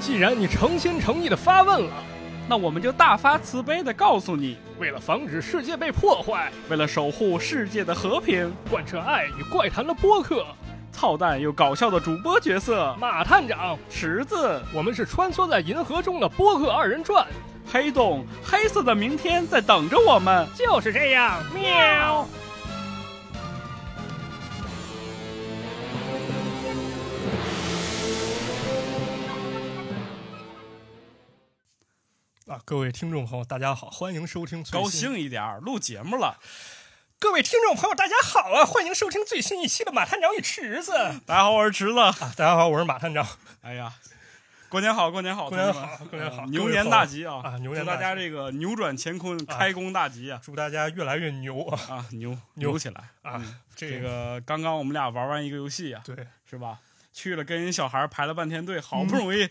既然你诚心诚意的发问了，那我们就大发慈悲的告诉你，为了防止世界被破坏，为了守护世界的和平，贯彻爱与怪谈的播客，操蛋又搞笑的主播角色马探长，池子，我们是穿梭在银河中的播客二人转，黑洞，黑色的明天在等着我们。就是这样，喵。啊，各位听众朋友，大家好，欢迎收听最高新。兴一点儿，录节目了。各位听众朋友，大家好啊，欢迎收听最新一期的《马探长与池子》大家好，我是池子。啊！大家好，我是马探长。哎呀，过年好，过年好，过年好同志们过年好呃各位牛年朋友大吉啊！啊牛祝年大大家吉这个扭转乾坤，开工大吉啊！祝大家越来越牛啊！啊，牛牛起来！啊，这这个个刚刚我们俩玩完一个游戏啊，对是吧？去了跟人小孩排了半天队，好嗯不容易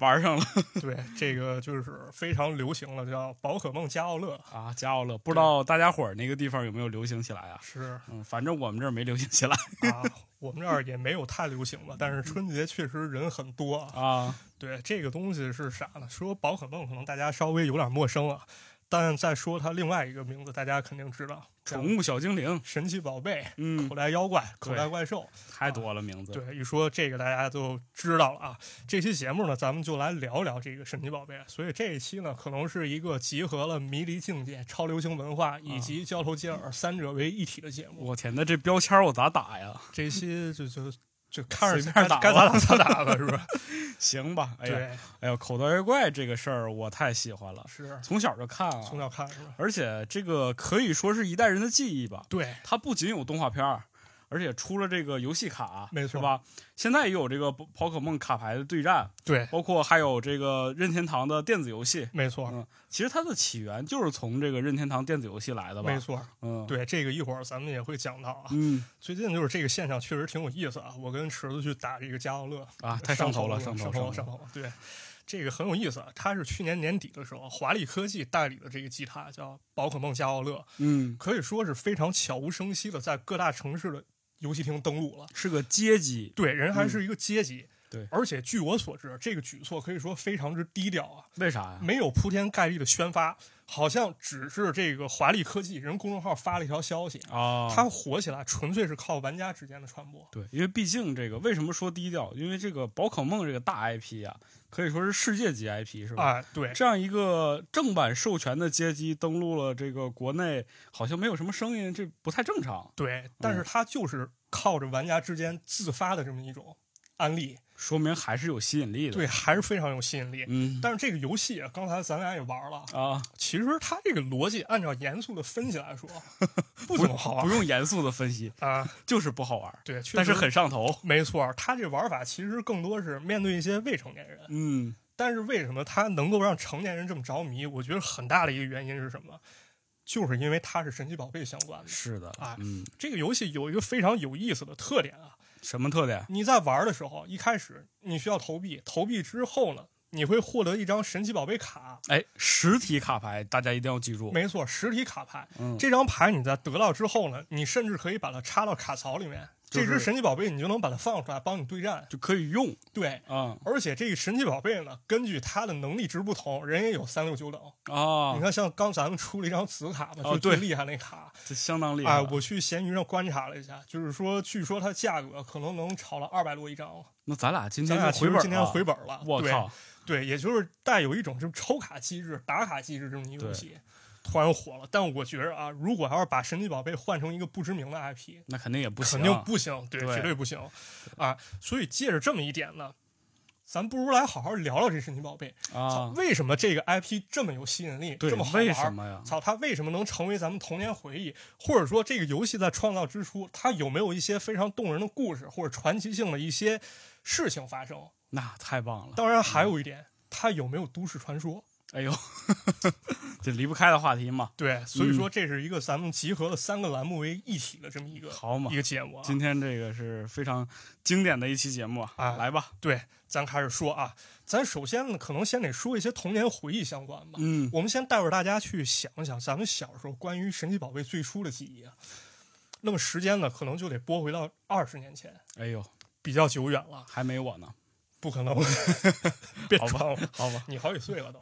玩上了对，这个就是非常流行了，叫宝可梦加奥乐。啊！加奥乐，不知道大家伙儿那个地方有没有流行起来啊？是嗯，反正我们这儿没流行起来啊，我们这儿也没有太流行吧，但是春节确实人很多啊。啊。对，这个东西是啥呢？说宝可梦，可能大家稍微有点陌生啊，但再说它另外一个名字，大家肯定知道，叫宠物小精灵，神奇宝贝、嗯口，袋妖怪、口对袋怪兽。太多了名字。对，一说这个大家都知道了啊。这期节目呢，咱们就来聊聊这个神奇宝贝。所以这一期呢，可能是一个集合了迷离境界、超流行文啊化以及交头接耳三者为一体的节目。我天，那这标签儿我咋打呀？ 这一期就就就看随着便打吧该咋打咋打吧，是吧？行吧，哎呀，对，哎呀，口袋妖怪这个事儿我太喜欢了，是从小就看啊从，小看是吧？而且这个可以说是一代人的记忆吧。对，它不仅有动画片儿，而且出了这个游戏卡，没错是吧？现在也有这个宝宝可梦卡牌的对战，对，包括还有这个任天堂的电子游戏。没错，嗯其实它的起源就是从这个任天堂电子游戏来的吧？没，错。嗯，，对，这个一会儿咱们也会讲到啊。嗯最近就是这个现象确实挺有意思啊。我跟池子去打这个加奥乐，啊，太上上头了，上头，头上了，上。头了。对，这个很有意思啊。它是去年年底的时候，华丽科技代理的这个吉他叫宝可梦加奥乐，嗯，可以说是非常悄无声息的在各大城市的游戏厅登陆了。是个阶级，对，人还是一个阶级。嗯对而且据我所知，这个举措可以说非常之低调啊，为啥呀？没有铺天盖地的宣发，好像只是这个华丽科技人公众号发了一条消息，啊，它火起来纯粹是靠玩家之间的传播。对，因为毕竟这个为什么说低调？因为这个宝可梦这个大 IP 啊，可以说是世界级 IP 是吧？啊，对，这样一个正版授权的街机登陆了这个国内，好像没有什么声音，这不太正常。对，但是它就是靠着玩家之间自发的这么一种案例，说明还是有吸引力的。，对，还是非常有吸引力。嗯，但是这个游戏啊，刚才咱俩也玩了，啊，其实它这个逻辑按照严肃的分析 来说，不怎么好玩不用严肃的分析，啊。就是不好 玩儿，对，确实但是很上头。没错，它这玩法其实更多是面对一些未成年人。嗯，但是为什么它能够让成年人这么着迷？我觉得很大的一个原因是什么？就是因为它是神奇宝贝相关的。是的，啊嗯，这个游戏有一个非常有意思的特点啊，什么特点？你在玩的时候，一开始你需要投币，投币之后呢，你会获得一张神奇宝贝卡，哎，实体卡牌大家一定要记住。没错，实体卡牌。嗯，这张牌你在得到之后呢，你甚至可以把它插到卡槽里面，就是这只神奇宝贝你就能把它放出来帮你对战。就可以用对，啊而且这个神奇宝贝呢，根据它的能力值不同，人也有三六九等。啊你，看，像刚咱们出了一张紫卡嘛，哦就最对厉害那卡。这相当厉害哎，了。我去闲鱼上观察了一下，就是说，据说它价格可能能炒了二百多一张了。那咱俩今咱天俩就其回实本今天了回本了，我对靠！对，也就是带有一种这种抽卡机制、打卡机制这么一个对游戏，突然火了。但我觉着啊，如果要是把神奇宝贝换成一个不知名的 IP，那肯定也不行，啊肯定不行，对，对绝对不行啊。所以借着这么一点呢，咱不如来好好聊聊这神奇宝贝。操啊。为什么这个 IP 这么有吸引力，对，这么好为什玩？么呀？操，它为什么能成为咱们童年回忆？或者说，这个游戏在创造之初，它有没有一些非常动人的故事或者传奇性的一些事情发生？那太棒了！当然，还有一点，它有没有都市传说？哎呦， 这离不开的话题嘛，对，所以嗯说这是一个咱们集合了三个栏目为一体的这么一个好嘛一！个节目啊。今天这个是非常经典的一期节目啊，哎来吧，对，咱开始说啊，咱首先呢，可能先得说一些童年回忆相关吧。嗯，我们先带着大家去想一想咱们小时候关于神奇宝贝最初的记忆啊。那么时间呢，可能就得拨回到二十年前，哎呦，比较久远了。还没我呢，不可能， 别好吧装了，好吧，你好几岁了都。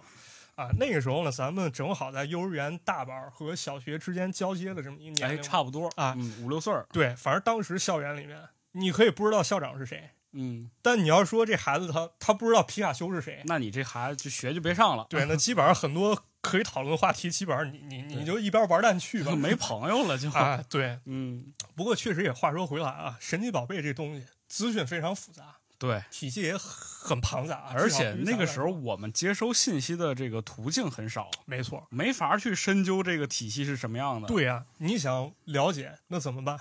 啊，那个时候呢，咱们正好在幼儿园大班儿和小学之间交接的这么一年哎，龄，差不多啊嗯，五六岁儿，对，反正当时校园里面，你可以不知道校长是谁，嗯，但你要说这孩子他他不知道皮卡丘是谁，那你这孩子就学就别上了，对，那基本上很多可以讨论的话题，基本上你你你对就一边玩蛋去吧就。 没朋友了就，啊，对。嗯，不过确实也话说回来啊，神奇宝贝这东西资讯非常复杂，对，体系也很庞杂，啊而至少且对于那个咱时来候说我们接收信息的这个途径很少，没错。没法去深究这个体系是什么样的。，对呀、你想了解那怎么办？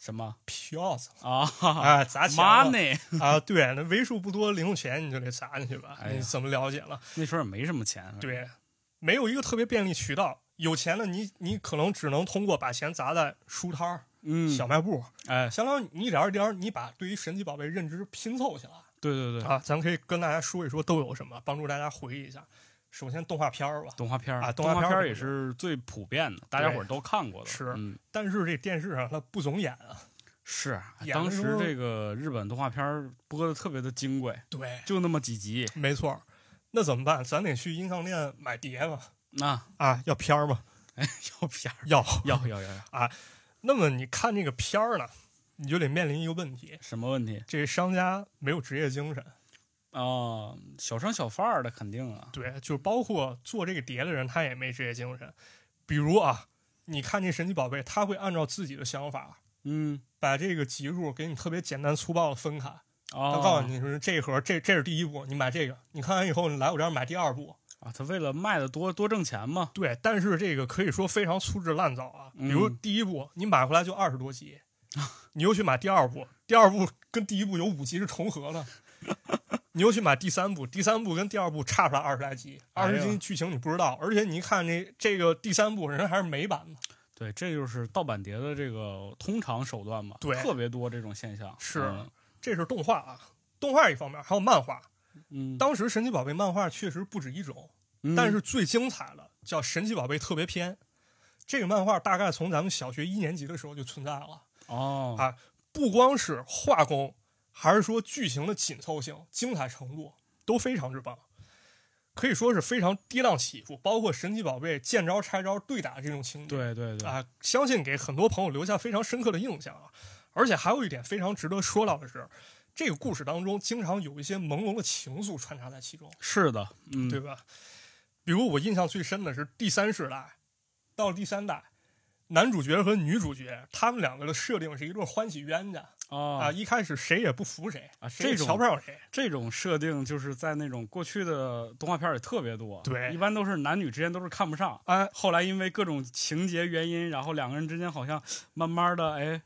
什么票子啊啊，砸钱了 ？money 啊，对，那为数不多的零用钱你就得砸进去吧，哎呀嗯你怎么了解了？那时候也没什么钱，，对，没有一个特别便利渠道。有钱了你，你可能只能通过把钱砸在书摊儿、嗯，小卖部，哎，相当于你一点一点，你把对于神奇宝贝认知拼凑起来对对对，啊。咱们可以跟大家说一说都有什么，帮助大家回忆一下。首先动画片儿吧，动画片儿啊动动画画片儿片儿很也多是最普遍的，大家对伙儿都看过的，是嗯，但是这电视上它不总演啊。是啊演当的时时候这个日本动画片儿播的特别的金贵，对，就那么几集，没错儿。那怎么办？咱得去音像店买碟嘛，那啊，要片儿吗？要片儿， 要。要要要要，那么你看这个片儿呢，你就得面临一个问题：什么问题这商家没有职业精神。啊？小商小贩儿的肯定啊，对，就包括做这个碟的人，他也没职业精神。比如啊，你看这神奇宝贝，他会按照自己的想法。嗯，把这个级数给你特别简单粗暴的分开，他啊，告诉你说这一盒这这是第一步，你买这个，你看完以后你来我这儿买第二步，啊，他为了卖的多多挣钱嘛，对，但是这个可以说非常粗制滥造啊。比如嗯第一步，你买回来就二十多 集，你又去买第二部，第二部跟第一部有五集是重合 的，你又去买第三部，第三部跟第二部差出来二十来集，哎二呀十集剧情你不知道，而且你一看这这个第三部人还是美版的，对，这就是盗版碟的这个通常手段嘛，对特别多这种现象，是嗯这是动画啊，动画一方面还有漫画。嗯，当时神奇宝贝漫画确实不止一种，嗯但是最精彩的叫《神奇宝贝特别篇》，这个漫画大概从咱们小学一年级的时候就存在了。哦啊不光是画工，还是说剧情的紧凑性、精彩程度都非常之棒，可以说是非常跌宕起伏。包括神奇宝贝见招拆招对打这种情节，对对对，啊，相信给很多朋友留下非常深刻的印象啊。而且还有一点非常值得说到的是，这个故事当中经常有一些朦胧的情愫穿插在其中，是的，嗯，对吧？比如我印象最深的是第三世代，到了第三代。男主角和女主角，他们两个的设定是一对欢喜冤家，啊，啊一开始谁也不服谁，啊，谁这也瞧种不上谁。这种设定就是在那种过去的动画片里特别多，对一般都是男女之间都是看不上，哎，后来因为各种情节原因，然后两个人之间好像慢慢的，哎，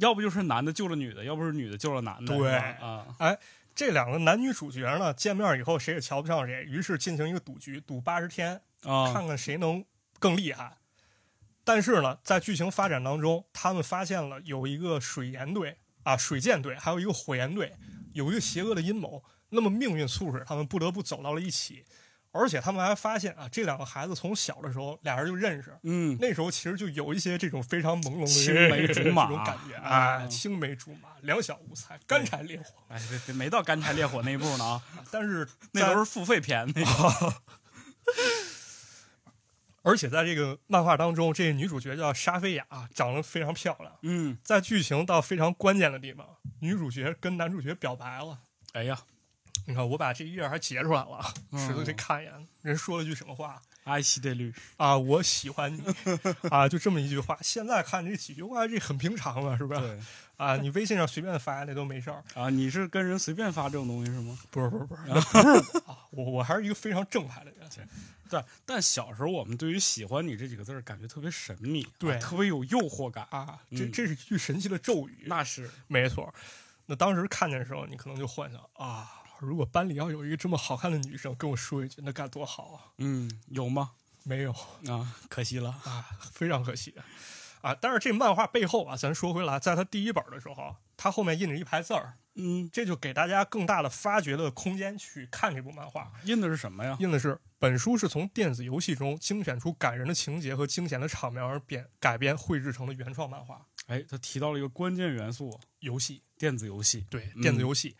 要不就是男的救了女的，要不是女的救了男的，对是吧啊，这两个男女主角呢，见面以后谁也瞧不上谁，于是进行一个赌局，赌八十天，啊，看看谁能更厉害。但是呢，在剧情发展当中，他们发现了有一个水盐队啊，水箭队，还有一个火焰队，有一个邪恶的阴谋。那么命运促使他们不得不走到了一起，而且他们还发现啊，这两个孩子从小的时候俩人就认识，嗯，那时候其实就有一些这种非常朦胧的青梅竹马这种感觉啊啊，青梅竹马，两小无猜，干柴烈火。哎，别别没到干柴烈火那一步呢啊，但是那在都是付费片，那个而且在这个漫画当中，这女主角叫莎菲亚，长得非常漂亮。 嗯，在剧情到非常关键的地方，女主角跟男主角表白了。哎呀你看，我把这一页还截出来了啊，嗯石头这看一眼，人说了句什么话爱惜的绿，啊？我喜欢你 啊，就这么一句话。现在看这几句话，这很平常了，是不是？对啊，你微信上随便发那都没事儿。啊，你是跟人随便发这种东西是吗？不是不是不是，那不是我啊，我我还是一个非常正派的人。对，但小时候我们对于“喜欢你”这几个字儿感觉特别神秘，对啊特别有诱惑感。啊，这嗯这是一句神奇的咒语，那是没错。那当时看见的时候，你可能就幻想啊，如果班里要有一个这么好看的女生跟我说一句，那该多好啊！嗯，有吗？没有啊，可惜了。啊，非常可惜啊。但是这漫画背后啊，咱说回来，在它第一本的时候，它后面印着一排字儿，嗯，这就给大家更大的发掘的空间去看这部漫画。印的是什么呀？印的是本书是从电子游戏中精选出感人的情节和惊险的场面而编改编绘制成的原创漫画。哎，他提到了一个关键元素，游戏，电子游戏。对，嗯电子游戏。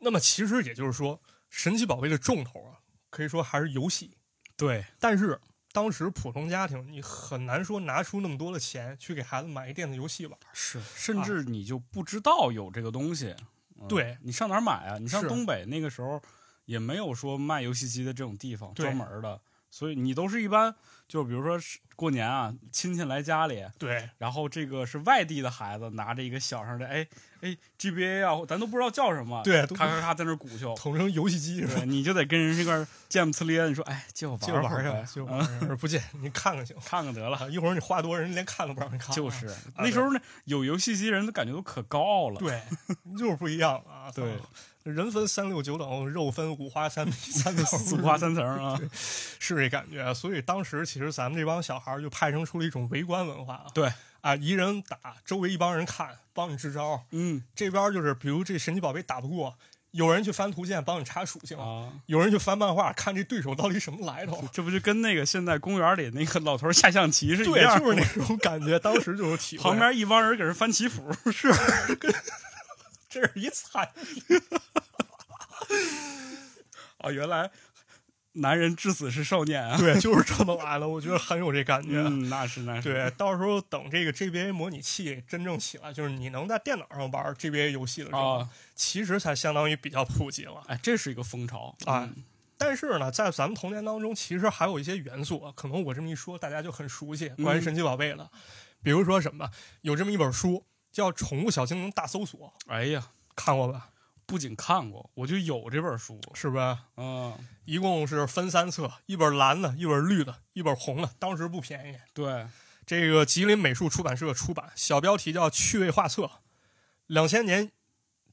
那么其实也就是说，神奇宝贝的重头啊，可以说还是游戏。对，但是当时普通家庭，你很难说拿出那么多的钱去给孩子买一电子游戏玩。是，甚至你就不知道有这个东西。嗯啊对你上哪儿买啊？你上是东北那个时候也没有说卖游戏机的这种地方对专门儿的，所以你都是一般就比如说是过年啊，亲戚来家里，对，然后这个是外地的孩子拿着一个小上的，哎哎 GBA 啊，咱都不知道叫什么，对，都咔咔咔在那儿鼓咻， 统称游戏机是吧？对，你就得跟人这块儿见不呲咧，你说哎借我玩就儿玩会儿儿去吧，呗就嗯玩儿去吧，不借您看看行 吗看看得了。啊，一会儿你话多，人连看都不让你看。啊就是那时候呢，有游戏机人都感觉都可高傲了。对，就是不一样啊。对操，人分三六九等，肉分五花 三三头，四五花三层 啊，是这感觉。所以当时其实咱们这帮小孩儿就派生出了一种围观文化啊。对啊，一人打，周围一帮人看，帮你支招。嗯这边儿就是，比如这神奇宝贝打不过，有人去翻图鉴帮你查属性，啊，有人去翻漫画看这对手到底什么来头。这不就跟那个现在公园里那个老头下象棋是一对，样？就是那种感觉，当时就有体会。旁边一帮人搁这翻棋 谱，是这是一惨啊，原来男人至死是少年啊。对，就是这么来的，我觉得很有这感 觉。嗯，那是那是，对，到时候等这个 GBA 模拟器真正起来，就是你能在电脑上玩 GBA 游戏的时候，啊，其实才相当于比较普及了。哎，这是一个风潮嗯啊，但是呢，在咱们童年当中，其实还有一些元素啊，可能我这么一说，大家就很熟悉关于嗯神奇宝贝了。比如说什么，有这么一本书叫《宠物小精灵大搜索》，哎呀，看过吧？不仅看过，我就有这本书，是不是？嗯，一共是分三册，一本蓝的，一本绿的，一本红的，当时不便宜。对，这个吉林美术出版社出版，小标题叫《趣味画册》。两千年，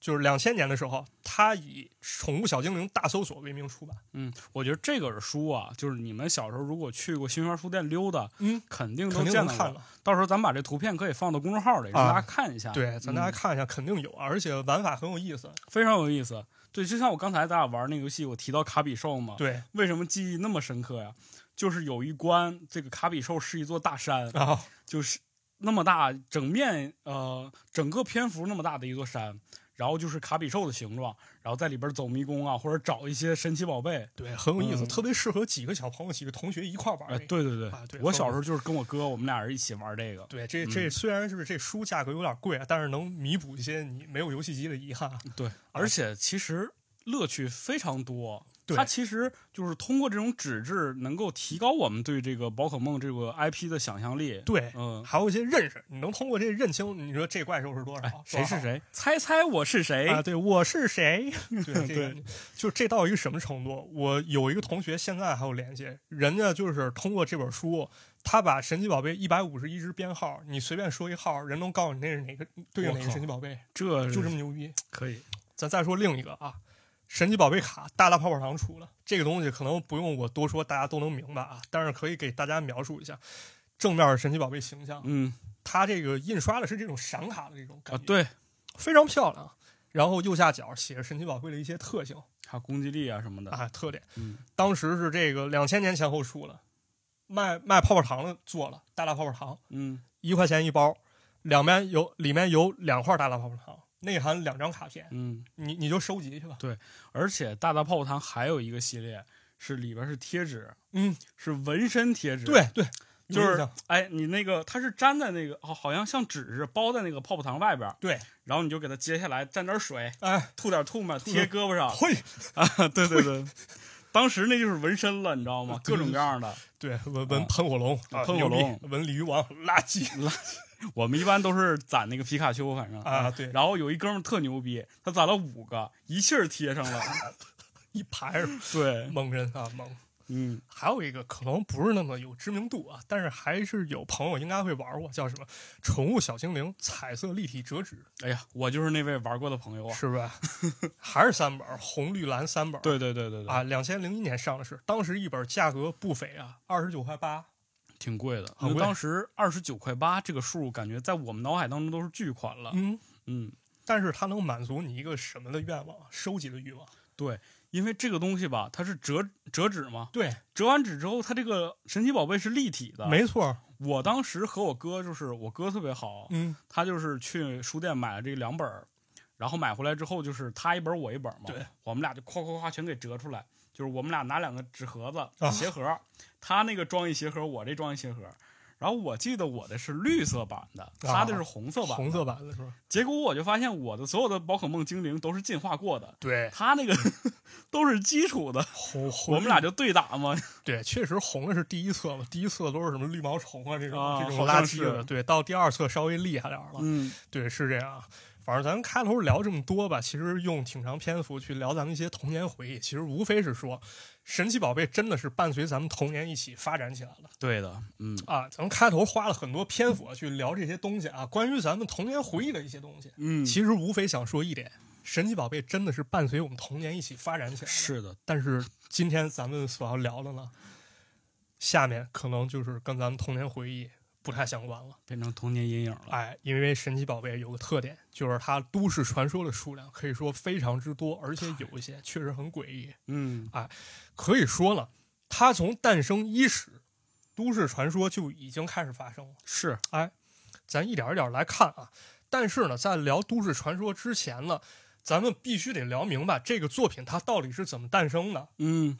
就是两千年的时候，它以《宠物小精灵大搜索》为名出版。嗯，我觉得这本书啊，就是你们小时候如果去过新华书店溜达，嗯，肯定都肯定见能到看过。到。到时候咱把这图片可以放到公众号里，让啊啊大家看一下。对，咱嗯大家看一下，肯定有，而且玩法很有意思。非常有意思。对，就像我刚才咱俩玩那个游戏，我提到卡比兽嘛，对为什么记忆那么深刻呀？就是有一关，这个卡比兽是一座大山，啊，就是那么大，整面呃整个篇幅那么大的一座山，然后就是卡比兽的形状，然后在里边走迷宫啊，或者找一些神奇宝贝。对，很有意思，嗯特别适合几个小朋友、几个同学一块儿玩哎，儿。对对对，啊对我小时候就是跟我哥，我们俩人一起玩这个。对，这这虽然是这书价格有点贵，但是能弥补一些你没有游戏机的遗憾。对，而且其实乐趣非常多。对它其实就是通过这种纸质，能够提高我们对这个宝可梦这个 IP 的想象力。对，嗯，还有一些认识，你能通过这认清，你说这怪哎兽是多少，哎谁是多少谁？猜猜我是谁？啊？对，我是谁？ 对，这哎对个就这到一个什么程度？我有一个同学现在还有联系，人家就是通过这本书，他把神奇宝贝一百五十一只编号，你随便说一号，人能告诉你那是哪个对应哪我个靠神奇宝贝，这就这么牛逼。可以。咱再说另一个啊，神奇宝贝卡大大泡泡糖出了，这个东西可能不用我多说，大家都能明白啊。但是可以给大家描述一下正面神奇宝贝形象，嗯它这个印刷的是这种闪卡的这种啊感，觉，对，非常漂亮啊。然后右下角写着神奇宝贝的一些特性还有攻击力啊什么的。啊特点。嗯，当时是这个两千年前后出了，卖卖泡泡糖的做了大大泡泡糖，嗯，一块钱一包，两边有里面有两块大大泡泡糖，内含两张卡片，嗯，你你就收集去吧。而且大大泡泡糖还有一个系列是里边是贴纸，嗯，是纹身贴纸。，对对，就有印是象哎，你那个它是粘在那个，好好像像纸似的包在那个泡泡糖外边，对，然后你就给它揭下来，蘸点水，哎，吐点吐沫吐贴胳膊上。会啊， 对对对，当时那就是纹身了，你知道吗？各种各样的。对闻闻喷火龙，啊啊喷火龙牛逼闻鲤鱼王，垃圾 我们一般都是攒那个皮卡丘，反正嗯啊，。对，然后有一哥们儿特牛逼，他攒了五个，一气儿贴上 了。一排是对，猛人啊猛。嗯，还有一个可能不是那么有知名度啊，但是还是有朋友应该会玩过，叫什么《宠物小精灵》彩色立体折纸，哎呀，我就是那位玩过的朋友啊。是吧？ 还是三本儿，红绿蓝三本儿。对对对对对，啊，两千零一年上的是，当时一本价格不菲啊，二十九块八。挺贵的。很贵因为当时二十九块八这个数，感觉在我们脑海当中都是巨款了。嗯，嗯，但是它能满足你一个什么的愿望？收集的欲望。因为这个东西吧，它是折折纸嘛，对，折完纸之后，它这个神奇宝贝是立体的。，没错儿，我当时和我哥就是我哥特别好，嗯，他就是去书店买了这两本儿，然后买回来之后就是他一本儿我一本儿嘛，对，我们俩就夸夸夸全给折出来，就是我们俩拿两个纸盒啊子鞋盒儿，他那个装一鞋盒儿，我这装一鞋盒儿。然后我记得我的是绿色版的，他的是红色版的。啊红色版的是吧？结果我就发现我的所有的宝可梦精灵都是进化过的，对，他那个 都是基础的。红红我们俩就对打嘛，对，确实红的是第一册嘛，第一册都是什么绿毛虫啊这种、啊这种好垃像圾的，是对，到第二册稍微厉害点儿了，嗯，对，是这样。啊反正咱开头聊这么多吧，其实用挺长篇幅去聊咱们一些童年回忆，其实无非是说，神奇宝贝真的是伴随咱们童年一起发展起来的对的，嗯啊。咱们开头花了很多篇幅去聊这些东西啊，关于咱们童年回忆的一些东西，嗯，其实无非想说一点，神奇宝贝真的是伴随我们童年一起发展起来的。是的，但是今天咱们所要聊的呢，下面可能就是跟咱们童年回忆不太相关了。变成童年阴影了。哎，因为神奇宝贝有个特点，就是它都市传说的数量可以说非常之多，而且有一些确实很诡异。嗯可以说呢，它从诞生伊始，都市传说就已经开始发生了。是，咱一点一点来看啊。但是呢，在聊都市传说之前呢，咱们必须得聊明白这个作品它到底是怎么诞生的。嗯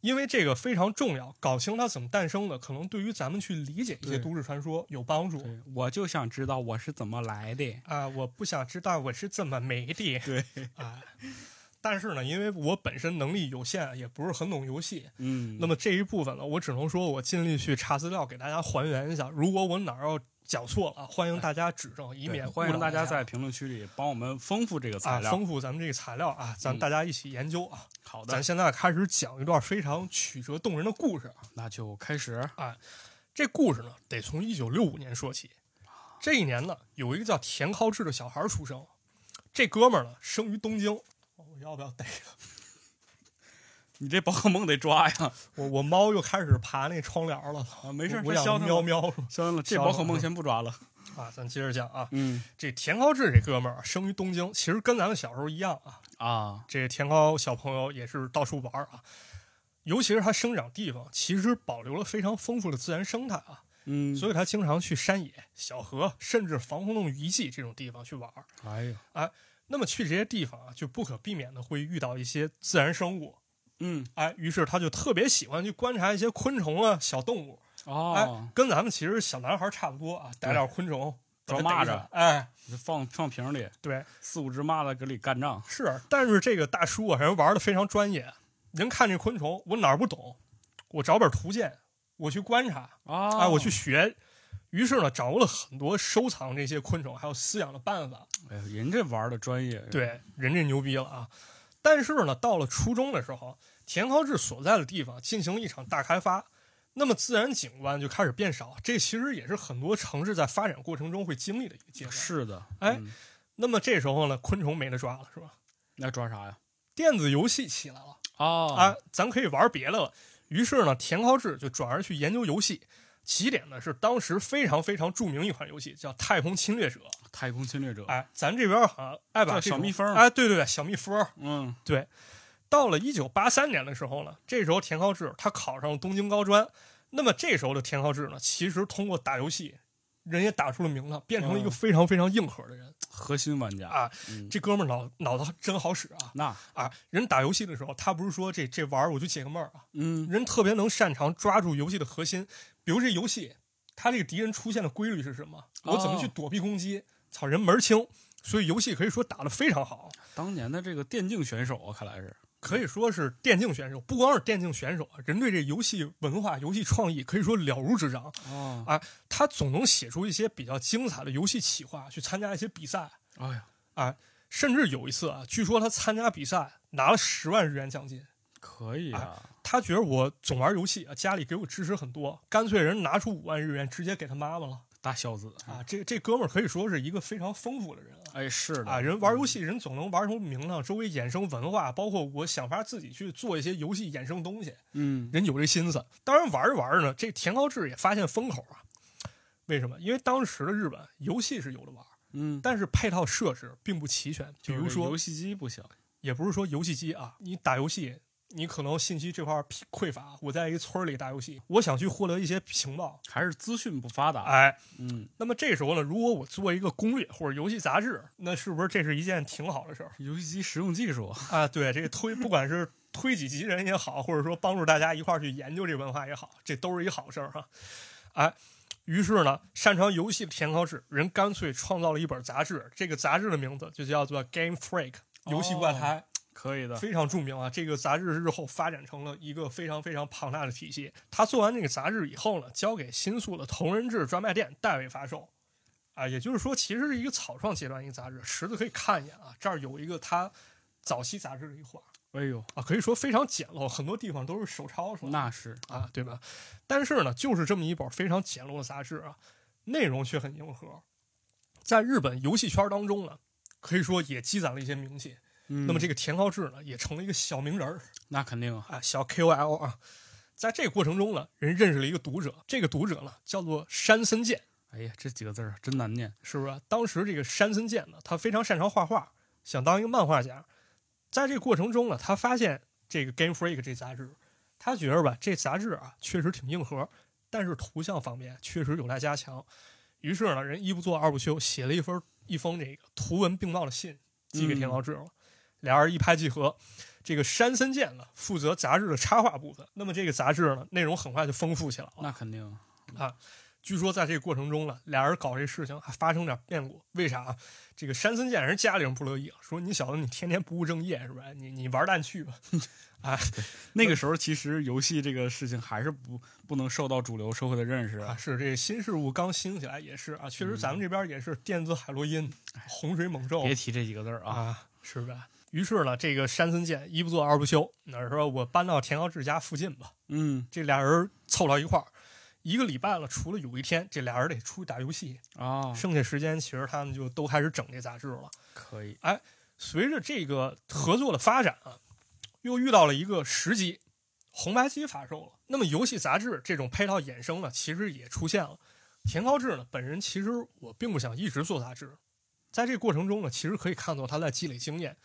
因为这个非常重要，搞清它怎么诞生的，可能对于咱们去理解一些对都市传说有帮助。对，我就想知道我是怎么来的。啊、我不想知道我是怎么没的。对啊、但是呢，因为我本身能力有限，也不是很懂游戏，嗯那么这一部分呢，我只能说我尽力去查资料给大家还原一下。如果我哪儿要讲错了，欢迎大家指正，以对免欢迎大家误导在评论区里帮我们丰富这个啊材料。丰富咱们这个材料啊，咱嗯大家一起研究啊。好的咱，现在开始讲一段非常曲折动人的故事啊。那就开始。这故事呢，得从一九六五年说起。这一年呢，有一个叫田尻智的小孩出生。这哥们儿呢，生于东京。我要不要逮你这宝可梦得抓呀！我？我猫又开始爬那窗帘了。啊，没事，我我消想停喵了，喵消停了。这消宝停可梦了先不抓了。啊！咱接着讲啊，嗯这田尻智这哥们儿啊生于东京，其实跟咱们小时候一样啊。啊，这田尻小朋友也是到处玩儿啊，尤其是他生长地方，其实保留了非常丰富的自然生态啊，嗯，所以他经常去山野、小河，甚至防空洞遗迹这种地方去玩儿。哎呀，那么去这些地方啊，就不可避免的会遇到一些自然生物，嗯哎，于是他就特别喜欢去观察一些昆虫啊、小动物，哦，跟咱们其实小男孩差不多啊，逮点昆虫，给它抓逮蚂蚱上哎，就放放瓶里，对，四五只蚂蚱搁里干仗。是，但是这个大叔啊，人玩的非常专业，人看这昆虫，我哪儿不懂，我找本图鉴，我去观察，啊哎，我去，学，于是呢，掌握了很多收藏这些昆虫还有饲养的办法，哎呀，人这玩的专业，，对，人家牛逼了啊！但是呢，到了初中的时候，田尻智所在的地方进行了一场大开发，那么自然景观就开始变少。这其实也是很多城市在发展过程中会经历的一个阶段。是的，哎嗯，那么这时候呢，昆虫没得抓了，是吧？那抓啥呀？电子游戏起来了哦啊，咱可以玩别的了。于是呢，田尻智就转而去研究游戏。起点呢是当时非常非常著名一款游戏，叫《太空侵略者》。太空侵略者，哎，咱这边好像爱把叫这小种蜜蜂哎，对对对，小蜜蜂儿，嗯，到了一九八三年的时候呢，这时候田尻智他考上了东京高专。那么这时候的田尻智呢，其实通过打游戏，人也打出了名堂，变成了一个嗯非常非常硬核的人。核心玩家啊，嗯这哥们儿脑脑子真好使啊！那啊，人打游戏的时候，他不是说这这玩儿我就解个闷儿啊，嗯人特别能擅长抓住游戏的核心，比如这游戏，它这个敌人出现的规律是什么，哦我怎么去躲避攻击，操人门儿清。所以游戏可以说打得非常好。当年的这个电竞选手啊，看来是可以说是电竞选手，不光是电竞选手啊，人对这游戏文化、游戏创意可以说了如指掌。哦啊他总能写出一些比较精彩的游戏企划，去参加一些比赛，哎呀，甚至有一次啊，据说他参加比赛拿了十万日元奖金。可以啊，他觉得我总玩游戏啊，家里给我支持很多，干脆人拿出五万日元直接给他妈妈了大孝子啊！！这这哥们儿可以说是一个非常丰富的人啊。哎，是的啊，人玩游戏，人总能玩出名堂，周围衍生文化，包括我想法自己去做一些游戏衍生东西。嗯，人有这心思。当然玩着玩着呢，这田高志也发现风口啊。为什么？因为当时的日本游戏是有的玩，嗯嗯，但是配套设置并不齐全。比就是如这游说，戏机不行，也不是说游戏机啊，你打游戏你可能信息这块儿疲匮乏，我在一村儿里打游戏，我想去获得一些情报，还是资讯不发达。哎，嗯，那么这时候呢，如果我做一个攻略或者游戏杂志，那是不是这是一件挺好的事儿游戏机实用技术， 啊？对，这个推不管是推己及人也好，或者说帮助大家一块儿去研究这文化也好，这都是一好事儿哈。哎，于是呢，擅长游戏的田高志人干脆创造了一本杂志，这个杂志的名字就叫做《Game Freak》。游戏怪哦胎、可以的。非常著名啊！这个杂志日后发展成了一个非常非常庞大的体系。他做完这个杂志以后呢，交给新宿的同人志专卖店代为发售。啊，也就是说，其实是一个草创阶段一个杂志。池子可以看一眼啊，这儿有一个他早期杂志的一画哎呦，啊，可以说非常简陋，很多地方都是手抄出来的。那是啊，对吧？但是呢，就是这么一本非常简陋的杂志啊，内容却很硬核，在日本游戏圈当中呢，可以说也积攒了一些名气。嗯那么这个田高志呢，也成了一个小名人儿那肯定啊，啊，小 KOL 啊。在这个过程中呢，人认识了一个读者，这个读者呢叫做山森健，哎呀，这几个字儿啊真难念。是不是？当时这个山森健呢，他非常擅长画画，想当一个漫画家。在这个过程中呢，他发现这个《Game Freak》这杂志，他觉着吧，这杂志啊确实挺硬核，但是图像方面确实有待加强。于是呢，人一不做二不休，写了一封一封这个图文并茂的信寄给田高志了。俩人一拍即合，这个山森健呢负责杂志的插画部分，那么这个杂志呢内容很快就丰富起来了。那肯定，啊据说在这个过程中呢，俩人搞这事情还发生点变故。为啥？啊这个山森健人家里人不乐意了，说你小子你天天不务正业是吧？你你玩蛋去吧。那个时候其实游戏这个事情还是不不能受到主流社会的认识。啊，是这个新事物刚兴起来也是啊，确实咱们这边也是电子海洛因、洪水猛兽嗯哎别提这几个字儿啊，啊，是吧？于是呢，这个山森健一不做二不休，那说我搬到田高志家附近吧。嗯这俩人凑到一块儿，一个礼拜了，除了有一天这俩人得出去打游戏，啊，剩下时间其实他们就都开始整这杂志了。可以，随着这个合作的发展啊，又遇到了一个时机，红白机发售了。那么游戏杂志这种配套衍生呢，其实也出现了。田高志呢，本人其实我并不想一直做杂志，在这过程中呢，其实可以看到他在积累经验。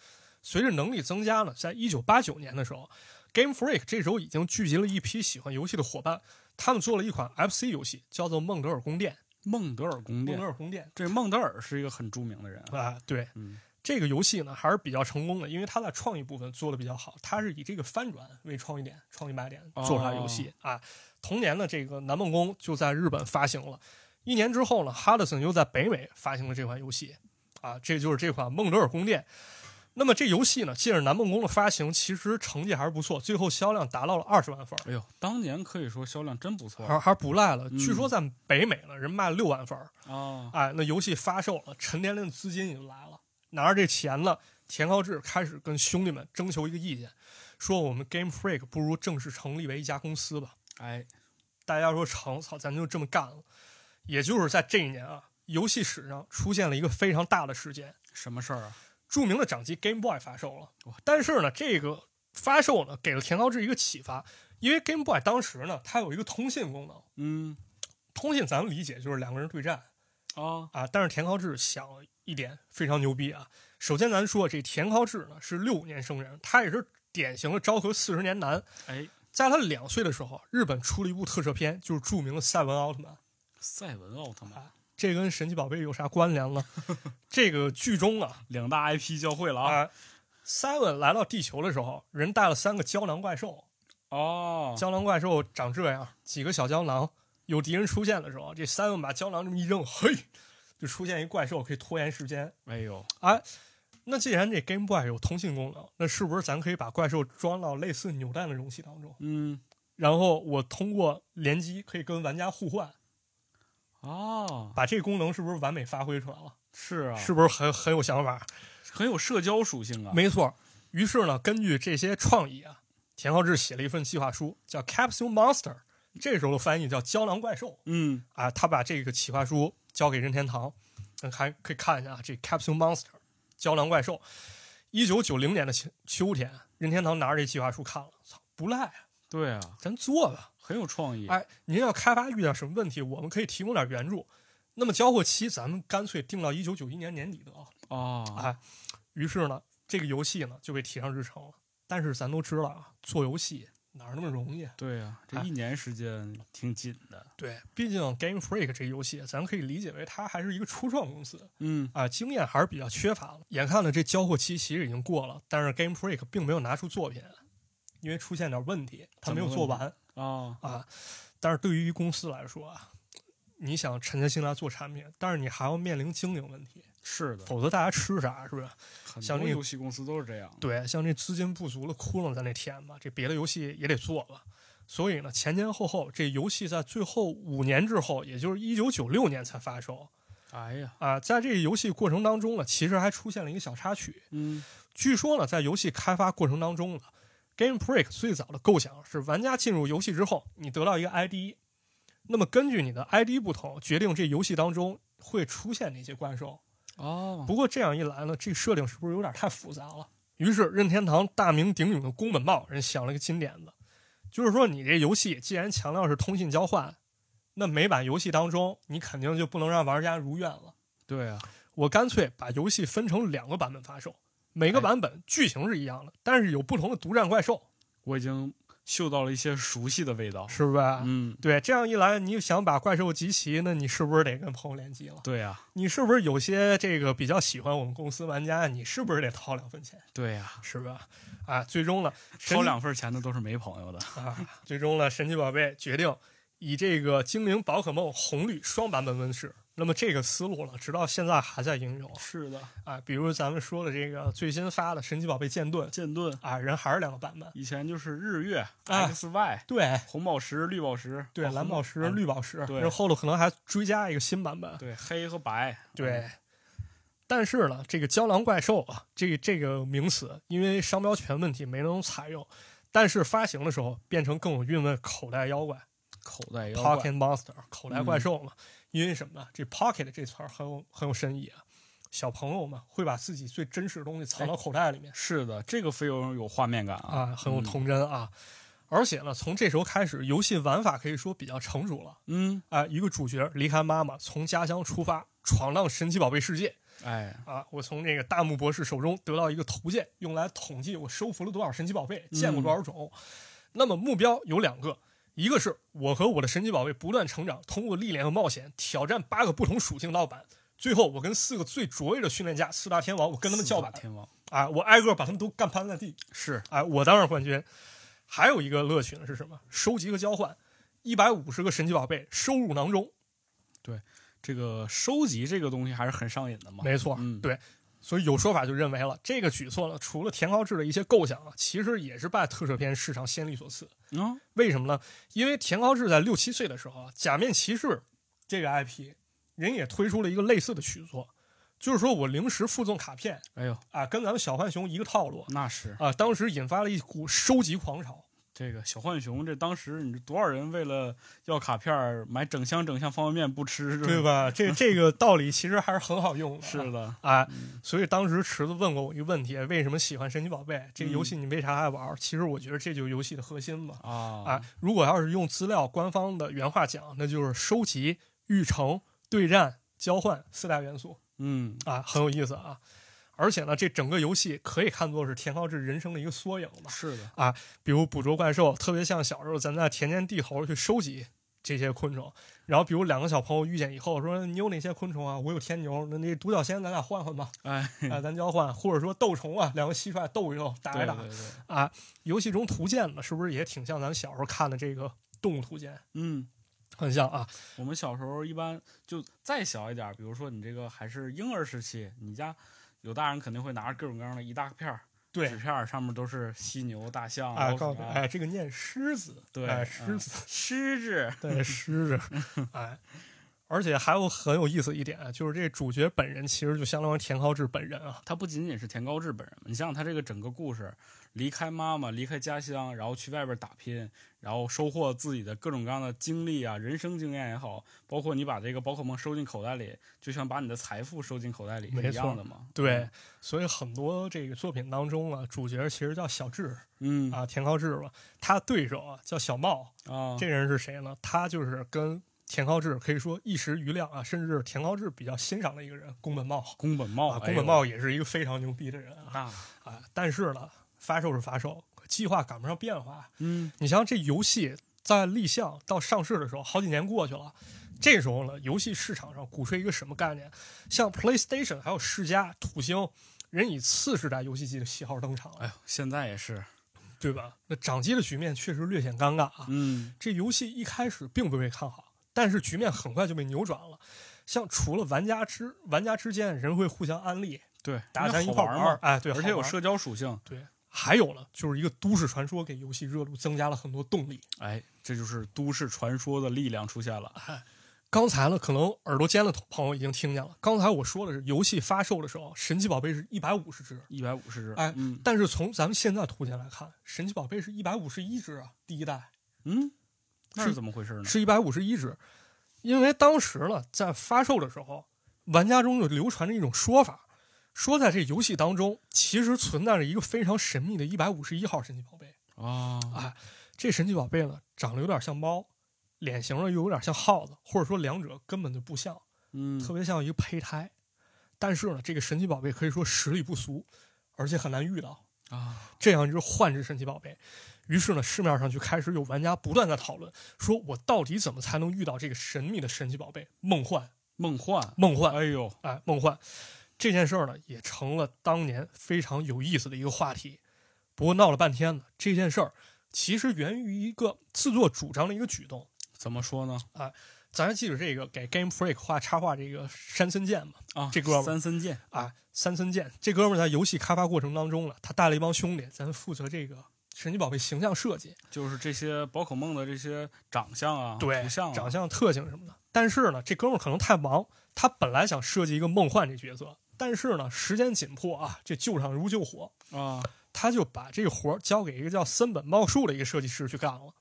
随着能力增加呢，在一九八九年的时候，Game Freak 这时候已经聚集了一批喜欢游戏的伙伴，他们做了一款 FC 游戏，叫做《孟德尔宫殿》。孟德尔宫孟德殿，尔宫殿这孟德尔是一个很著名的人啊。啊，对，嗯，这个游戏呢还是比较成功的，因为它在创意部分做的比较好，它是以这个翻转为创意点、创意卖点哦做出来游戏、啊。同年呢，这个《南梦宫》就在日本发行了，一年之后呢，哈德森又在北美发行了这款游戏啊，这就是这款《孟德尔宫殿》。那么这游戏呢，借着《南梦宫》的发行，其实成绩还是不错，最后销量达到了二十万份儿，哎呦，当年可以说销量真不错还还是不赖了。嗯据说在北美呢，人卖了六万份儿，啊。哎，那游戏发售了，陈年令资金也就来了。拿着这钱呢，田高志开始跟兄弟们征求一个意见，说我们 Game Freak 不如正式成立为一家公司吧。哎，大家说成，操，咱就这么干了。也就是在这一年啊，游戏史上出现了一个非常大的事件，什么事儿啊？著名的掌机 Game Boy 发售了哇。但是呢，这个发售呢，给了田高志一个启发，因为 Game Boy 当时呢，它有一个通信功能，嗯通信咱们理解就是两个人对战，啊，啊，但是田高志想了一点非常牛逼啊。首先，咱说这田高志呢是六五年生人，他也是典型的昭和四十年男。哎，在他两岁的时候，日本出了一部特摄片，就是著名的赛文奥特曼。赛文奥特啊曼，这跟神奇宝贝有啥关联呢？这个剧中啊两大 IP 交汇了啊！啊，赛文来到地球的时候，人带了三个胶囊怪兽，哦，胶囊怪兽长这样，几个小胶囊。有敌人出现的时候，这赛文把胶囊这么一扔，嘿，就出现一怪兽，可以拖延时间。哎呦，那既然这 Game Boy 有通信功能，那是不是咱可以把怪兽装到类似扭蛋的容器当中，嗯，然后我通过联机可以跟玩家互换，哦，把这功能是不是完美发挥出来了？是啊，是不是很很有想法？很有社交属性啊。没错。于是呢，根据这些创意啊，田浩志写了一份计划书，叫《Capsule Monster》，这时候的翻译叫“胶囊怪兽”。嗯，啊，他把这个企划书交给任天堂，嗯还可以看一下啊这 Capsule Monster 胶囊怪兽。一九九零年的秋秋天，任天堂拿着这计划书看了，操，不赖啊，对啊，咱做吧。很有创意。哎，您要开发遇到什么问题，我们可以提供点援助。那么交货期咱们干脆定到一九九一年年底得了。哦，哎于是呢，这个游戏呢就被提上日程了。但是咱都知道啊，做游戏哪儿那么容易？对呀、这哎一年时间挺紧的。对，毕竟 Game Freak 这游戏，咱可以理解为它还是一个初创公司嗯，啊，经验还是比较缺乏了。眼看着这交货期其实已经过了，但是 Game Freak 并没有拿出作品，因为出现点问题，它没有做完。啊，啊。但是对于公司来说啊，你想沉下心来做产品，但是你还要面临经营问题，是的，否则大家吃啥是不是？很哦像多那游戏公司都是这样。对，像这资金不足了，窟窿在那填吧，这别的游戏也得做吧。所以呢，前前后后，这游戏在最后五年之后，也就是一九九六年才发售哎呀，啊。在这个游戏过程当中呢，其实还出现了一个小插曲，嗯，据说呢，在游戏开发过程当中呢，Game Freak 最早的构想是玩家进入游戏之后，你得到一个 ID，那么根据你的 ID 不同，决定这游戏当中会出现哪些怪兽。哦，不过这样一来呢，这个设定是不是有点太复杂了？于是任天堂大名鼎鼎的宫本茂人想了个金点子，就是说你这游戏既然强调是通信交换，那每版游戏当中你肯定就不能让玩家如愿了。对啊，我干脆把游戏分成两个版本发售，每哎个版本剧情是一样的，但是有不同的独占怪兽，我已经嗅到了一些熟悉的味道。是啊不是？嗯，对，这样一来，你想把怪兽集齐，那你是不是得跟朋友联机了？对啊呀，你是不是有些这个比较喜欢我们公司玩家，你是不是得掏两分钱？对呀，是不是？啊，最终呢，神收两份钱的都是没朋友的。 啊，最终呢，神奇宝贝决定以这个精灵宝可梦红绿双版本问世。那么这个思路了，直到现在还在应用是的，啊。比如咱们说的这个最新发的神奇宝贝剑盾剑盾啊，人还是两个版本。以前就是日月、X、Y、对红宝石、绿宝石，对，哦蓝宝石、，红绿宝石，对然后后头可能还追加一个新版本。对，黑和白，对，但是呢，这个胶囊怪兽啊，这个这个名词因为商标权问题没能采用，但是发行的时候变成更有韵味，口袋妖怪嗯口袋妖怪， （pocket monster） 口袋怪兽嘛。因为什么呢？这 pocket 这词儿很有很有深意啊。小朋友嘛，会把自己最真实的东西藏到口袋里面。是的，这个非常有画面感啊。哎啊，很有嗯童真啊。而且呢，从这时候开始，游戏玩法可以说比较成熟了嗯，啊。一个主角离开妈妈，从家乡出发，闯荡神奇宝贝世界哎，啊！我从这个大木博士手中得到一个图鉴，用来统计我收服了多少神奇宝贝，见过多少种。嗯那么目标有两个，一个是我和我的神奇宝贝不断成长，通过历练和冒险挑战八个不同属性盗版。最后，我跟四个最卓越的训练家四大天王，我跟他们叫板四大天王啊！我挨个把他们都干趴在地。是哎，我当上冠军。还有一个乐趣呢是什么？收集和交换，一百五十个神奇宝贝收入囊中。这个收集这个东西还是很上瘾的嘛。没错，嗯对。所以有说法就认为了，这个举措呢，除了田高志的一些构想啊，其实也是拜特摄片市场先例所赐。嗯，为什么呢？因为田高志在六七岁的时候啊，《假面骑士》这个 IP，人也推出了一个类似的举措，就是说我临时附赠卡片哎呦，啊，跟咱们小浣熊一个套路那是啊，当时引发了一股收集狂潮。这个小浣熊，这当时你这多少人为了要卡片儿买整箱整箱方便面不吃，对吧？吧？这这个道理其实还是很好用的啊。是的，啊，嗯所以当时池子问过我一个问题：为什么喜欢神奇宝贝这个游戏？你为啥爱玩？其实我觉得这就是游戏的核心嘛。啊啊，，如果要是用资料官方的原话讲，那就是收集、育成、对战、交换四大元素嗯，啊，很有意思啊。而且呢，这整个游戏可以看作是田浩志人生的一个缩影吧。是的，比如捕捉怪兽，特别像小时候咱在田间地头去收集这些昆虫。然后，比如两个小朋友遇见以后说：“你有哪些昆虫啊？我有天牛，那那独角仙咱俩换 换吧，哎，啊、咱交换。”或者说斗虫啊，两个蟋蟀斗一斗，打对一打。啊对对，游戏中图鉴呢，是不是也挺像咱小时候看的这个动物图鉴？ 嗯。很像啊，我们小时候一般就再小一点儿，比如说你这个还是婴儿时期，你家有大人肯定会拿着各种各样的一大片儿对纸片儿，上面都是犀牛、大象、啊，老告鼠诉你，啊哎，这个念狮子，对哎嗯狮子，狮子， 对，狮子， 哎，而且还有很有意思一点，啊就是这主角本人其实就相当于田浩志本人啊，他不仅仅是田高志本人，你想想他这个整个故事，离开妈妈，离开家乡，然后去外边打拼，然后收获自己的各种各样的经历啊，人生经验也好，包括你把这个宝可梦收进口袋里，就像把你的财富收进口袋里没是一样错的嘛。对，所以很多这个作品当中啊，主角其实叫小智嗯，嗯啊，田浩志嘛，他对手啊叫小茂，啊，这人是谁呢？他就是跟田浩志可以说一时瑜亮啊，甚至田浩志比较欣赏的一个人，宫本茂宫本茂，啊，哎宫呦本，茂也是一个非常牛逼的人啊那啊，但是呢，发售是发售，可计划赶不上变化。嗯，你像这游戏在立项到上市的时候，好几年过去了，这时候呢，游戏市场上鼓吹一个什么概念？像 PlayStation 还有世嘉、土星，人以次世代游戏机的喜好登场哎了，呦，现在也是，对吧？那掌机的局面确实略显尴尬啊。嗯这游戏一开始并不被看好，但是局面很快就被扭转了。像除了玩家之玩家之间，人会互相安利，对，大家因一为块好儿玩玩嘛儿，哎，对，而好且有玩儿社交属性，对，还有呢，就是一个都市传说给游戏热度增加了很多动力。哎，这就是都市传说的力量出现了。刚才呢，可能耳朵尖的朋友已经听见了。刚才我说的是游戏发售的时候，神奇宝贝是一百五十只，一百五十只，哎嗯但是从咱们现在图鉴来看，神奇宝贝是一百五十一只啊，第一代嗯，那是是怎么回事呢？是一百五十一只。因为当时呢，在发售的时候，玩家中就流传着一种说法，说在这游戏当中其实存在着一个非常神秘的一百五十一号神奇宝贝。啊，哎这神奇宝贝呢，长得有点像猫，脸型呢又有点像耗子，或者说两者根本就不像，嗯，特别像一个胚胎。但是呢，这个神奇宝贝可以说实力不俗，而且很难遇到啊，这样一只幻之神奇宝贝。于是呢，市面上就开始有玩家不断在讨论，说我到底怎么才能遇到这个神秘的神奇宝贝？梦幻，梦幻，梦幻，哎呦，哎，梦幻这件事儿呢，也成了当年非常有意思的一个话题。不过闹了半天呢，这件事儿其实源于一个自作主张的一个举动。怎么说呢？咱还记得这个给 Game Freak 画插画这个山森健嘛？啊，这哥们儿三森剑啊，山森健这哥们儿在游戏开发过程当中呢，他带了一帮兄弟，咱负责这个神奇宝贝形象设计，就是这些宝可梦的这些长相啊，对图像、啊，长相、特性什么的。但是呢，这哥们儿可能太忙，他本来想设计一个梦幻这角色，但是呢，时间紧迫啊，这救场如救火，啊，他就把这个活儿交给一个叫森本茂树的一个设计师去干了。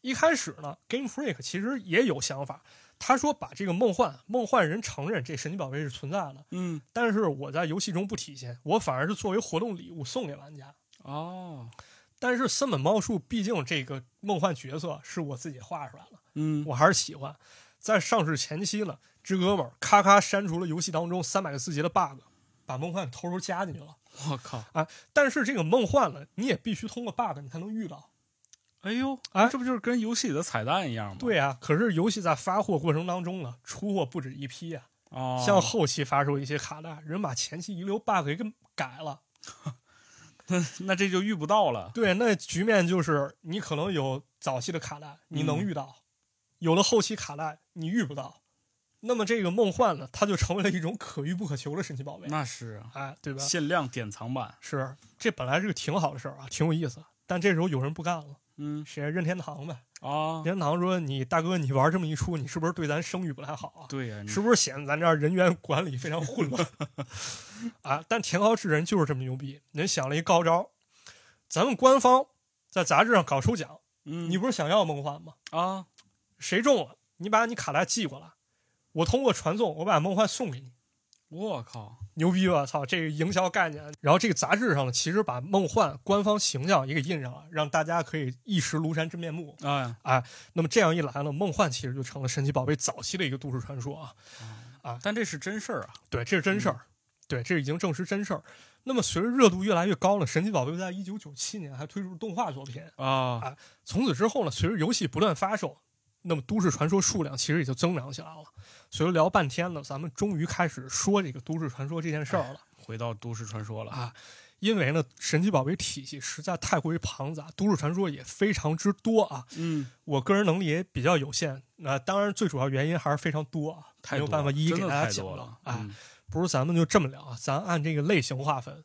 一开始呢，Game Freak 其实也有想法，他说把这个梦幻梦幻人承认这神奇宝贝是存在的，嗯，但是我在游戏中不体现，我反而是作为活动礼物送给玩家。哦，但是森本茂树毕竟这个梦幻角色是我自己画出来的，嗯，我还是喜欢。在上市前期呢，这哥们儿咔咔删除了游戏当中三百个字节的 bug，把梦幻偷偷加进去了。我靠，但是这个梦幻呢，你也必须通过 bug 你才能遇到。哎呦，哎这不就是跟游戏里的彩蛋一样吗？，对啊，可是游戏在发货过程当中呢，出货不止一批啊。哦，像后期发售一些卡带，人把前期遗留 bug 给改了。 那这就遇不到了，对，那局面就是你可能有早期的卡带，你能遇嗯到；有了后期卡带，你遇不到。那么这个梦幻呢，它就成为了一种可遇不可求的神奇宝贝，那是啊哎，对吧？限量典藏版，是，这本来是个挺好的事儿啊，挺有意思。但这时候有人不干了，嗯谁？任天堂呗。啊任，天堂说：“你大哥，你玩这么一出，你是不是对咱声誉不太好啊？”对呀、你是不是显得咱这儿人员管理非常混乱啊？但田高智人就是这么牛逼，人想了一高招。咱们官方在杂志上搞抽奖，嗯，你不是想要梦幻吗？啊，谁中了，你把你卡带寄过来，我通过传送，我把梦幻送给你，我靠，牛逼吧？操，这个营销概念。然后这个杂志上呢，其实把梦幻官方形象也给印上了，让大家可以一识庐山真面目。哎，那么这样一来呢，梦幻其实就成了神奇宝贝早期的一个都市传说啊。但这是真事儿啊，对，这是真事儿，对，这已经证实真事儿。那么随着热度越来越高呢，神奇宝贝在一九九七年还推出了动画作品。啊，啊从此之后呢，随着游戏不断发售，那么都市传说数量其实也就增长起来了。随着聊半天呢，咱们终于开始说这个都市传说这件事儿了。回到都市传说了，啊，因为呢，神奇宝贝体系实在太过于庞杂，都市传说也非常之多啊。嗯，我个人能力也比较有限，那、当然最主要原因还是非常多啊，太没有多办法了一一真给的大家太讲多了了，啊。嗯不如咱们就这么聊啊，咱按这个类型划分。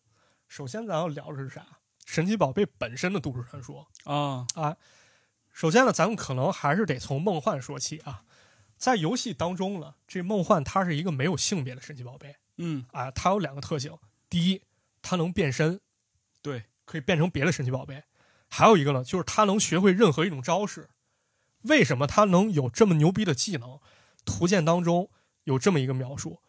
首先，咱要聊的是啥？神奇宝贝本身的都市传说。啊，首先呢，咱们可能还是得从梦幻说起啊。在游戏当中呢，这梦幻它是一个没有性别的神奇宝贝嗯，啊，它有两个特性：第一，它能变身，对，可以变成别的神奇宝贝；还有一个呢，就是它能学会任何一种招式。为什么它能有这么牛逼的技能？图鉴当中有这么一个描述，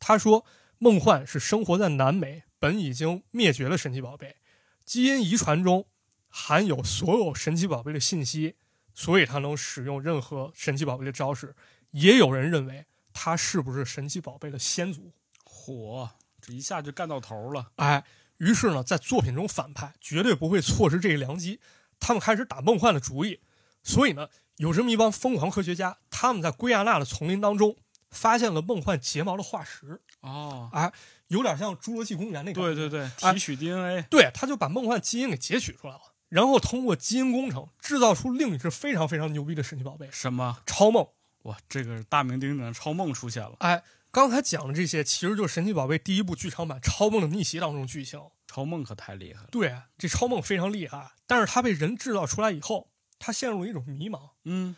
他说梦幻是生活在南美本已经灭绝的神奇宝贝，基因遗传中含有所有神奇宝贝的信息，所以它能使用任何神奇宝贝的招式。也有人认为它是不是神奇宝贝的先祖？火，这一下就干到头了，哎，于是呢，在作品中反派绝对不会错失这个良机，他们开始打梦幻的主意。所以呢，有这么一帮疯狂科学家，他们在圭亚那的丛林当中发现了梦幻睫毛的化石，哦，啊有点像《侏罗纪公园》那个。对对对，哎提取 DNA，、对，他就把梦幻基因给截取出来了，然后通过基因工程制造出另一只非常非常牛逼的神奇宝贝什么？超梦。哇，这个大名鼎鼎的超梦出现了。哎，刚才讲的这些其实就是神奇宝贝第一部剧场版《超梦的逆袭》当中的剧情。超梦可太厉害了。对，啊这超梦非常厉害，啊但是他被人制造出来以后，他陷入了一种迷茫。嗯，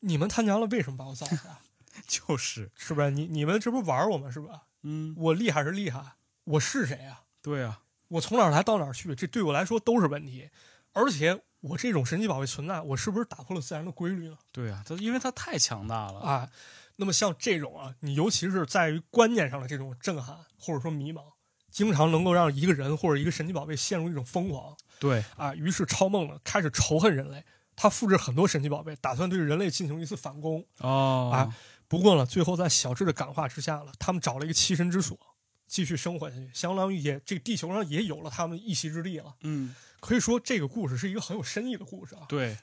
你们他娘的为什么把我造出来？ 啊就是， 是不是？你你们这不是玩我们是吧？嗯，我厉害是厉害，我是谁啊？对啊，我从哪儿来到哪儿去？这对我来说都是问题。而且我这种神奇宝贝存在，我是不是打破了自然的规律呢？对啊，他因为他太强大了。啊，那么像这种啊，你尤其是在于观念上的这种震撼或者说迷茫，经常能够让一个人或者一个神奇宝贝陷入一种疯狂对，啊。于是超梦呢开始仇恨人类，他复制很多神奇宝贝，打算对人类进行一次反攻。哦，啊不过呢，最后在小智的感化之下呢，他们找了一个栖身之所，继续生活下去，相当于也这个地球上也有了他们一席之地了。嗯，可以说这个故事是一个很有深意的故事啊。对，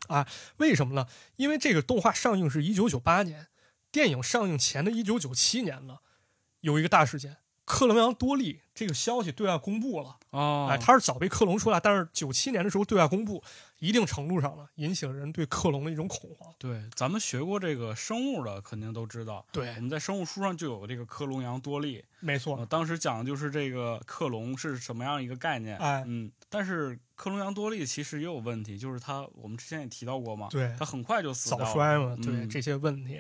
为什么呢？因为这个动画上映是一九九八年，电影上映前的一九九七年呢，有一个大事件，克隆羊多利这个消息对外公布了。哦，哎，它是早被克隆出来，但是九七年的时候对外公布，一定程度上呢，引起了人对克隆的一种恐慌。对，咱们学过这个生物的，肯定都知道。我对，们在生物书上就有这个克隆羊多利，没错我，当时讲的就是这个克隆是什么样一个概念。哎，嗯，但是克隆羊多利其实也有问题，就是它，我们之前也提到过嘛，对它，很快就死掉早了。衰嘛，对、嗯这些问题。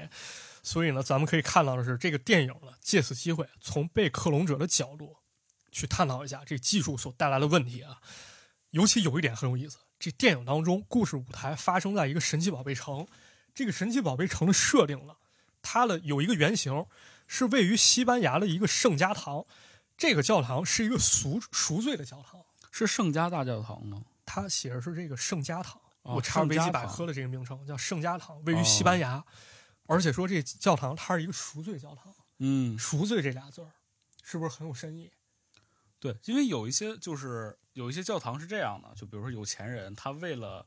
所以呢，咱们可以看到的是，这个电影呢，借此机会从被克隆者的角度去探讨一下这技术所带来的问题啊。尤其有一点很有意思，这电影当中故事舞台发生在一个神奇宝贝城，这个神奇宝贝城的设定呢，它的有一个原型是位于西班牙的一个圣家堂，这个教堂是一个赎赎罪的教堂，是圣家大教堂吗？它写的是这个圣家堂。哦我查维基百。圣家堂哦科的这个名称，叫圣家堂，位于西班牙，而且说这教堂它是一个赎罪教堂，嗯，赎罪这俩字儿是不是很有深意？对，因为有一些就是有一些教堂是这样的，就比如说有钱人，他为了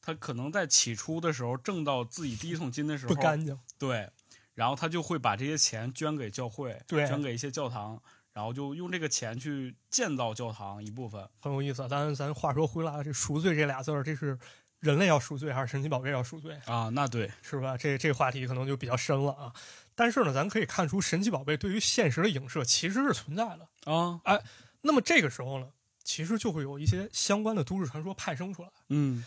他可能在起初的时候挣到自己第一桶金的时候不，干净，对，然后他就会把这些钱捐给教会，对捐给一些教堂，然后就用这个钱去建造教堂一部分。很有意思啊。当然，咱话说回来啊了，这赎罪这俩字儿，这是人类要赎罪还是神奇宝贝要赎罪，啊，那对，是吧？这这话题可能就比较深了啊。但是呢，咱可以看出神奇宝贝对于现实的影射其实是存在的。啊，那么这个时候呢，其实就会有一些相关的都市传说派生出来。嗯，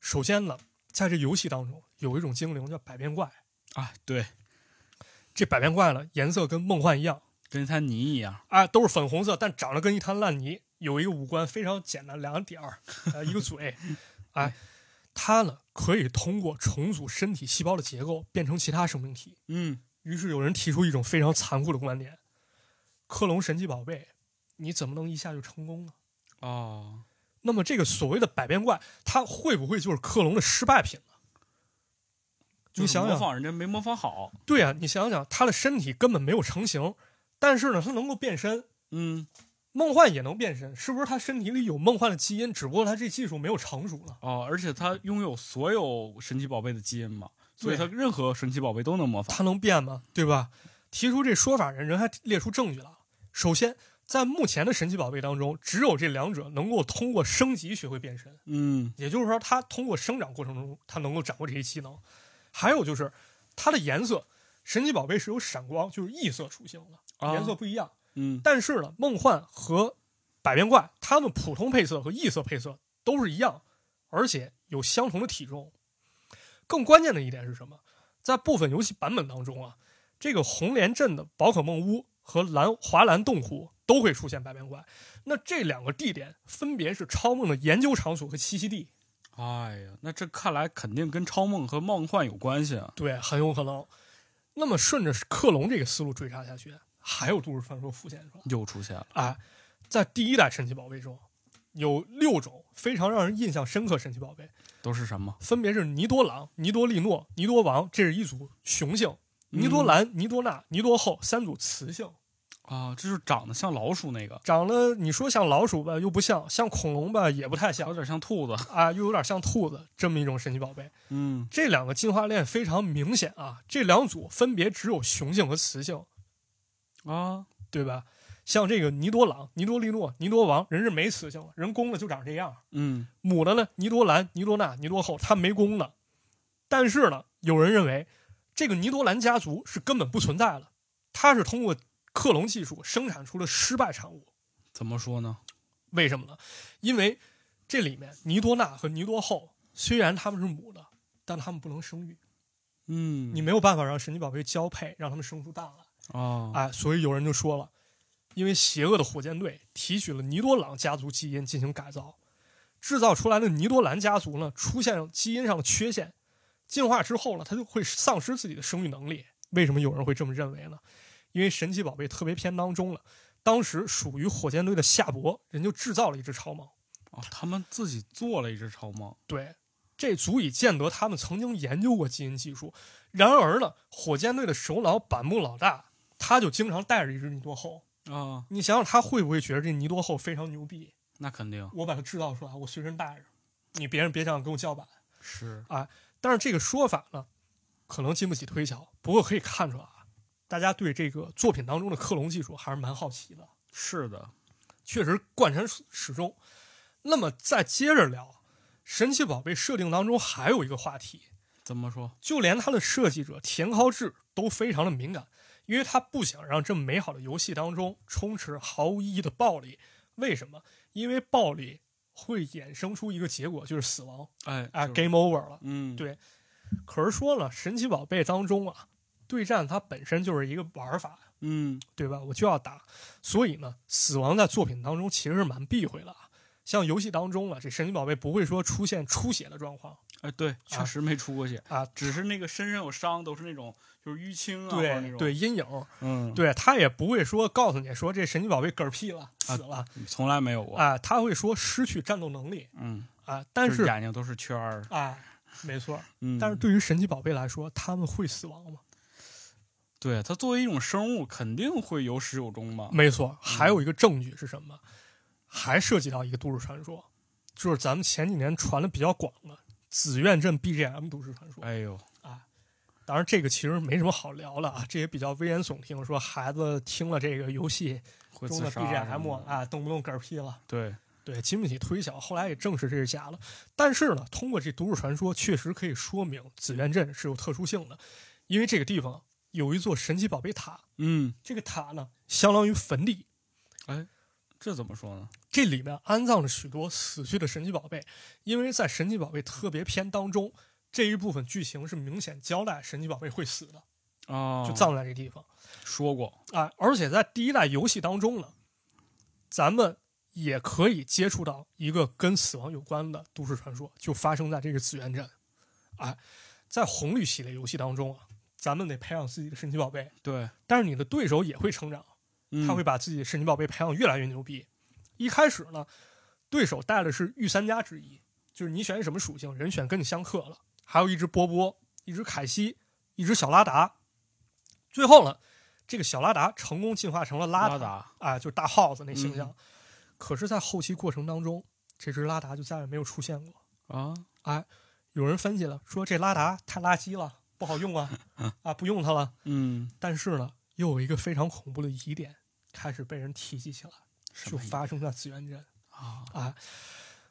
首先呢，在这游戏当中有一种精灵叫百变怪。啊，对，这百变怪呢，颜色跟梦幻一样，跟一滩泥一样，啊，都是粉红色，但长得跟一滩烂泥，有一个五官非常简单，两个点儿，呃，一个嘴，哎，它呢可以通过重组身体细胞的结构变成其他生命体。嗯，于是有人提出一种非常残酷的观点：克隆神奇宝贝，你怎么能一下就成功呢？哦，那么这个所谓的百变怪，它会不会就是克隆的失败品呢？就是你想模想，仿人家没模仿好，对啊，你想想，它的身体根本没有成型，但是呢，它能够变身，嗯，梦幻也能变身，是不是他身体里有梦幻的基因？只不过他这技术没有成熟了，哦，而且他拥有所有神奇宝贝的基因嘛，所以他对任何神奇宝贝都能模仿。他能变吗？对吧？提出这说法人人还列出证据了。首先，在目前的神奇宝贝当中，只有这两者能够通过升级学会变身，嗯，也就是说，它通过生长过程中，它能够掌握这些技能。还有就是它的颜色，神奇宝贝是有闪光，就是异色属性的，啊颜色，不一样。嗯，但是呢，梦幻和百变怪它们普通配色和异色配色都是一样，而且有相同的体重。更关键的一点是什么？在部分游戏版本当中啊，这个红莲镇的宝可梦屋和蓝华蓝洞窟都会出现百变怪。那这两个地点分别是超梦的研究场所和栖息地，哎呀，那这看来肯定跟超梦和梦幻有关系啊。对，很有可能。那么顺着克隆这个思路追查下去，还有都市传说浮现出来。又出现了，哎，在第一代神奇宝贝中，有六种非常让人印象深刻神奇宝贝，都是什么？分别是尼多狼、尼多利诺、尼多王，这是一组雄性；尼多兰、尼多纳、尼多后三组雌性。啊，这就是长得像老鼠那个，长得你说像老鼠吧，又不像；像恐龙吧，也不太有像点像兔子。啊，又有点像兔子，这么一种神奇宝贝。嗯，这两个进化链非常明显啊，这两组分别只有雄性和雌性，啊，对吧？像这个尼多朗、尼多利诺、尼多王，人是没雌性了，人公的就长这样。嗯，母的呢，尼多兰、尼多纳、尼多后，它没公的。但是呢，有人认为这个尼多兰家族是根本不存在了，它是通过克隆技术生产出了失败产物。怎么说呢？为什么呢？因为这里面尼多纳和尼多后虽然他们是母的，但他们不能生育，嗯，你没有办法让神奇宝贝交配，让他们生出蛋来。啊，哎，所以有人就说了，因为邪恶的火箭队提取了尼多朗家族基因进行改造，制造出来的尼多兰家族呢出现基因上的缺陷，进化之后呢，它就会丧失自己的生育能力。为什么有人会这么认为呢？因为神奇宝贝特别篇当中了，当时属于火箭队的夏伯人就制造了一只超蟒，哦，他们自己做了一只超梦。对，这足以见得他们曾经研究过基因技术。然而呢，火箭队的首脑板木老大他就经常带着一只尼多后。啊，你想想，他会不会觉得这尼多后非常牛逼？那肯定我把它制造出来，我随身带着，你别人别想跟我叫板。是但是这个说法呢，可能经不起推敲。不过可以看出来啊，大家对这个作品当中的克隆技术还是蛮好奇的，是的，确实贯穿始终。那么再接着聊，神奇宝贝设定当中还有一个话题，怎么说？就连它的设计者田尻智都非常的敏感，因为他不想让这么美好的游戏当中充斥毫无意义的暴力。为什么？因为暴力会衍生出一个结果，就是死亡哎啊、就是 g a m e over 了。嗯，对可是说了，神奇宝贝当中啊，对战它本身就是一个玩法，嗯，对吧？我就要打，所以呢，死亡在作品当中其实是蛮避讳的啊。像游戏当中啊，这神奇宝贝不会说出现出血的状况哎，对，确啊实没出过血，啊，只是那个身上有伤，都是那种就是淤青啊，或者那对种，对，阴影。嗯，，对他也不会说告诉你说这神奇宝贝嗝屁了啊死了从来没有过。啊、他会说失去战斗能力嗯，啊、但就是啊、眼睛都是圈儿。没错。嗯，但是对于神奇宝贝来说，他们会死亡吗？对它作为一种生物，肯定会有始有终嘛。没错。还有一个证据是什么？还涉及到一个都市传说，就是咱们前几年传的比较广的紫苑镇 BGM 都市传说。哎呦，当然，这个其实没什么好聊了啊，这也比较危言耸听，说孩子听了这个游戏会中自的杀啊 BGM 啊，动不动嗝屁了。对，对，经不起推敲，后来也证实这是假了。但是呢，通过这都市传说，确实可以说明紫苑镇是有特殊性的，因为这个地方有一座神奇宝贝塔，嗯，这个塔呢相当于坟地，这怎么说呢？这里面安葬了许多死去的神奇宝贝。因为在神奇宝贝特别篇当中，这一部分剧情是明显交代神奇宝贝会死的，啊，就葬在这地方。说过，啊，而且在第一代游戏当中呢，咱们也可以接触到一个跟死亡有关的都市传说，就发生在这个紫苑镇。啊，在红绿系列游戏当中啊，咱们得培养自己的神奇宝贝，对，但是你的对手也会成长，嗯他会把自己的神奇宝贝培养越来越牛逼。一开始呢，对手带的是御三家之一，就是你选什么属性，人选跟你相克了，还有一只波波，一只凯西，一只小拉达。最后呢，这个小拉达成功进化成了拉达，嗯拉达，啊，就是大耗子那形象。可是，在后期过程当中，这只拉达就再也没有出现过。啊，有人分析了，说这拉达太垃圾了，不好用啊， 啊，不用它了。嗯，但是呢，又有一个非常恐怖的疑点开始被人提及起来，什就么意思发生在紫苑镇。啊，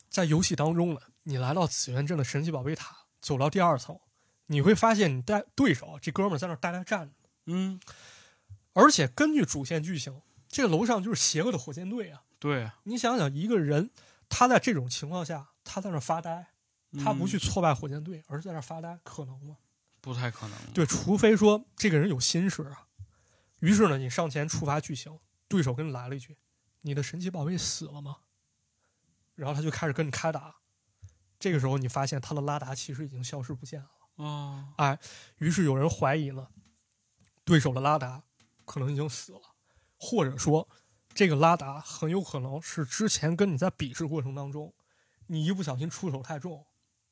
在游戏当中呢，你来到紫苑镇的神奇宝贝塔，走到第二层，你会发现你带对手啊这哥们儿在那儿呆呆站着，嗯，而且根据主线剧情，这个楼上就是邪恶的火箭队啊！对，你想想，一个人他在这种情况下，他在那儿发呆，他不嗯去挫败火箭队，而是在那儿发呆，可能吗？不太可能。对，除非说这个人有心事啊。于是呢，你上前触发剧情，对手跟你来了一句：“你的神奇宝贝死了吗？”然后他就开始跟你开打。这个时候，你发现他的拉达其实已经消失不见了。啊，于是有人怀疑呢，对手的拉达可能已经死了，或者说这个拉达很有可能是之前跟你在比试过程当中，你一不小心出手太重，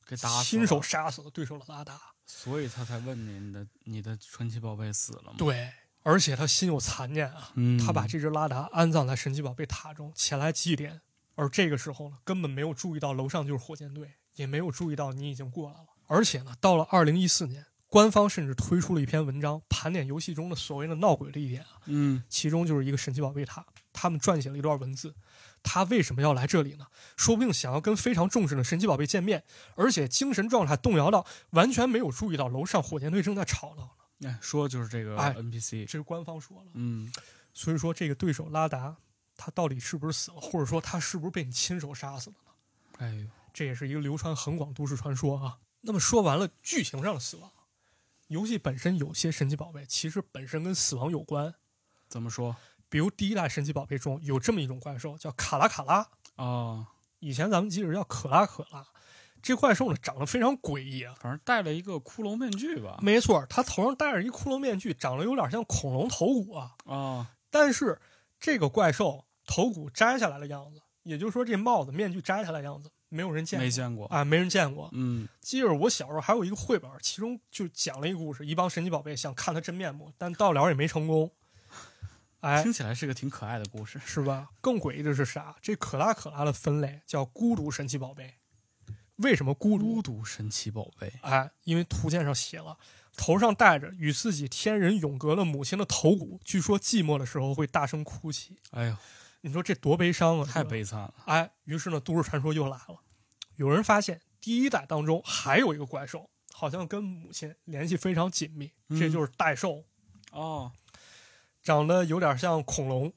给打死了亲手，杀死了对手的拉达。所以他才问你，你的你的传奇宝贝死了吗？对，而且他心有残念啊，嗯，他把这只拉达安葬在神奇宝贝塔中，前来祭奠。而这个时候呢，根本没有注意到楼上就是火箭队，也没有注意到你已经过来了。而且呢，到了二零一四年，官方甚至推出了一篇文章，盘点游戏中的所谓的闹鬼的一点啊，嗯其中就是一个神奇宝贝塔，他们撰写了一段文字。他为什么要来这里呢？说不定想要跟非常重视的神奇宝贝见面，而且精神状态动摇到完全没有注意到楼上火箭队正在吵闹呢。哎说就是这个哎 NPC，这是官方说了。嗯所以说，这个对手拉达，他到底是不是死了，或者说他是不是被你亲手杀死了呢？哎呦这也是一个流传很广的都市传说啊。那么说完了剧情上的死亡，游戏本身有些神奇宝贝其实本身跟死亡有关，怎么说比如第一代神奇宝贝中有这么一种怪兽叫卡拉卡拉，哦，以前咱们记着叫可拉可拉，这怪兽呢长得非常诡异啊。反正戴了一个骷髅面具吧没错，它头上戴着一骷髅面具，长得有点像恐龙头骨啊。啊但是这个怪兽头骨摘下来的样子，也就是说这帽子、面具摘下来的样子，没有人见过没见过，啊，没人见过。嗯记着我小时候还有一个绘本，其中就讲了一个故事，一帮神奇宝贝想看他真面目，但到了也没成功。哎，听起来是个挺可爱的故事，是吧？更诡异的是啥？这可拉可拉的分类叫孤独神奇宝贝，为什么孤独孤？独神奇宝贝哎，因为图鉴上写了，头上戴着与自己天人永隔的母亲的头骨，据说寂寞的时候会大声哭泣。哎呦你说这多悲伤啊！太是吧悲惨了，哎，于是呢，都市传说又来了。有人发现第一代当中还有一个怪兽，好像跟母亲联系非常紧密，嗯这就是代兽，哦长得有点像恐龙，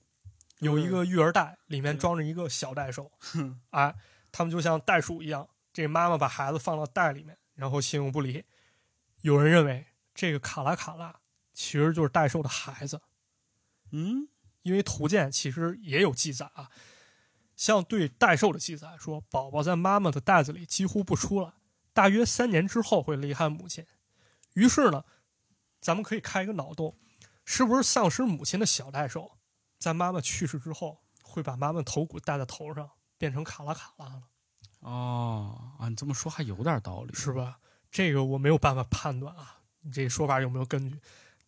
有一个育儿袋，里面嗯对装着一个小袋 兽。哎，他们就像袋鼠一样，这妈妈把孩子放到袋里面，然后形影不离。有人认为这个卡拉卡拉其实就是代兽的孩子，嗯因为图鉴其实也有记载啊，像对代兽的记载说，宝宝在妈妈的袋子里几乎不出来，大约三年之后会离开母亲。于是呢，咱们可以开一个脑洞，是不是丧失母亲的小代兽，在妈妈去世之后，会把妈妈头骨戴在头上，变成卡拉卡拉了，哦啊，你这么说还有点道理，是吧？这个我没有办法判断啊，你这说法有没有根据？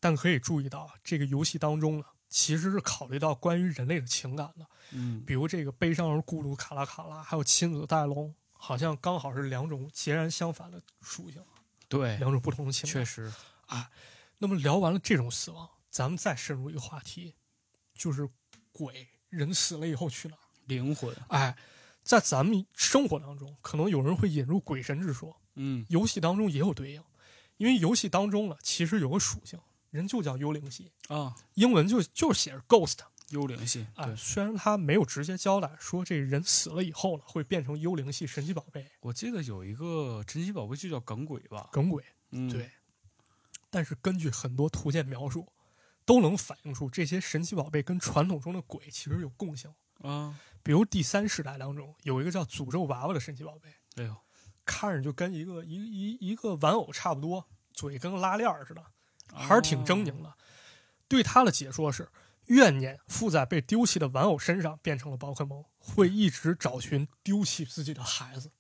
但可以注意到，啊这个游戏当中呢，其实是考虑到关于人类的情感的。嗯比如这个悲伤而孤独卡拉卡拉，还有亲子带龙，好像刚好是两种截然相反的属性，对，两种不同的情确感。实那么聊完了这种死亡，咱们再深入一个话题，就是鬼人死了以后去哪儿？灵魂，哎，在咱们生活当中，可能有人会引入鬼神之说，嗯游戏当中也有对应，因为游戏当中呢，其实有个属性，人就叫幽灵系，啊，英文就就写着 ghost。幽灵系啊，对。虽然他没有直接交代说这人死了以后呢会变成幽灵系神奇宝贝我记得有一个神奇宝贝就叫耿鬼吧？梗鬼，嗯，对，但是根据很多图鉴描述，都能反映出这些神奇宝贝跟传统中的鬼其实有共性。啊，比如第三世代当中有一个叫诅咒娃娃的神奇宝贝，哎呦，看着就跟一个一一一个玩偶差不多，嘴跟个拉链儿似的，还是挺狰狞的。对他的解说是，怨念附在被丢弃的玩偶身上，变成了宝可梦，会一直找寻丢弃自己的孩子。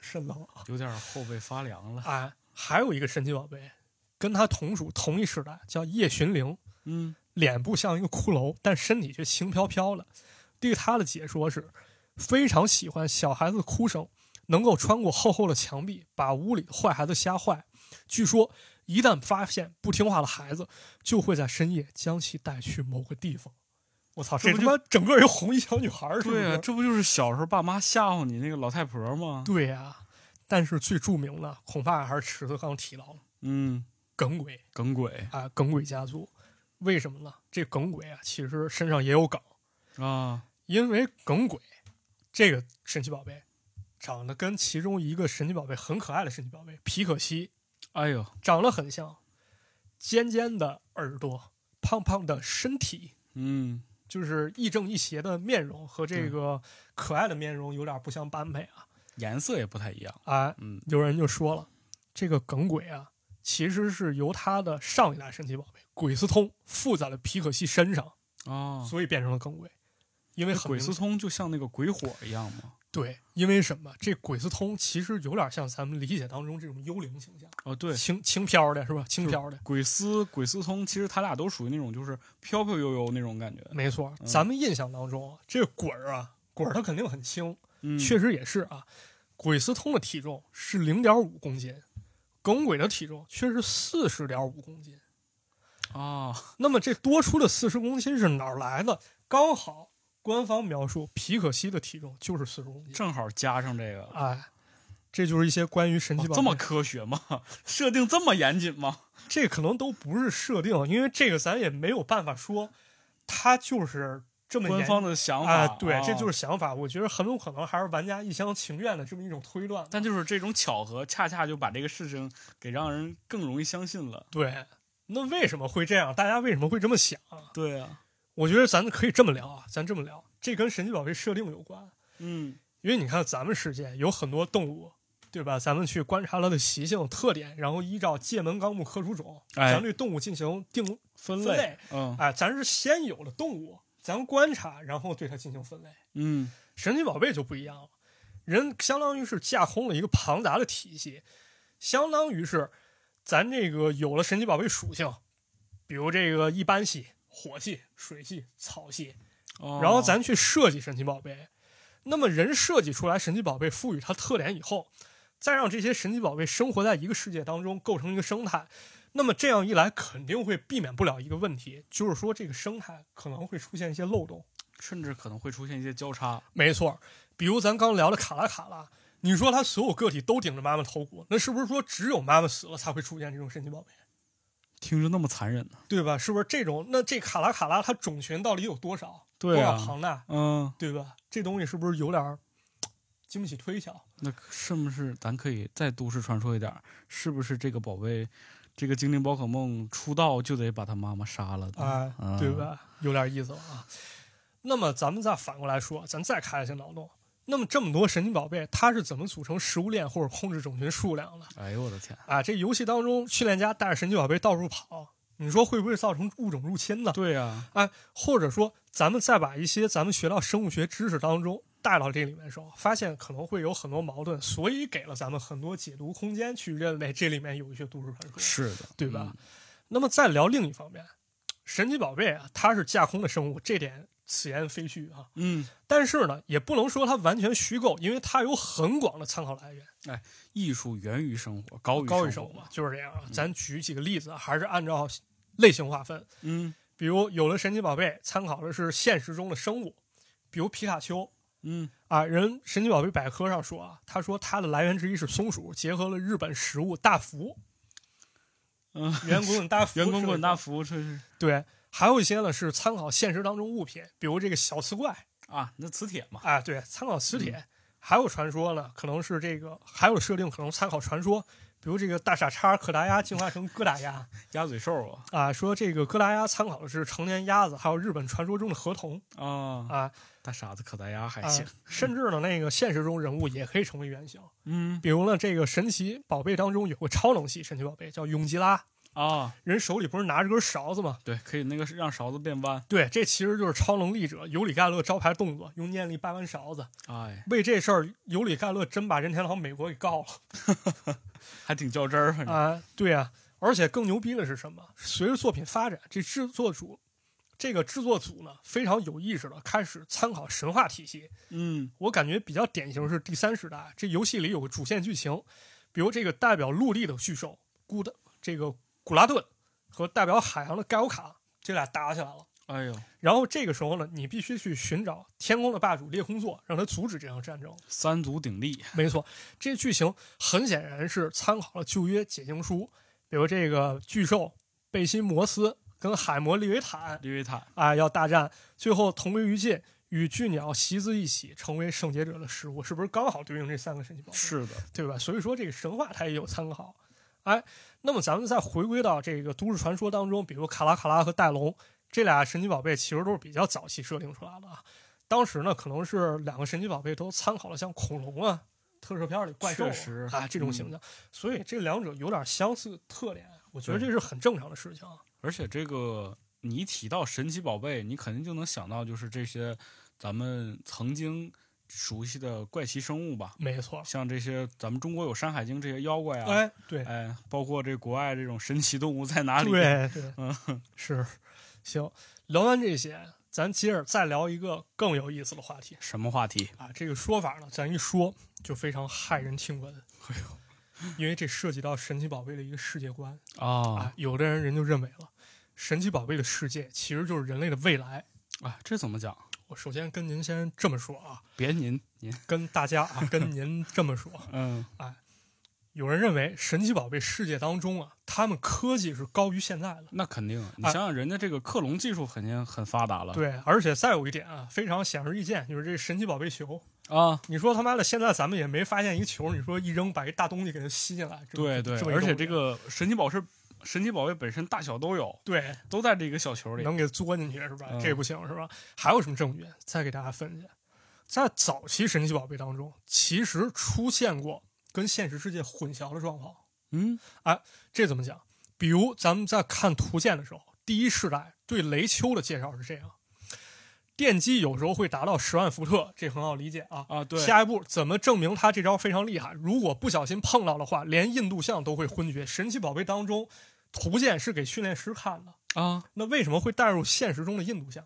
深冷啊！哦有点后背发凉了。哎，还有一个神奇宝贝，跟他同属同一时代，叫夜巡灵，嗯，脸部像一个骷髅，但身体却轻飘飘的。对他的解说是，非常喜欢小孩子哭声，能够穿过厚厚的墙壁，把屋里的坏孩子吓坏。据说，一旦发现不听话的孩子，就会在深夜将其带去某个地方。我操，这这不他就妈整个一红衣小女孩儿是不对啊，是？这不就是小时候爸妈吓唬你那个老太婆吗？对呀、但是最著名的恐怕还是池子刚提到了嗯，耿鬼耿鬼啊，耿鬼家族。为什么呢？这耿鬼啊，其实身上也有梗。啊，因为耿鬼这个神奇宝贝长得跟其中一个神奇宝贝很可爱的神奇宝贝皮可西哎呦，长得很像，尖尖的耳朵，胖胖的身体，嗯，就是亦正亦邪的面容和这个可爱的面容有点不相般配啊！颜色也不太一样。哎，嗯，有人就说了，这个耿鬼啊，其实是由他的上一代神奇宝贝鬼斯通附在了皮可西身上，啊，所以变成了耿鬼。因为那很鬼明斯通就像那个鬼火一样嘛。对，因为什么？这鬼子通其实有点像咱们理解当中这种幽灵形象，哦，对，轻轻飘的是吧？轻飘的，鬼司鬼司通，其实他俩都属于那种就是飘飘悠悠那种感觉。没错。嗯咱们印象当中啊，这鬼儿啊，鬼儿它肯定很轻，嗯，确实也是啊。鬼司通的体重是零点五公斤，耿鬼的体重却是四十点五公斤。啊，那么这多出的四十公斤是哪儿来的？刚好官方描述皮可西的体重就是四十公斤。正好加上这个，哦哎，这就是一些关于神奇宝贝、这么科学吗？ 设定这么严谨吗？这可能都不是设定，因为这个咱也没有办法说，它就是这么官严方的想法，。啊，对，这就是是想法。我觉得很有可能还是玩家一厢情愿的这么一种推断。但就是这种巧合，恰恰就把这个事情给让人更容易相信了。对，那为什么会这样？大家为什么会这么想？对啊，我觉得咱可以这么聊啊，咱这么聊，这跟神奇宝贝设定有关。嗯，因为你看，咱们世界有很多动物，对吧？咱们去观察它的习性特点，然后依照界门纲目科属种，哎咱对动物进行定分分类嗯哎，咱是先有了动物，咱观察，然后对它进行分类。嗯，神奇宝贝就不一样了，人相当于是架空了一个庞杂的体系，相当于是咱这个有了神奇宝贝属性，比如这个一般系、火系、水系、草系，哦然后咱去设计神奇宝贝。那么人设计出来神奇宝贝，赋予它特点以后，再让这些神奇宝贝生活在一个世界当中，构成一个生态。那么这样一来，肯定会避免不了一个问题，就是说这个生态可能会出现一些漏洞。甚至可能会出现一些交叉。没错，比如咱刚聊的卡拉卡拉，你说它所有个体都顶着妈妈头骨，那是不是说只有妈妈死了才会出现这种神奇宝贝，听着那么残忍呢、对吧？是不是这种？那这卡拉卡拉它种群到底有多少？对啊多少庞大？嗯，对吧？这东西是不是有点儿嘖经不起推敲？那是不是咱可以再都市传说一点儿？是不是这个宝贝，这个精灵宝可梦出道就得把他妈妈杀了呢哎，对？啊吧？有点意思了啊。那么咱们再反过来说，咱再开一下脑洞。那么这么多神奇宝贝，它是怎么组成食物链或者控制种群数量的？哎呦我的天！啊，这游戏当中，训练家带着神奇宝贝到处跑，你说会不会造成物种入侵呢？对啊呀、哎，或者说，咱们再把一些咱们学到生物学知识当中带到这里面的时候，发现可能会有很多矛盾，所以给了咱们很多解读空间，去认为这里面有一些都市传说。是的，对吧？那么再聊另一方面，神奇宝贝啊，它是架空的生物，这点此言非虚啊。嗯？嗯，但是呢，也不能说它完全虚构，因为它有很广的参考来源。艺术源于生活，嗯高于高一生生嘛，就是这样啊。咱举几个例子啊，还是按照类型划分。嗯比如有的神奇宝贝参考的是现实中的生物，比如皮卡丘嗯啊。人神奇宝贝百科上说啊，他说它的来源之一是松鼠，结合了日本食物大福，嗯，圆滚滚大 福，圆滚滚大福这是对。还有一些呢是参考现实当中物品，比如这个小磁怪啊，那磁铁嘛，啊，对，参考磁铁。还有传说呢，可能是这个，还有设定可能参考传说，比如这个大傻叉可达鸭进化成哥达鸭。鸭嘴兽啊啊，说这个哥达鸭参考的是成年鸭子，还有日本传说中的河童啊，啊，大傻子可达鸭还啊行，甚至呢，那个现实中人物也可以成为原型。嗯比如呢，这个神奇宝贝当中有个超能系神奇宝贝叫永吉拉，啊，人手里不是拿着根勺子吗？对，可以那个让勺子变弯，对，这其实就是超能力者尤里盖勒招牌动作，用念力掰弯勺子。哎，为这事儿，尤里盖勒真把任天堂美国给告了还挺较真儿，反正啊！对啊，而且更牛逼的是什么？随着作品发展，这制作组，这个制作组呢，非常有意识的开始参考神话体系。嗯我感觉比较典型是第三时代，这游戏里有个主线剧情，比如这个代表陆地的巨兽古的这个古拉顿和代表海洋的盖欧卡，这俩打起来了。哎呦，然后这个时候呢，你必须去寻找天空的霸主猎空座，让他阻止这场战争。三足鼎立， 没错，这剧情很显然是参考了旧约解经书，比如这个巨兽贝辛摩斯跟海魔利维坦利维坦，啊要大战，最后同归于尽，与巨鸟习字一起成为圣洁者的食物，是不是刚好对应这三个神奇宝贝？，是的，对吧？所以说这个神话它也有参考。哎，那么咱们再回归到这个都市传说当中，比如卡拉卡拉和戴龙这俩神奇宝贝，其实都是比较早期设定出来的啊。当时呢，可能是两个神奇宝贝都参考了像恐龙啊、特摄片里怪兽确实嗯啊啊这种形象，所以这两者有点相似特点，啊我觉得这是很正常的事情啊。而且这个你一提到神奇宝贝，你肯定就能想到就是这些咱们曾经熟悉的怪奇生物吧，没错。像这些咱们中国有《山海经》这些妖怪啊，哎，对，哎，包括这国外这种神奇动物在哪里？对对，嗯，是。行，聊完这些，咱接着再聊一个更有意思的话题什么话题？啊。这个说法呢，咱一说就非常骇人听闻，哎因为这涉及到神奇宝贝的一个世界观呦啊啊。有的人人就认为了，神奇宝贝的世界其实就是人类的未来。啊，这怎么讲？我首先跟您先这么说啊，别您您，跟大家啊，跟您这么说，嗯有人认为神奇宝贝世界当中啊，他们科技是高于现在的。那肯定，你啊想想人家这个克隆技术肯定很发达了。对，而且再有一点啊，非常显而易见，就是这神奇宝贝球。啊，你说他妈的，现在咱们也没发现一球，你说一扔把一大东西给它吸进来，这么对对这，么一而且东西这个神奇宝石、神奇宝贝本身大小都有，对都在这个小球里。能给作进去是吧？嗯这不行是吧？还有什么证据？再给大家分析，在早期神奇宝贝当中，其实出现过跟现实世界混淆的状况。嗯这怎么讲？比如咱们在看图鉴的时候，第一世代对雷丘的介绍是这样：电击有时候会达到十万伏特，这很好理解啊。啊，对，下一步怎么证明他这招非常厉害？如果不小心碰到的话，连印度象都会昏厥。神奇宝贝当中，图鉴是给训练师看的，啊，那为什么会带入现实中的印度象？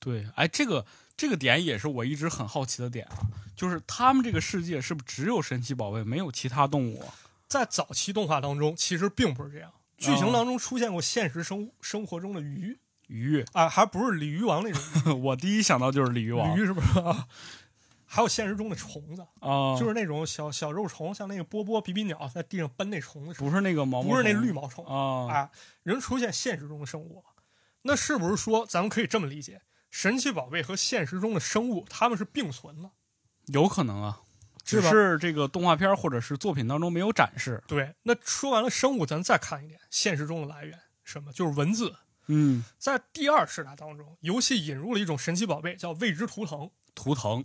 对，哎，这个这个点也是我一直很好奇的点啊，就是他们这个世界是不是只有神奇宝贝，没有其他动物啊？在早期动画当中，其实并不是这样。剧哦情当中出现过现实生生活中的鱼鱼， 啊，还不是鲤鱼王那种我第一想到就是鲤 鱼王鱼，是不是啊？ 还有现实中的虫子，啊，就是那种小小肉虫，像那个波波、比比鸟在地上奔那虫子，不是那个毛毛虫，不是那绿毛虫啊，啊。人出现现实中的生物，那是不是说咱们可以这么理解？神奇宝贝和现实中的生物，它们是并存的。有可能啊，是只吧是这个动画片或者是作品当中没有展示。对，那说完了生物，咱再看一点现实中的来源，什么就是文字。嗯，在第二世代当中，游戏引入了一种神奇宝贝，叫未知图腾。图腾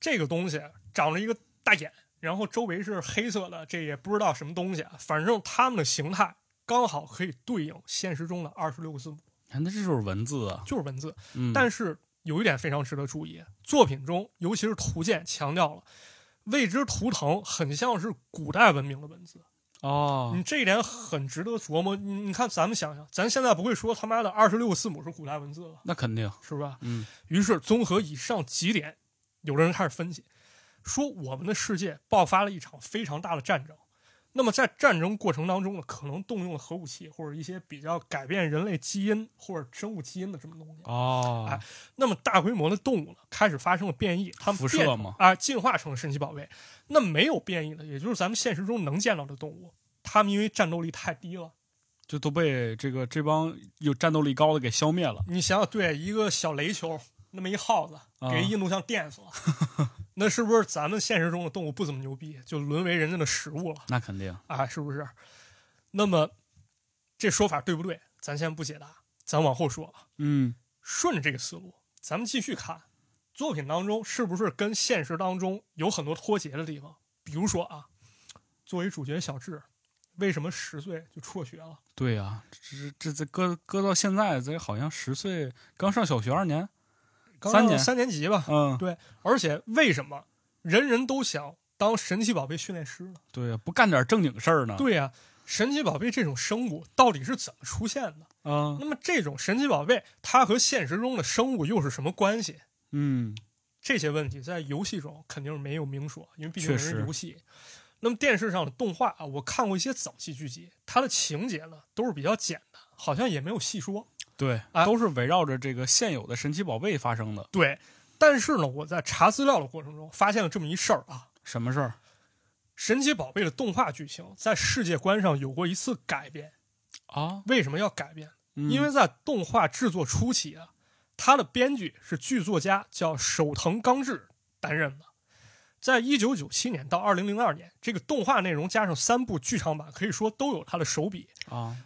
这个东西长了一个大眼，然后周围是黑色的，这也不知道什么东西，啊，反正它们的形态刚好可以对应现实中的二十六个字母，啊，那这就是文字啊。就是文字。嗯，但是有一点非常值得注意，作品中尤其是图鉴强调了。未知图腾很像是古代文明的文字，哦你这一点很值得琢磨。你你看，咱们想想，咱现在不会说他妈的二十六个字母是古代文字了，那肯定，是吧？嗯于是综合以上几点，有的人开始分析，说我们的世界爆发了一场非常大的战争。那么在战争过程当中呢，可能动用了核武器或者一些比较改变人类基因或者生物基因的这么东西。哦，哎那么大规模的动物呢，开始发生了变异，它们辐变射嘛，啊、进化成了神奇宝贝。那没有变异的，也就是咱们现实中能见到的动物，它们因为战斗力太低了，就都被这个这帮有战斗力高的给消灭了。你想想，对一个小雷球，那么一耗子啊给印度象电死了，那是不是咱们现实中的动物不怎么牛逼，就沦为人家的食物了那肯定，啊？是不是？那么这说法对不对？咱先不解答，咱往后说。啊嗯，顺着这个思路，咱们继续看作品当中是不是跟现实当中有很多脱节的地方？比如说啊，作为主角小智，为什么十岁就辍学了？对呀、这这这搁搁到现在，这好像十岁刚上小学二年，刚三上年三年级吧，嗯，而且为什么人人都想当神奇宝贝训练师呢？对呀、啊不干点正经事儿呢，对呀、神奇宝贝这种生物到底是怎么出现的？啊，那么这种神奇宝贝它和现实中的生物又是什么关系？嗯，这些问题在游戏中肯定是没有明说，因为毕竟确人实是游戏。那么电视上的动画啊，我看过一些早期剧集，它的情节呢都是比较简单，好像也没有细说。对，哎啊都是围绕着这个现有的神奇宝贝发生的。对，但是呢，我在查资料的过程中发现了这么一事儿啊，什么事儿神奇宝贝的动画剧情在世界观上有过一次改变。啊？为什么要改变？嗯因为在动画制作初期啊，它的编剧是剧作家叫手藤刚志担任的。在一九九七年到二零零二年，这个动画内容加上三部剧场版，可以说都有他的手笔。啊，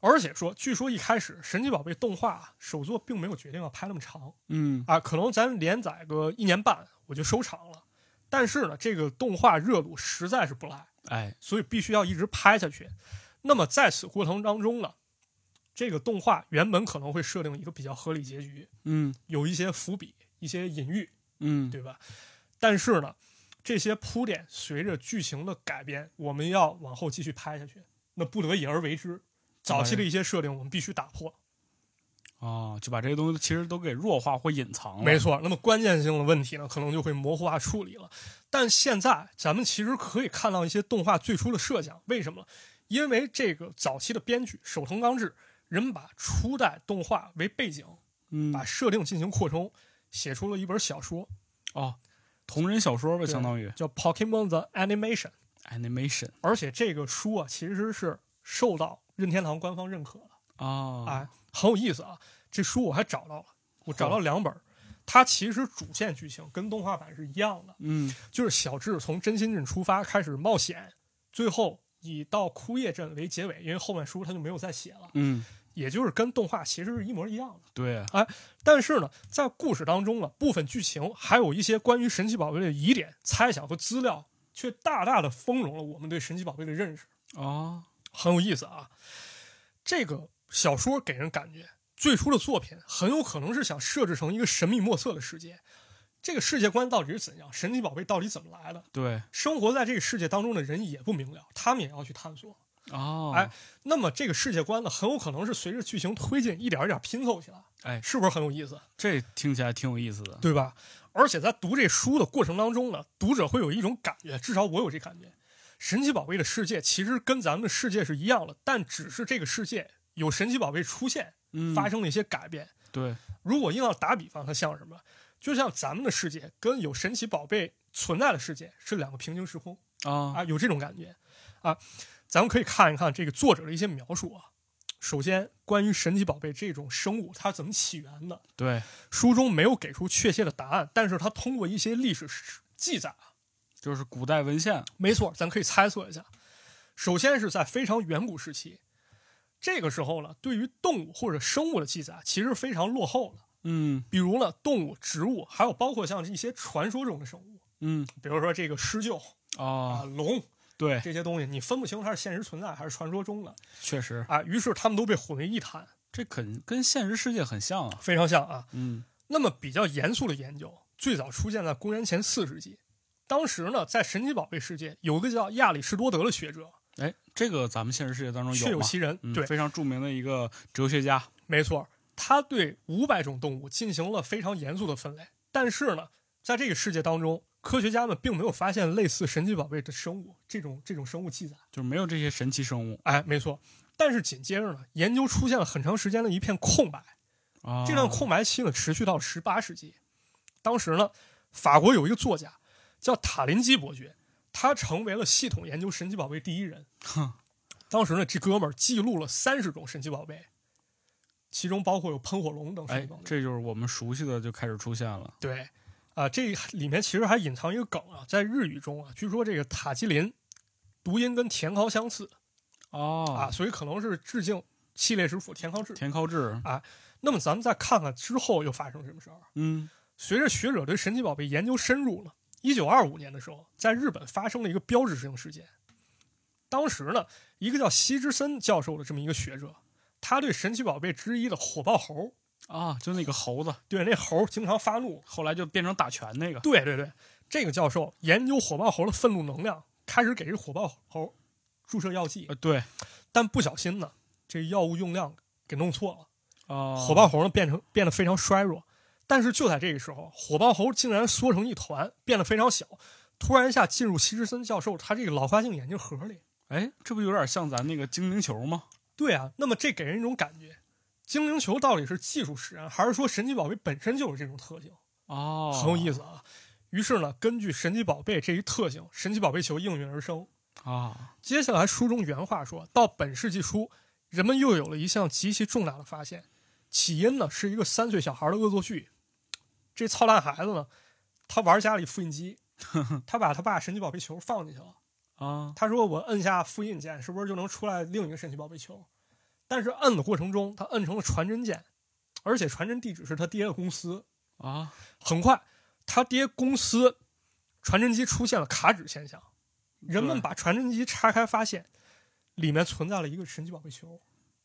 而且说，据说一开始《神奇宝贝》动画啊首作并没有决定要拍那么长嗯，啊，可能咱连载个一年半我就收场了。但是呢，这个动画热度实在是不赖，哎，所以必须要一直拍下去。那么在此过程当中呢，这个动画原本可能会设定一个比较合理结局，嗯，有一些伏笔、一些隐喻，嗯，对吧？但是呢，这些铺垫随着剧情的改变，我们要往后继续拍下去，那不得已而为之。早期的一些设定，我们必须打破。啊，就把这些东西其实都给弱化或隐藏了。没，错，那么关键性的问题呢，可能就会模糊化处理了。但现在咱们其实可以看到一些动画最初的设想，为什么呢？因为这个早期的编剧手藤刚志，人把初代动画为背景，嗯，把设定进行扩充，写出了一本小说，哦，同人小说吧，对相当于叫《Pokemon the Animation》， animation 而且这个书啊，其实是受到任天堂官方认可的。啊，哎，很有意思啊！这书我还找到了，我找到两本儿，它其实主线剧情跟动画版是一样的，嗯，就是小智从真心镇出发开始冒险，最后以到枯叶镇为结尾，因为后面书他就没有再写了，嗯，也就是跟动画其实是一模一样的。对，啊但是呢，在故事当中呢，啊部分剧情还有一些关于神奇宝贝的疑点、猜想和资料，却大大的丰容了我们对神奇宝贝的认识。啊，很有意思啊。这个小说给人感觉，最初的作品很有可能是想设置成一个神秘莫测的世界。这个世界观到底是怎样？神奇宝贝到底怎么来的？对，生活在这个世界当中的人也不明了，他们也要去探索。哦，哎，那么这个世界观呢，很有可能是随着剧情推进，一点一点拼凑起来。哎是不是很有意思？这听起来挺有意思的。对吧？而且在读这书的过程当中呢，读者会有一种感觉，至少我有这感觉，神奇宝贝的世界其实跟咱们的世界是一样的，但只是这个世界有神奇宝贝出现，嗯，发生了一些改变。对，如果硬要打比方，它像什么？就像咱们的世界跟有神奇宝贝存在的世界是两个平行时空啊，啊，有这种感觉啊。咱们可以看一看这个作者的一些描述啊。首先，关于神奇宝贝这种生物，它怎么起源的？对，书中没有给出确切的答案，但是他通过一些历史记载，啊就是古代文献，没错，咱可以猜测一下。首先是在非常远古时期，这个时候呢，对于动物或者生物的记载啊其实非常落后了。嗯比如呢，动物、植物，还有包括像一些传说中的生物，嗯，比如说这个狮鹫啊、啊，龙对，这些东西，你分不清它是现实存在还是传说中的确实，啊。于是它们都被混为一谈，这肯跟现实世界很像啊。非常像啊。嗯那么比较严肃的研究最早出现在公元前四世纪，当时呢，在神奇宝贝世界有一个叫亚里士多德的学者，哎，这个咱们现实世界当中确有有吗？其人。嗯，对，非常著名的一个哲学家。没错，他对五百种动物进行了非常严肃的分类，但是呢，在这个世界当中，科学家们并没有发现类似神奇宝贝的生物这种这种生物记载。就是没有这些神奇生物哎，没错。但是紧接着呢，研究出现了很长时间的一片空白。啊这段空白期呢，持续到十八世纪。当时呢，法国有一个作家叫塔林基伯爵，他成为了系统研究神奇宝贝第一人。 哼当时呢，这哥们儿记录了三十种神奇宝贝，其中包括有喷火龙等神哎奇宝，贝。这就是我们熟悉的就开始出现了。对，啊、这里面其实还隐藏一个梗啊，在日语中啊，据说这个塔基林读音跟田尻相似哦啊，所以可能是致敬系列之父田尻智。田尻智，那么咱们再看看之后又发生什么事儿。嗯，随着学者对神奇宝贝研究深入了，一九二五年的时候，在日本发生了一个标志性事件。当时呢，一个叫西之森教授的这么一个学者，他对神奇宝贝之一的火爆猴，啊，就那个猴子，对那猴经常发怒，后来就变成打拳那个，对对对，这个教授研究火爆猴的愤怒能量，开始给这火爆猴注射药剂，呃，对，但不小心呢，这药物用量给弄错了，啊，火爆猴呢变成变得非常衰弱，但是就在这个时候，火爆猴竟然缩成一团，变得非常小，突然一下进入希之森教授他这个老花镜眼镜盒里。哎，这不有点像咱那个精灵球吗？对啊，那么这给人一种感觉，精灵球到底是技术使然，还是说神奇宝贝本身就有这种特性？哦，很有意思思啊。于是呢，根据神奇宝贝这一特性，神奇宝贝球应运而生。啊，接下来，书中原话说到本世纪初，人们又有了一项极其重大的发现，起因呢是一个三岁小孩的恶作剧。这操蛋孩子呢，他玩家里复印机，他把他爸神奇宝贝球放进去了。啊，他说：“我摁下复印键，是不是就能出来另一个神奇宝贝球？”但是摁的过程中，他摁成了传真键，而且传真地址是他爹的公司。啊，很快，他爹公司传真机出现了卡纸现象，人们对把传真机拆开，发现里面存在了一个神奇宝贝球，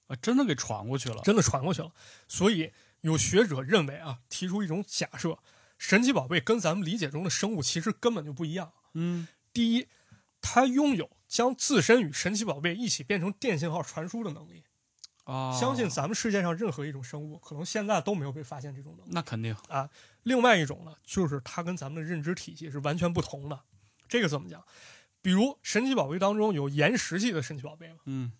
啊真的给传过去了，真的传过去了。所以有学者认为啊，提出一种假设，神奇宝贝跟咱们理解中的生物其实根本就不一样。嗯第一，它拥有将自身与神奇宝贝一起变成电信号传输的能力。啊，相信咱们世界上任何一种生物，可能现在都没有被发现这种能力。那肯定另外一种呢，就是它跟咱们的认知体系是完全不同的。这个怎么讲？比如神奇宝贝当中有岩石系的神奇宝贝嘛，嗯，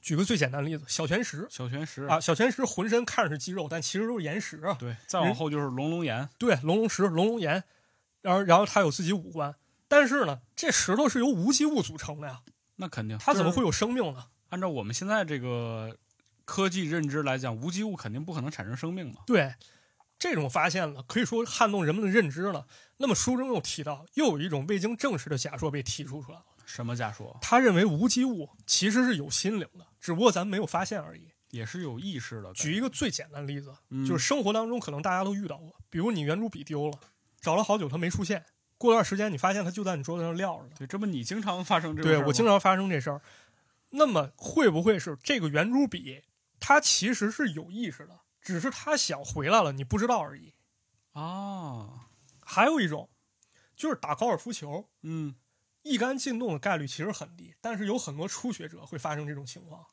举个最简单的例子，小泉石小泉石啊，小泉石浑身看着是肌肉，但其实都是岩石啊。对，再往人后就是龙龙岩，对，龙龙石、龙龙岩，然后然后它有自己五官，但是呢，这石头是由无机物组成的呀，那肯定它怎么？就会是有生命呢？按照我们现在这个科技认知来讲，无机物肯定不可能产生生命嘛。对，这种发现了，可以说撼动人们的认知了。那么书中又提到，又有一种未经证实的假说被提出出来了，什么假说？他认为无机物其实是有心灵的，只不过咱们没有发现而已。也是有意识的。举一个最简单的例子，嗯就是生活当中可能大家都遇到过，比如你圆珠笔丢了，找了好久它没出现，过段时间你发现它就在你桌子上撂着呢。对，这不你经常发生这种对事儿我经吗常发生这事儿。那么会不会是这个圆珠笔，它其实是有意识的，只是它想回来了，你不知道而已。啊，还有一种，就是打高尔夫球，嗯，一杆进洞的概率其实很低，但是有很多初学者会发生这种情况。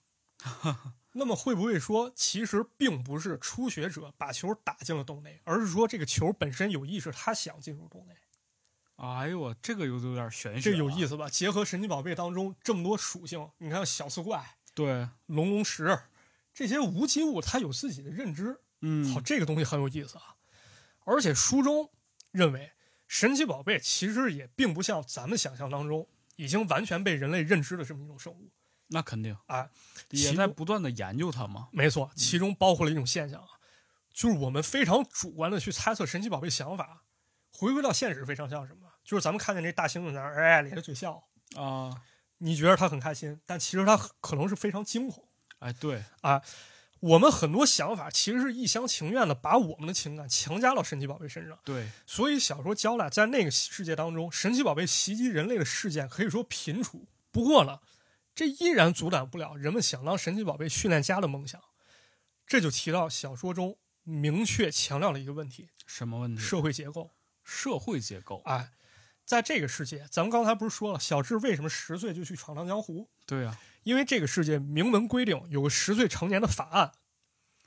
那么会不会说，其实并不是初学者把球打进了洞内，而是说这个球本身有意识，它想进入洞内？哎呦我这个有有点玄学，这有意思。思吧？结合神奇宝贝当中这么多属性，你看小刺怪、对，龙龙石这些无机物，它有自己的认知。嗯，好，这个东西很有意思啊。而且书中认为，神奇宝贝其实也并不像咱们想象当中已经完全被人类认知的这么一种生物。那肯定哎，也其在中不断的研究它嘛。没错，其中包括了一种现象啊，就是我们非常主观的去猜测神奇宝贝想法，回归到现实非常像什么？就是咱们看见这大猩猩在那儿哎咧着嘴笑，啊，你觉得它很开心，但其实它很可能是非常惊恐。哎，对，我们很多想法其实是一厢情愿的把我们的情感强加到神奇宝贝身上。对，所以小说交代，在那个世界当中，神奇宝贝袭击人类的事件可以说频出。不过呢，这依然阻挡不了人们想当神奇宝贝训练家的梦想。这就提到小说中明确强调了一个问题：什么问题？社会结构。社会结构。哎，在这个世界，咱们刚才不是说了，小智为什么十岁就去闯荡江湖？对啊呀，因为这个世界明文规定有个十岁成年的法案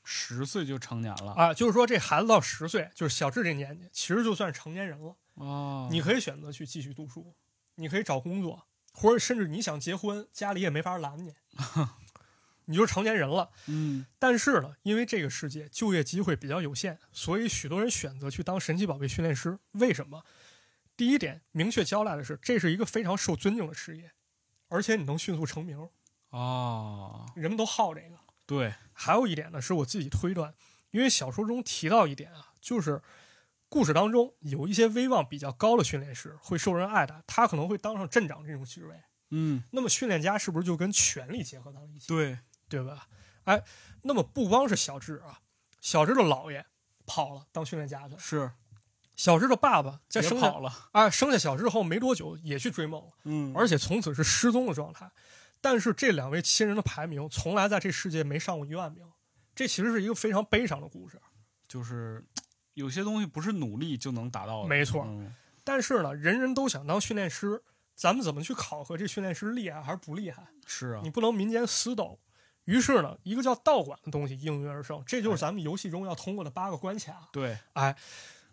十岁就成年了啊，就是说这孩子到十岁，就是小智这年纪，其实就算是成年人了。啊，你可以选择去继续读书，你可以找工作，或者甚至你想结婚，家里也没法拦你，你就成年人了。嗯，但是呢，因为这个世界就业机会比较有限，所以许多人选择去当神奇宝贝训练师。为什么？第一点，明确交代的是，这是一个非常受尊敬的职业，而且你能迅速成名，啊，人们都好这个。对，还有一点呢，是我自己推断，因为小说中提到一点啊，就是故事当中有一些威望比较高的训练师会受人爱戴，他可能会当上镇长这种职位。嗯，那么训练家是不是就跟权力结合到了一起？对，对吧？哎，那么不光是小智啊，小智的姥爷跑了当训练家去了，是小智的爸爸在别生下跑了，哎生下小智后没多久也去追梦了，嗯，而且从此是失踪的状态。但是这两位亲人的排名从来在这世界没上过一万名，这其实是一个非常悲伤的故事。就是有些东西不是努力就能达到的，没错嗯但是呢，人人都想当训练师，咱们怎么去考核这训练师厉害还是不厉害？是啊你，不能民间私斗。于是呢，一个叫道馆的东西应运而生，这就是哎咱们游戏中要通过的八个关卡。对，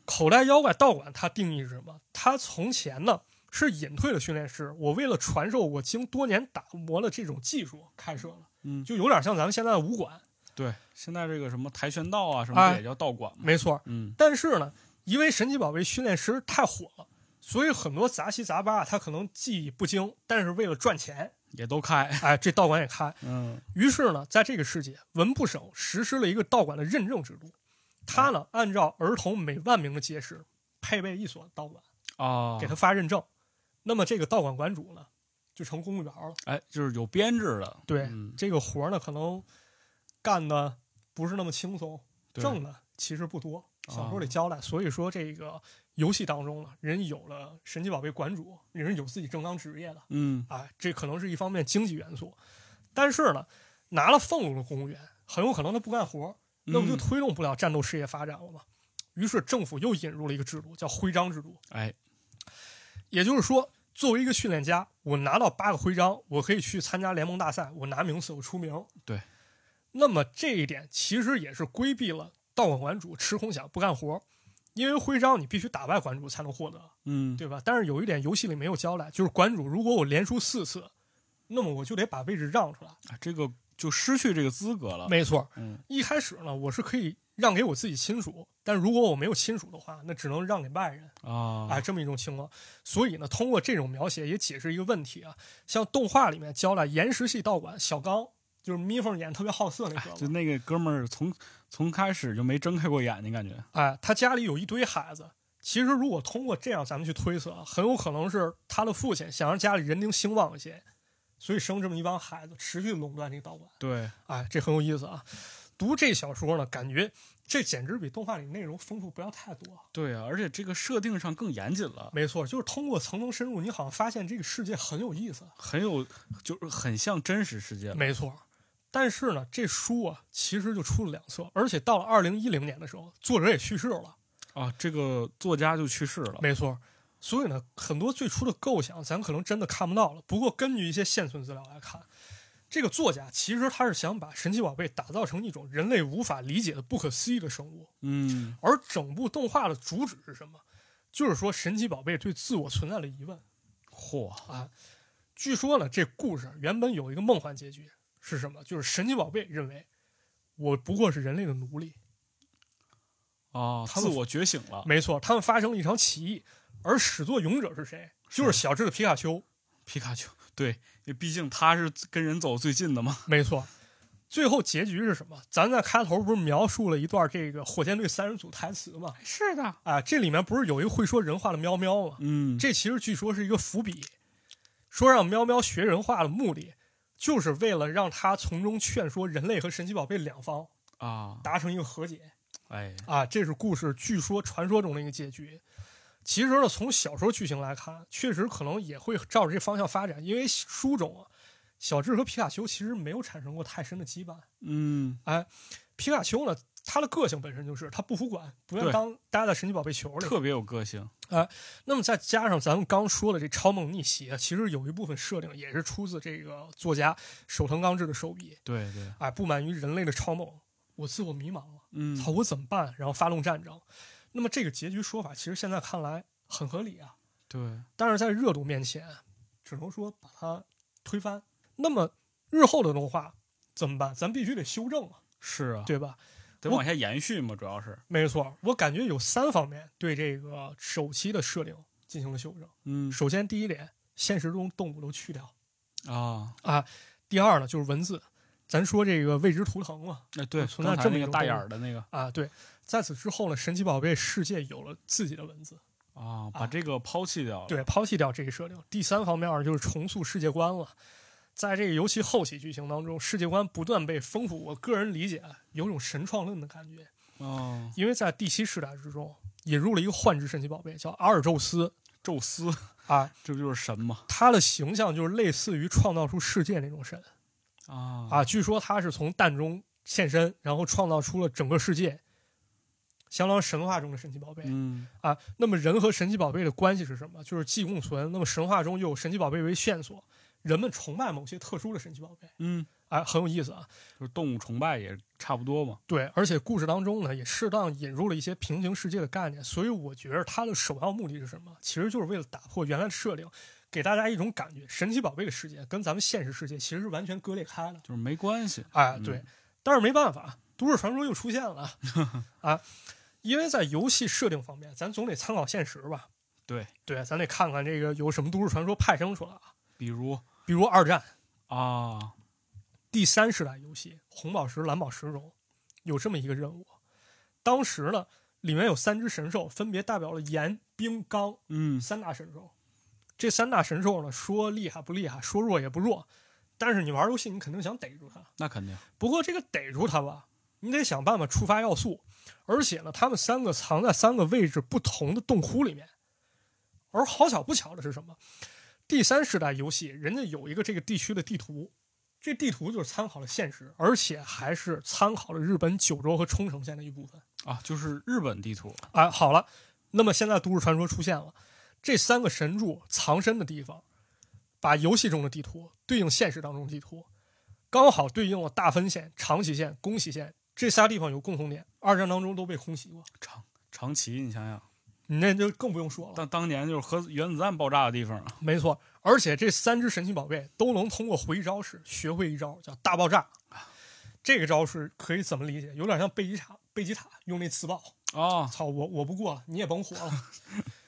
口袋妖怪道馆它定义是什么？它从前呢是隐退的训练师，我为了传授我经多年打磨的这种技术开设了，嗯，就有点像咱们现在的武馆，对，现在这个什么跆拳道啊，什么的哎也叫道馆嘛。没错儿。嗯，但是呢，因为神奇宝贝训练师太火了，所以很多杂七杂八他可能技艺不精，但是为了赚钱，也都开。哎，这道馆也开。嗯，于是呢，在这个世界，文部省实施了一个道馆的认证制度。他呢，按照儿童每万名的结识，配备一所道馆，啊给，他发认证。那么这个道馆馆主呢，就成公务员了。哎，就是有编制的。对，嗯这个活儿呢，可能干的不是那么轻松，对挣的其实不多。小说里啊交代，所以说这个游戏当中呢，人有了神奇宝贝馆主，人是有自己正当职业的。嗯，啊，这可能是一方面经济元素，但是呢，拿了俸禄的公务员，很有可能他不干活，那不就嗯推动不了战斗事业发展了吗？于是政府又引入了一个制度，叫徽章制度。哎，也就是说，作为一个训练家，我拿到八个徽章，我可以去参加联盟大赛，我拿名次，我出名。对。那么这一点其实也是规避了道馆馆主吃空饷不干活，因为徽章你必须打败馆主才能获得，嗯，对吧？但是有一点游戏里没有交代，就是馆主如果我连输四次，那么我就得把位置让出来。啊这个就失去这个资格了。没错，嗯，一开始呢，我是可以让给我自己亲属，但如果我没有亲属的话，那只能让给外人。啊，啊，这么一种情况。所以呢，通过这种描写也解释一个问题啊，像动画里面教了岩石系道馆小刚，就是眯缝眼特别好色那就个嘛，那个哥们儿从从开始就没睁开过眼睛，感觉哎，他家里有一堆孩子。其实，如果通过这样咱们去推测啊，很有可能是他的父亲想让家里人丁兴旺一些，所以生这么一帮孩子，持续垄断这个道馆。对，哎，这很有意思啊。读这小说呢，感觉这简直比动画里内容丰富不要太多。对啊，而且这个设定上更严谨了，没错，就是通过层层深入，你好像发现这个世界很有意思。很有就是很像真实世界了。没错，但是呢，这书啊其实就出了两册，而且到了二零一零年的时候，作者也去世了。啊，这个作家就去世了。没错，所以呢，很多最初的构想咱可能真的看不到了。不过根据一些现存资料来看，这个作家其实他是想把神奇宝贝打造成一种人类无法理解的不可思议的生物。嗯，而整部动画的主旨是什么？就是说神奇宝贝对自我存在的疑问。嚯，据说呢，这故事原本有一个梦幻结局，是什么？就是神奇宝贝认为我不过是人类的奴隶。啊，他自们我觉醒了。没错，他们发生了一场起义，而始作俑者是谁？就是小智的皮卡丘。皮卡丘，对，因为毕竟他是跟人走最近的嘛。没错，最后结局是什么？咱在开头不是描述了一段这个火箭队三人组台词吗？是的，啊，这里面不是有一个会说人话的喵喵吗？嗯，这其实据说是一个伏笔，说让喵喵学人话的目的，就是为了让他从中劝说人类和神奇宝贝两方啊，达成一个和解哎，啊。这是故事据说传说中的一个结局。其实呢，从小说剧情来看，确实可能也会照着这方向发展，因为书中啊，小智和皮卡丘其实没有产生过太深的羁绊。嗯，皮卡丘呢，他的个性本身就是他不服管，不愿对当待在神奇宝贝球里。特别有个性。那么再加上咱们刚说的这超梦逆袭啊，其实有一部分设定也是出自这个作家手藤刚志的手笔。对对，哎，不满于人类的超梦，我自我迷茫了，嗯，操，我怎么办？然后发动战争。那么这个结局说法，其实现在看来很合理啊，对，但是在热度面前，只能说把它推翻。那么日后的动画怎么办？咱必须得修正啊，是啊，对吧？得我往下延续嘛，主要是，没错，我感觉有三方面对这个首期的设定进行了修正。嗯首先，第一点，现实中动物都去掉；啊，第二呢，就是文字。咱说这个未知图腾嘛，那对，存在刚才这么那一个种大动眼物儿的那个啊，对。在此之后呢，神奇宝贝世界有了自己的文字，啊，啊把这个抛弃掉了。对，抛弃掉这个设定。第三方面就是重塑世界观了。在这个尤其后期剧情当中，世界观不断被丰富。我个人理解，有种神创论的感觉，啊，因为在第七世代之中引入了一个幻之神奇宝贝，叫阿尔宙斯宙 斯，啊，这不就是神吗？他的形象就是类似于创造出世界那种神啊啊。据说他是从蛋中现身，然后创造出了整个世界，相当于神话中的神奇宝贝、嗯，啊。那么人和神奇宝贝的关系是什么？就是既共存。那么神话中又有神奇宝贝为线索，人们崇拜某些特殊的神奇宝贝，嗯，啊，很有意思啊。就是动物崇拜也差不多嘛。对，而且故事当中呢，也适当引入了一些平行世界的概念，所以我觉得它的首要目的是什么？其实就是为了打破原来的设定，给大家一种感觉，神奇宝贝的世界跟咱们现实世界其实是完全割裂开的。就是没关系，哎，嗯对，但是没办法，都市传说又出现 了啊，因为在游戏设定方面，咱总得参考现实吧？对对，咱得看看这个有什么都市传说派生出来啊，比如比如二战啊，第三世代游戏《红宝石、蓝宝石》中有这么一个任务，当时呢，里面有三只神兽，分别代表了岩、冰、钢嗯，三大神兽。这三大神兽呢，说厉害不厉害，说弱也不弱，但是你玩游戏，你肯定想逮住它。那肯定不过这个逮住它吧，你得想办法触发要素，而且呢，它们三个藏在三个位置不同的洞窟里面。而好巧不巧的是什么？第三世代游戏人家有一个这个地区的地图，这地图就是参考了现实，而且还是参考了日本九州和冲绳县的一部分。啊，就是日本地图啊，好了，那么现在都市传说出现了，这三个神柱藏身的地方，把游戏中的地图对应现实当中的地图，刚好对应了大分县、长崎县、宫崎县这仨地方有共同点，二战当中都被空袭过。长长崎，你想想，你那就更不用说了，当当年就是核原子弹爆炸的地方啊，没错。而且这三只神奇宝贝都能通过回招式学会一招叫大爆炸，这个招式可以怎么理解？有点像贝吉塔，贝吉塔用那磁暴。哦，操，我我不过了，你也甭活了。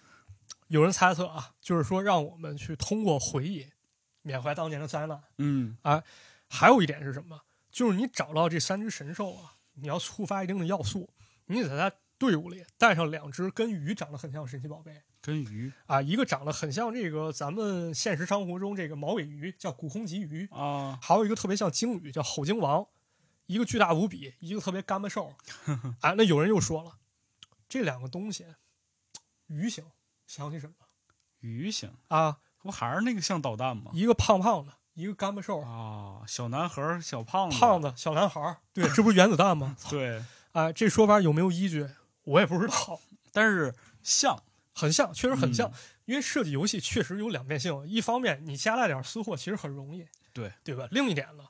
有人猜测啊，就是说让我们去通过回忆缅怀当年的灾难。嗯，还有一点是什么？就是你找到这三只神兽啊，你要触发一定的要素，你得在它队伍里带上两只跟鱼长得很像的神奇宝贝跟鱼啊，一个长得很像这个咱们现实生活中这个毛尾鱼叫古空鲫鱼，啊，还有一个特别像鲸鱼叫吼鲸王，一个巨大无比，一个特别干巴瘦。 啊，那有人又说了，这两个东西，鱼形想起什么鱼形，啊？不还是那个像导弹吗？一个胖胖的，一个干巴瘦，啊，小男孩儿，小胖子，胖子小男孩 儿，对，这不是原子弹吗？对，啊，这说法有没有依据？我也不知道，但是像很像，确实很像。嗯因为设计游戏确实有两面性，一方面你加大点私货其实很容易，对对吧？另一点呢，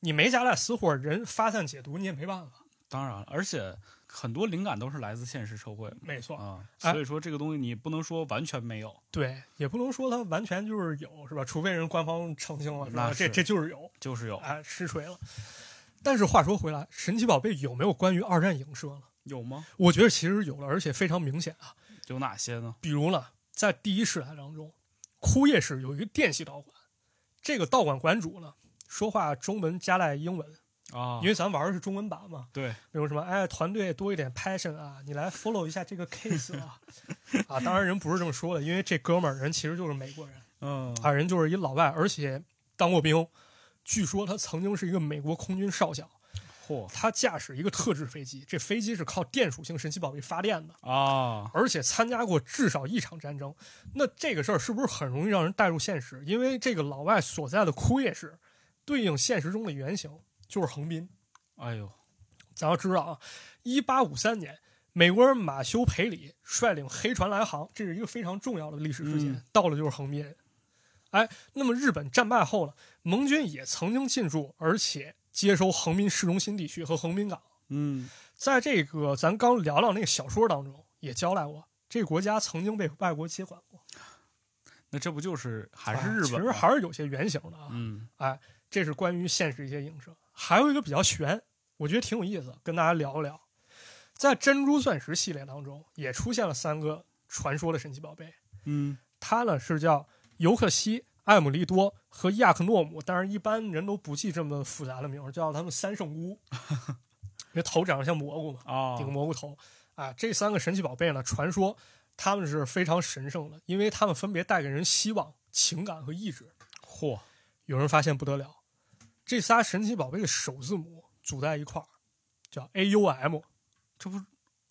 你没加大私货，人发散解读你也没办法。当然了，而且很多灵感都是来自现实社会没错，啊，哎所以说这个东西你不能说完全没有，对，也不能说它完全就是有，是吧？除非人官方澄清了，是吧？那这是这就是有，就是有，啊，实锤了。但是话说回来，神奇宝贝有没有关于二战影射呢？有吗？我觉得其实有了，而且非常明显啊。有哪些呢？比如呢，在第一世代当中，枯叶市有一个电系道馆，这个道馆馆主呢，说话中文加带英文，啊，因为咱玩的是中文版嘛。对，比如什么，哎，团队多一点 passion 啊，你来 follow 一下这个 case 啊。 啊，当然人不是这么说的，因为这哥们儿人其实就是美国人。嗯啊，人就是一老外，而且当过兵。据说他曾经是一个美国空军少校，嚯他驾驶一个特制飞机，这飞机是靠电属性神奇宝贝发电的，啊，而且参加过至少一场战争。那这个事儿是不是很容易让人带入现实？因为这个老外所在的枯叶市，对应现实中的原型就是横滨。哎呦，咱要知道啊，一八五三年，美国人马修·培里率领黑船来航，这是一个非常重要的历史事件。嗯到了就是横滨。哎，那么日本战败后呢，盟军也曾经进驻，而且接收横滨市中心地区和横滨港。嗯，在这个咱刚聊到那个小说当中，也交代过，这个国家曾经被外国接管过，那这不就是还是哎日本吗？其实还是有些原型的啊。嗯这是关于现实一些影射。还有一个比较悬，我觉得挺有意思，跟大家聊一聊。在珍珠钻石系列当中，也出现了三个传说的神奇宝贝，嗯它呢是叫尤克西、艾姆利多和亚克诺姆，但是一般人都不记这么复杂的名儿，叫他们三圣菇，因为头长得像蘑菇嘛，啊顶个蘑菇头。啊，这三个神奇宝贝呢，传说他们是非常神圣的，因为他们分别带给人希望、情感和意志。嚯有人发现不得了，这仨神奇宝贝的首字母组在一块儿，叫 A U M，这不是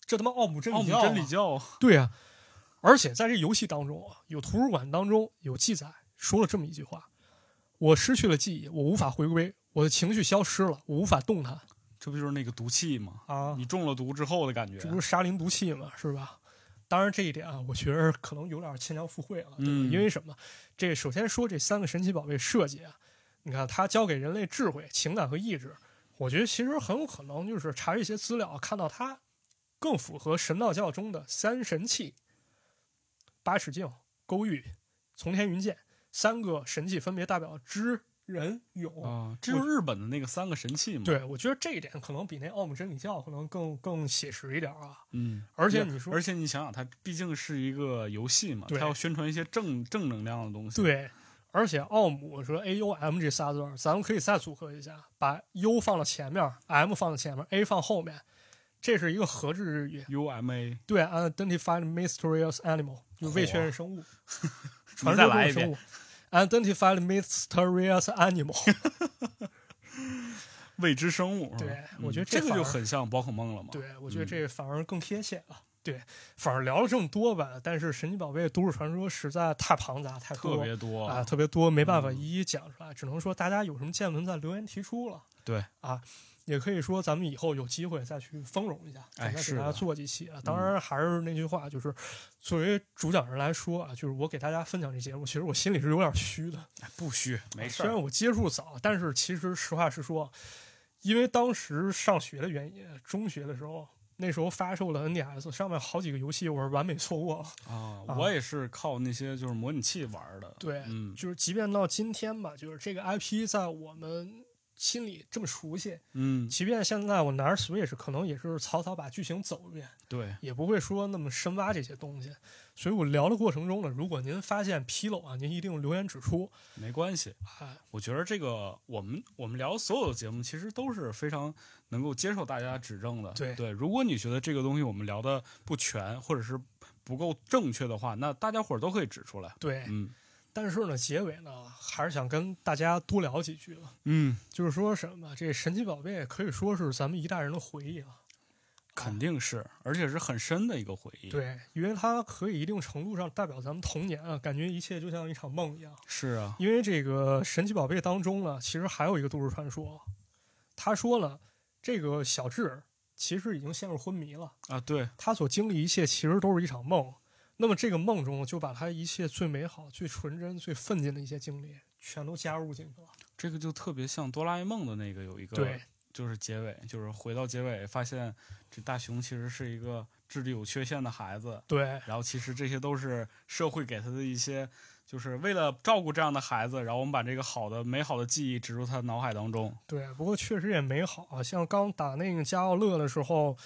这他妈奥姆真奥理姆教、啊真理教对啊，而且在这游戏当中啊，有图书馆当中有记载说了这么一句话：我失去了记忆，我无法回归，我的情绪消失了，我无法动弹 这不就是那个毒气吗？啊！你中了毒之后的感觉啊这，不是沙林毒气吗？是吧？当然这一点啊，我觉得可能有点牵强附会了。嗯，因为什么？这首先说这三个神奇宝贝设计啊，你看它教给人类智慧、情感和意志，我觉得其实很有可能就是查一些资料，看到它更符合神道教中的三神器——八尺镜、勾玉、从天云剑三个神器，分别代表知、人、勇。啊，这就是日本的那个三个神器嘛。，对，我觉得这一点可能比那奥姆真理教可能更更写实一点啊。嗯，而且对你说而且你想想，它毕竟是一个游戏嘛，对它要宣传一些正正能量的东西。，对，而且奥姆和 A U M 这仨字儿，咱们可以再组合一下，把 U 放到前面，M 放到前面，A 放后面，这是一个合制日语。 UMA 对，Unidentified Mysterious Animal 就是未确认生物，传 你再说中来的一遍生物。Unidentified Mysterious Animal， 未知生物。对是吧我觉得嗯这这反个就而很像宝可梦了嘛。对我觉得嗯这反而更贴切了。对，反而聊了这么多吧，但是神奇宝贝都市传说实在太庞杂，太多特别多啊，特别多，没办法哦嗯一一讲出来，只能说大家有什么见闻在留言提出了。对啊，也可以说咱们以后有机会再去丰容一下，哎咱再是给大家的嗯做几期啊。当然还是那句话，就是作为主讲人来说啊，就是我给大家分享这节目，其实我心里是有点虚的。啊哎不虚，没事虽儿然我接触早，但是其实实话实说，因为当时上学的原因，中学的时候，那时候发售了 NDS，上面好几个游戏我是完美错过了。啊啊。我也是靠那些就是模拟器玩儿的，对，嗯就是即便到今天吧，就是这个 IP 在我们心里这么熟悉，嗯，即便现在我拿着 Switch，可能也是草草把剧情走一遍，对，也不会说那么深挖这些东西。所以我聊的过程中呢，如果您发现纰漏啊，您一定留言指出。没关系。哎，我觉得这个我们我们聊所有的节目，其实都是非常能够接受大家指正的。对如果你觉得这个东西我们聊的不全，或者是不够正确的话，那大家伙儿都可以指出来。对，嗯但是呢，结尾呢，还是想跟大家多聊几句吧。嗯，就是说什么，这神奇宝贝可以说是咱们一代人的回忆了。肯定是，而且是很深的一个回忆。，对，因为它可以一定程度上代表咱们童年啊，感觉一切就像一场梦一样。是啊，因为这个神奇宝贝当中啊呢，其实还有一个都市传说，他说了，这个小智其实已经陷入昏迷了，啊对，他所经历一切其实都是一场梦。那么这个梦中就把他一切最美好、最纯真、最奋进的一些经历全都加入进去了。这个就特别像哆啦 A 梦的那个有一个，对，就是结尾，就是回到结尾发现这大雄其实是一个智力有缺陷的孩子，对，然后其实这些都是社会给他的一些，就是为了照顾这样的孩子，然后我们把这个好的、美好的记忆植入他的脑海当中。对，不过确实也美好啊。像刚打那个加奥乐的时候，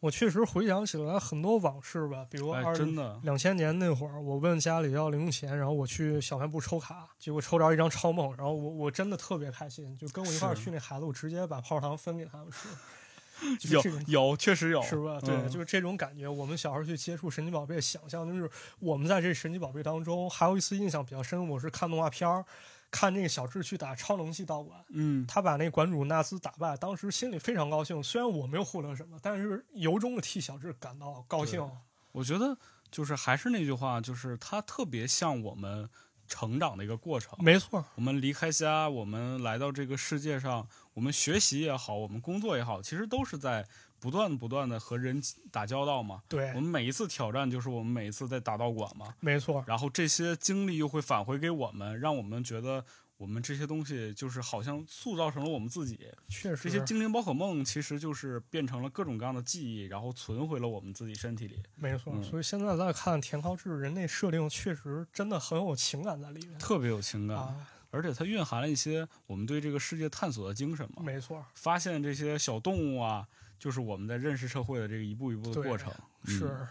我确实回想起来很多往事吧，比如哎二，真的，两千年那会儿，我问家里要零用钱，然后我去小卖部抽卡，结果抽着一张超梦，然后我我真的特别开心，就跟我一块儿是去那孩子，我直接把泡糖分给他们吃， 就是有这种有，确实有，是吧？对，嗯就是这种感觉。我们小时候去接触神奇宝贝，想象就是我们在这神奇宝贝当中，还有一次印象比较深，我是看动画片儿，看那个小智去打超能系道馆。嗯，他把那馆主纳斯打败，当时心里非常高兴。虽然我没有获得什么，但是由衷的替小智感到高兴。我觉得就是还是那句话，就是他特别像我们成长的一个过程。没错，我们离开家，我们来到这个世界上，我们学习也好，我们工作也好，其实都是在不断不断的和人打交道嘛。对我，们每一次挑战，就是我们每一次在打道馆嘛。没错，然后这些经历又会返回给我们，让我们觉得我们这些东西就是好像塑造成了我们自己。确这实些精灵宝可梦其实就是变成了各种各样的记忆，然后存回了我们自己身体里，没错。嗯所以现在再看田康智人那设定，确实真的很有情感在里面特别有情感，啊，而且它蕴含了一些我们对这个世界探索的精神嘛。没错。发现这些小动物啊，就是我们在认识社会的这个一步一步的对过程。嗯是，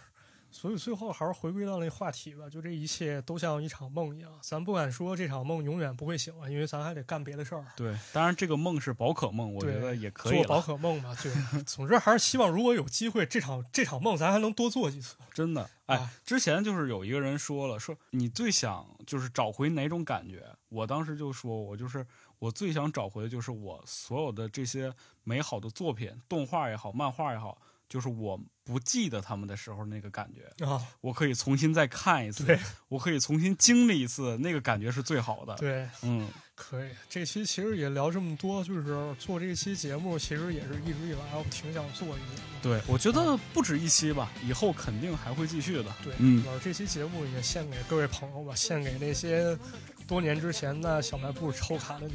所以最后还是回归到那话题吧，就这一切都像一场梦一样，咱不敢说这场梦永远不会醒啊，因为咱还得干别的事儿。对，当然这个梦是宝可梦，我对觉得也可以做宝了，可梦嘛，对。 总之还是希望，如果有机会，这场这场梦咱还能多做几次。真的。哎，啊之前就是有一个人说了，说你最想就是找回哪种感觉？我当时就说，我就是我最想找回的就是我所有的这些美好的作品，动画也好，漫画也好，就是我不记得他们的时候那个感觉，啊，我可以重新再看一次对，我可以重新经历一次，那个感觉是最好的。对，嗯，可以。这期其实也聊这么多，就是做这期节目，其实也是一直以来我挺想做一节目。对，我觉得不止一期吧，以后肯定还会继续的。对，嗯我这期节目也献给各位朋友吧，献给那些多年之前在小卖部抽卡的你，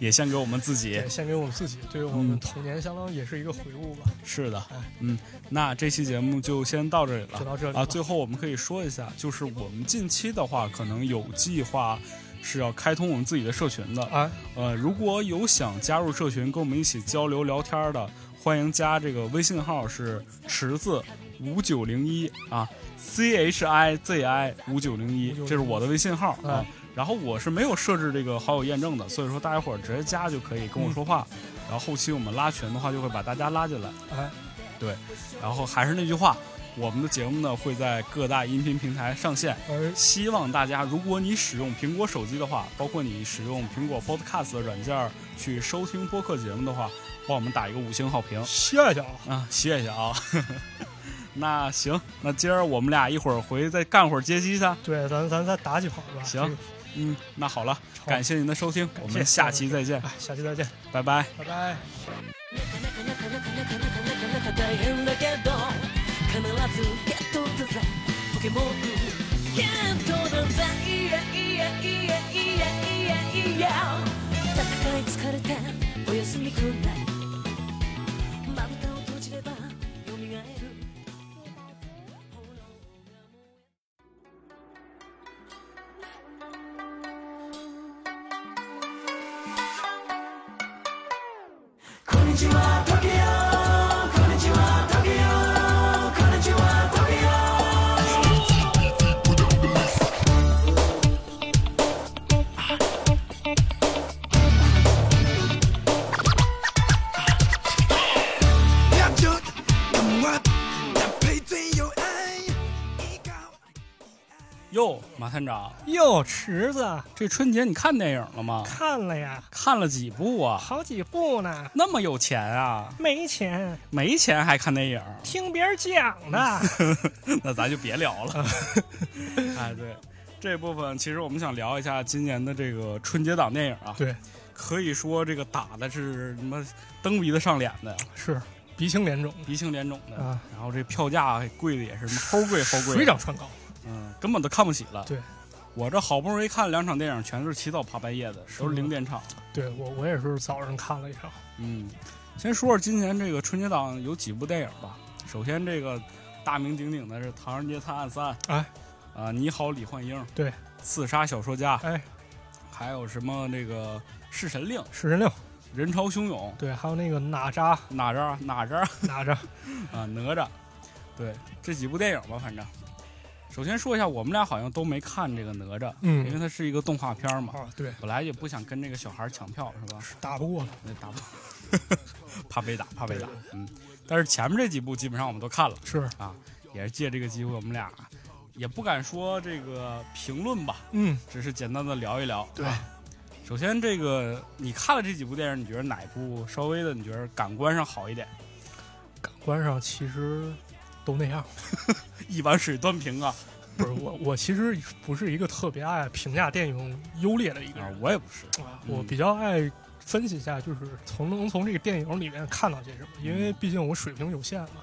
也献给我们自己也。献给我们自己，对我们嗯童年相当也是一个回顾吧。是的哎，嗯，那这期节目就先到这里就了到这里啊。了最后我们可以说一下，就是我们近期的话，可能有计划是要开通我们自己的社群的。啊，呃，如果有想加入社群跟我们一起交流聊天的，欢迎加这个微信号是池子五九零一啊，C H I Z I 五九零一，这是我的微信号啊哎。然后我是没有设置这个好友验证的，所以说大家伙儿直接加就可以跟我说话。然后后期我们拉群的话，就会把大家拉进来。哎，然后还是那句话，我们的节目呢会在各大音频平台上线。而希望大家，如果你使用苹果手机的话，包括你使用苹果 Podcast 的软件儿去收听播客节目的话，帮我们打一个五星好评谢谢啊。啊，谢谢 啊。那行，那今儿我们俩一会儿回去再干会儿街机去。对，咱咱再打几盘吧。行，嗯，那好了，好感谢您的收听，我们下期再见，哎下期再见，拜拜。拜拜。なかなかなかなかなかなかなかなか大変だけど必ずゲットだぜポケモンゲットだぜいやいやいやいやいやいや戦い疲れてお休みくんないまぶたを閉じればよみがえるこんにちはトキオこんにちはトキオこんにちはトキオ两脚的我，搭配最有爱，一高一矮。哟，马探长，哟，池子，这春节你看电影了吗？看了呀，看了几部啊？好几部呢，那么有钱啊？没钱，没钱还看电影？听别人讲 的。那咱就别聊了。哎，对，这部分其实我们想聊一下今年的这个春节档电影啊。对，可以说这个打的是什么蹬鼻子上脸的，是鼻青脸肿，鼻青脸肿的。啊然后这票价贵的也是齁贵齁贵的，水涨船高。嗯，根本都看不起了。对，我这好不容易看了两场电影，全是起早爬半夜的，都吗是零点场。对我，我也是早上看了一场。嗯，先说说今年这个春节档有几部电影吧。首先，这个大名鼎鼎的是《唐人街探案三》，哎，啊、你好，李焕英，对，刺杀小说家，哎，还有什么那个《弑神令》《食人六，人潮汹涌对，还有那个哪吒，》哪吒哪吒哪吒，啊哪吒，对，这几部电影吧，反正。首先说一下，我们俩好像都没看这个哪吒，嗯因为它是一个动画片嘛， 啊，对，本来也不想跟这个小孩儿抢票，是吧？打不过了。那打不， 怕被打，怕被打。嗯，但是前面这几部基本上我们都看了，是，也是借这个机会，我们俩也不敢说这个评论吧，嗯，只是简单的聊一聊。对啊首先这个你看了这几部电影，你觉得哪部稍微的你觉得感官上好一点？ 感官上其实都那样。一碗水端平啊！不是我，我其实不是一个特别爱评价电影优劣的一个啊人，我也不是，啊，嗯我比较爱分析一下，就是从能从这个电影里面看到些什么，因为毕竟我水平有限嘛，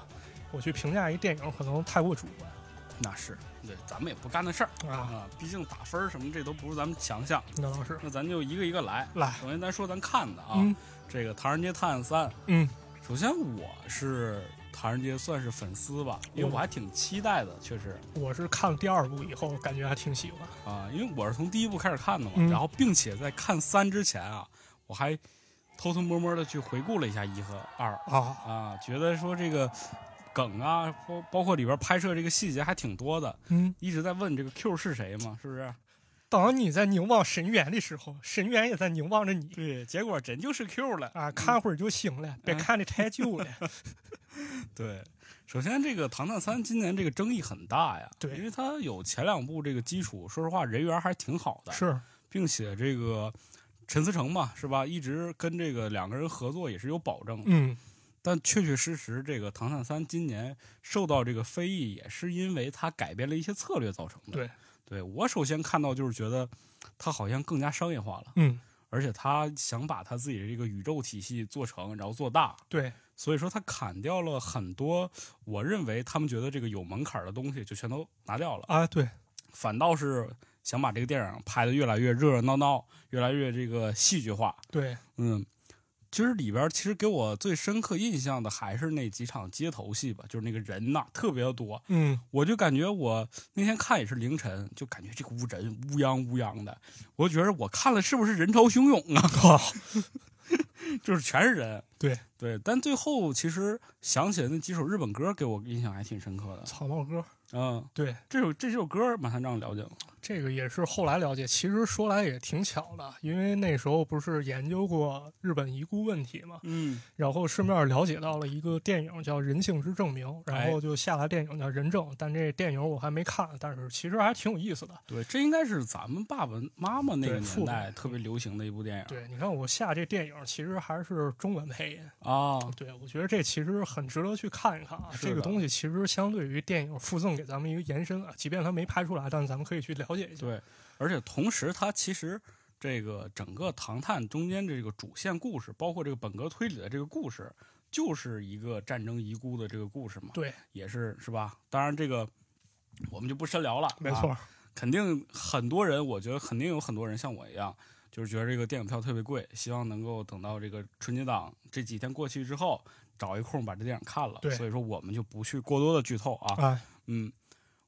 我去评价一个电影可能太过主观那是对，咱们也不干那事儿啊，啊，毕竟打分儿什么这都不是咱们强项。那倒是。那咱就一个一个来，来，首先咱说咱看的啊，嗯这个《唐人街探案三》。嗯，首先我是唐人街算是粉丝吧，因为我还挺期待的，确实我是看了第二部以后，感觉还挺喜欢。啊，因为我是从第一部开始看的嘛，嗯然后并且在看三之前啊，我还偷偷摸摸的去回顾了一下一和二啊，啊，觉得说这个梗啊，包包括里边拍摄这个细节还挺多的，嗯，一直在问这个 Q 是谁嘛，是不是？当你在凝望神源的时候，神源也在凝望着你对，结果真就是 Q 了啊，看会儿就行了，别看的太久了。 对，首先这个《唐探三》今年这个争议很大呀，对因为它有前两部这个基础，说实话人缘还挺好的，是，并且这个陈思诚嘛，是吧，一直跟这个两个人合作也是有保证的。嗯，但确确实实，这个《唐探三》今年受到这个非议，也是因为它改变了一些策略造成的。对，对我首先看到就是觉得它好像更加商业化了，嗯，而且他想把他自己的这个宇宙体系做成，然后做大。对，所以说他砍掉了很多我认为他们觉得这个有门槛的东西，就全都拿掉了，啊，对，反倒是想把这个电影拍得越来越热热闹闹，越来越这个戏剧化。对，嗯，其实里边其实给我最深刻印象的还是那几场街头戏吧，就是那个人呐、特别的多，嗯，我就感觉我那天看也是凌晨，就感觉这个屋人乌泱乌泱的，我觉得我看了是不是人潮汹涌啊？ 就是全是人。对对，但最后其实想起来那几首日本歌，给我印象还挺深刻的。草帽哥，嗯，对，这首这首歌马探长了解吗？这个也是后来了解，其实说来也挺巧的，因为那时候不是研究过日本遗孤问题嘛，嗯，然后顺便了解到了一个电影叫《人性之证明》，然后就下来电影叫《人证》，但这电影我还没看，但是其实还挺有意思的。对，这应该是咱们爸爸妈妈那个对父年母代特别流行的一部电影。对，你看我下这电影其实还是中文配音。啊，对，我觉得这其实很值得去看一看啊。是的这个东西其实相对于电影附赠给咱们一个延伸啊，即便它没拍出来，但是咱们可以去了解一下。对，而且同时它其实这个整个《唐探》中间这个主线故事，包括这个本格推理的这个故事，就是一个战争遗孤的这个故事嘛，对，也是是吧？当然这个我们就不深聊了，没错啊，肯定很多人，我觉得肯定有很多人像我一样。就是觉得这个电影票特别贵，希望能够等到这个春节档这几天过去之后，找一空把这电影看了对。所以说我们就不去过多的剧透啊。啊，嗯，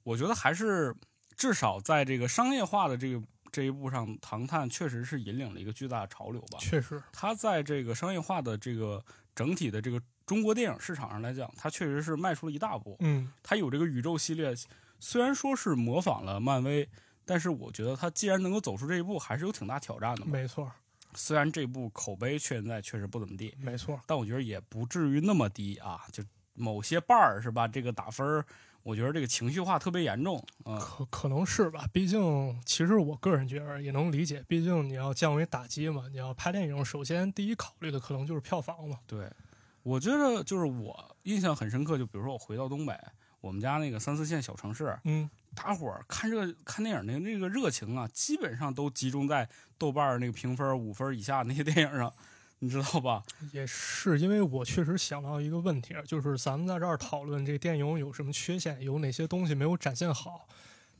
我觉得还是至少在这个商业化的这个这一步上，《唐探》确实是引领了一个巨大的潮流吧。确实，它在这个商业化的这个整体的这个中国电影市场上来讲，它确实是迈出了一大步。嗯，它有这个宇宙系列，虽然说是模仿了漫威，但是我觉得它既然能够走出这一步，还是有挺大挑战的嘛。没错，虽然这部口碑现在确实不怎么地，没错，但我觉得也不至于那么低啊。就某些伴儿是吧？这个打分儿，我觉得这个情绪化特别严重。嗯，可可能是吧。毕竟，其实我个人觉得也能理解，毕竟你要降维打击嘛，你要拍电影，首先第一考虑的可能就是票房嘛。对，我觉得就是我印象很深刻，就比如说我回到东北，我们家那个三四线小城市，嗯，大伙儿看这个看电影的那个热情啊，基本上都集中在豆瓣儿那个评分五分以下那些 电影上，你知道吧？也是因为我确实想到一个问题，啊就是咱们在这儿讨论这电影有什么缺陷，有哪些东西没有展现好，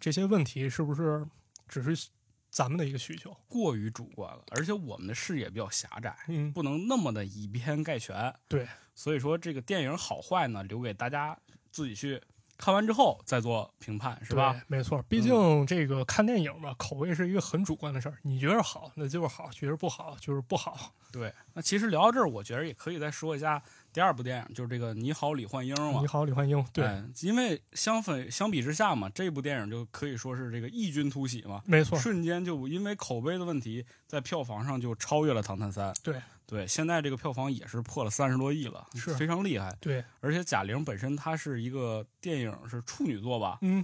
这些问题是不是只是咱们的一个需求？过于主观了，而且我们的视野比较狭窄，嗯，不能那么的以偏概全。对，所以说这个电影好坏呢，留给大家自己去看完之后再做评判，是吧？嗯对？没错，毕竟这个看电影嘛，口味是一个很主观的事儿，你觉得好那就是好，觉得不好就是不好。对，那其实聊到这儿，我觉得也可以再说一下第二部电影，就是这个《你好，李焕英》嘛你。好，李焕英，对，嗯啊哎因为相反相比之下嘛，这部电影就可以说是这个异军突起嘛，没错，瞬间就因为口碑的问题，在票房上就超越了《唐探三》。对对，现在这个票房也是破了三十多亿了，是非常厉害。对，而且贾玲本身她是一个电影是处女作吧，嗯，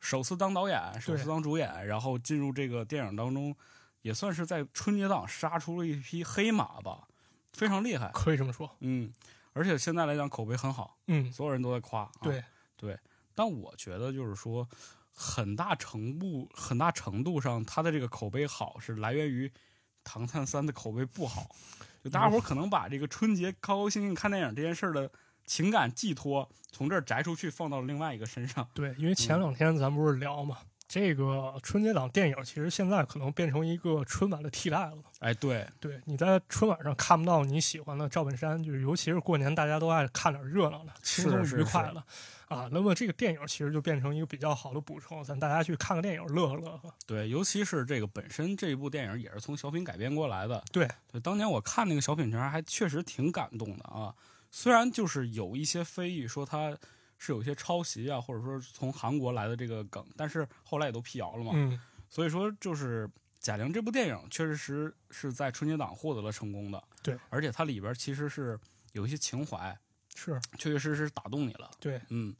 首次当导演，首次当主演，然后进入这个电影当中，也算是在春节档杀出了一匹黑马吧，非常厉害。可以这么说，嗯，而且现在来讲口碑很好，嗯，所有人都在夸。啊、对，对，但我觉得就是说，很大程度很大程度上，它的这个口碑好是来源于《唐探三》的口碑不好。就大家伙儿可能把这个春节高高兴兴看电影这件事儿的情感寄托，从这儿摘出去，放到了另外一个身上。对，因为嗯前两天咱不是聊嘛，这个春节档电影其实现在可能变成一个春晚的替代了。哎，对，对，你在春晚上看不到你喜欢的赵本山，就是尤其是过年大家都爱看点热闹的、轻松是是愉快的啊。那么这个电影其实就变成一个比较好的补充，咱大家去看个电影乐呵乐呵。对，尤其是这个本身这一部电影也是从小品改编过来的。对，对，当年我看那个小品前儿还确实挺感动的啊。虽然就是有一些非议说它是有一些抄袭啊，或者说是从韩国来的这个梗，但是后来也都辟谣了嘛。嗯，所以说就是贾玲这部电影确实是是在春节档获得了成功的。对，而且它里边其实是有一些情怀，是确确实实打动你了。对，嗯，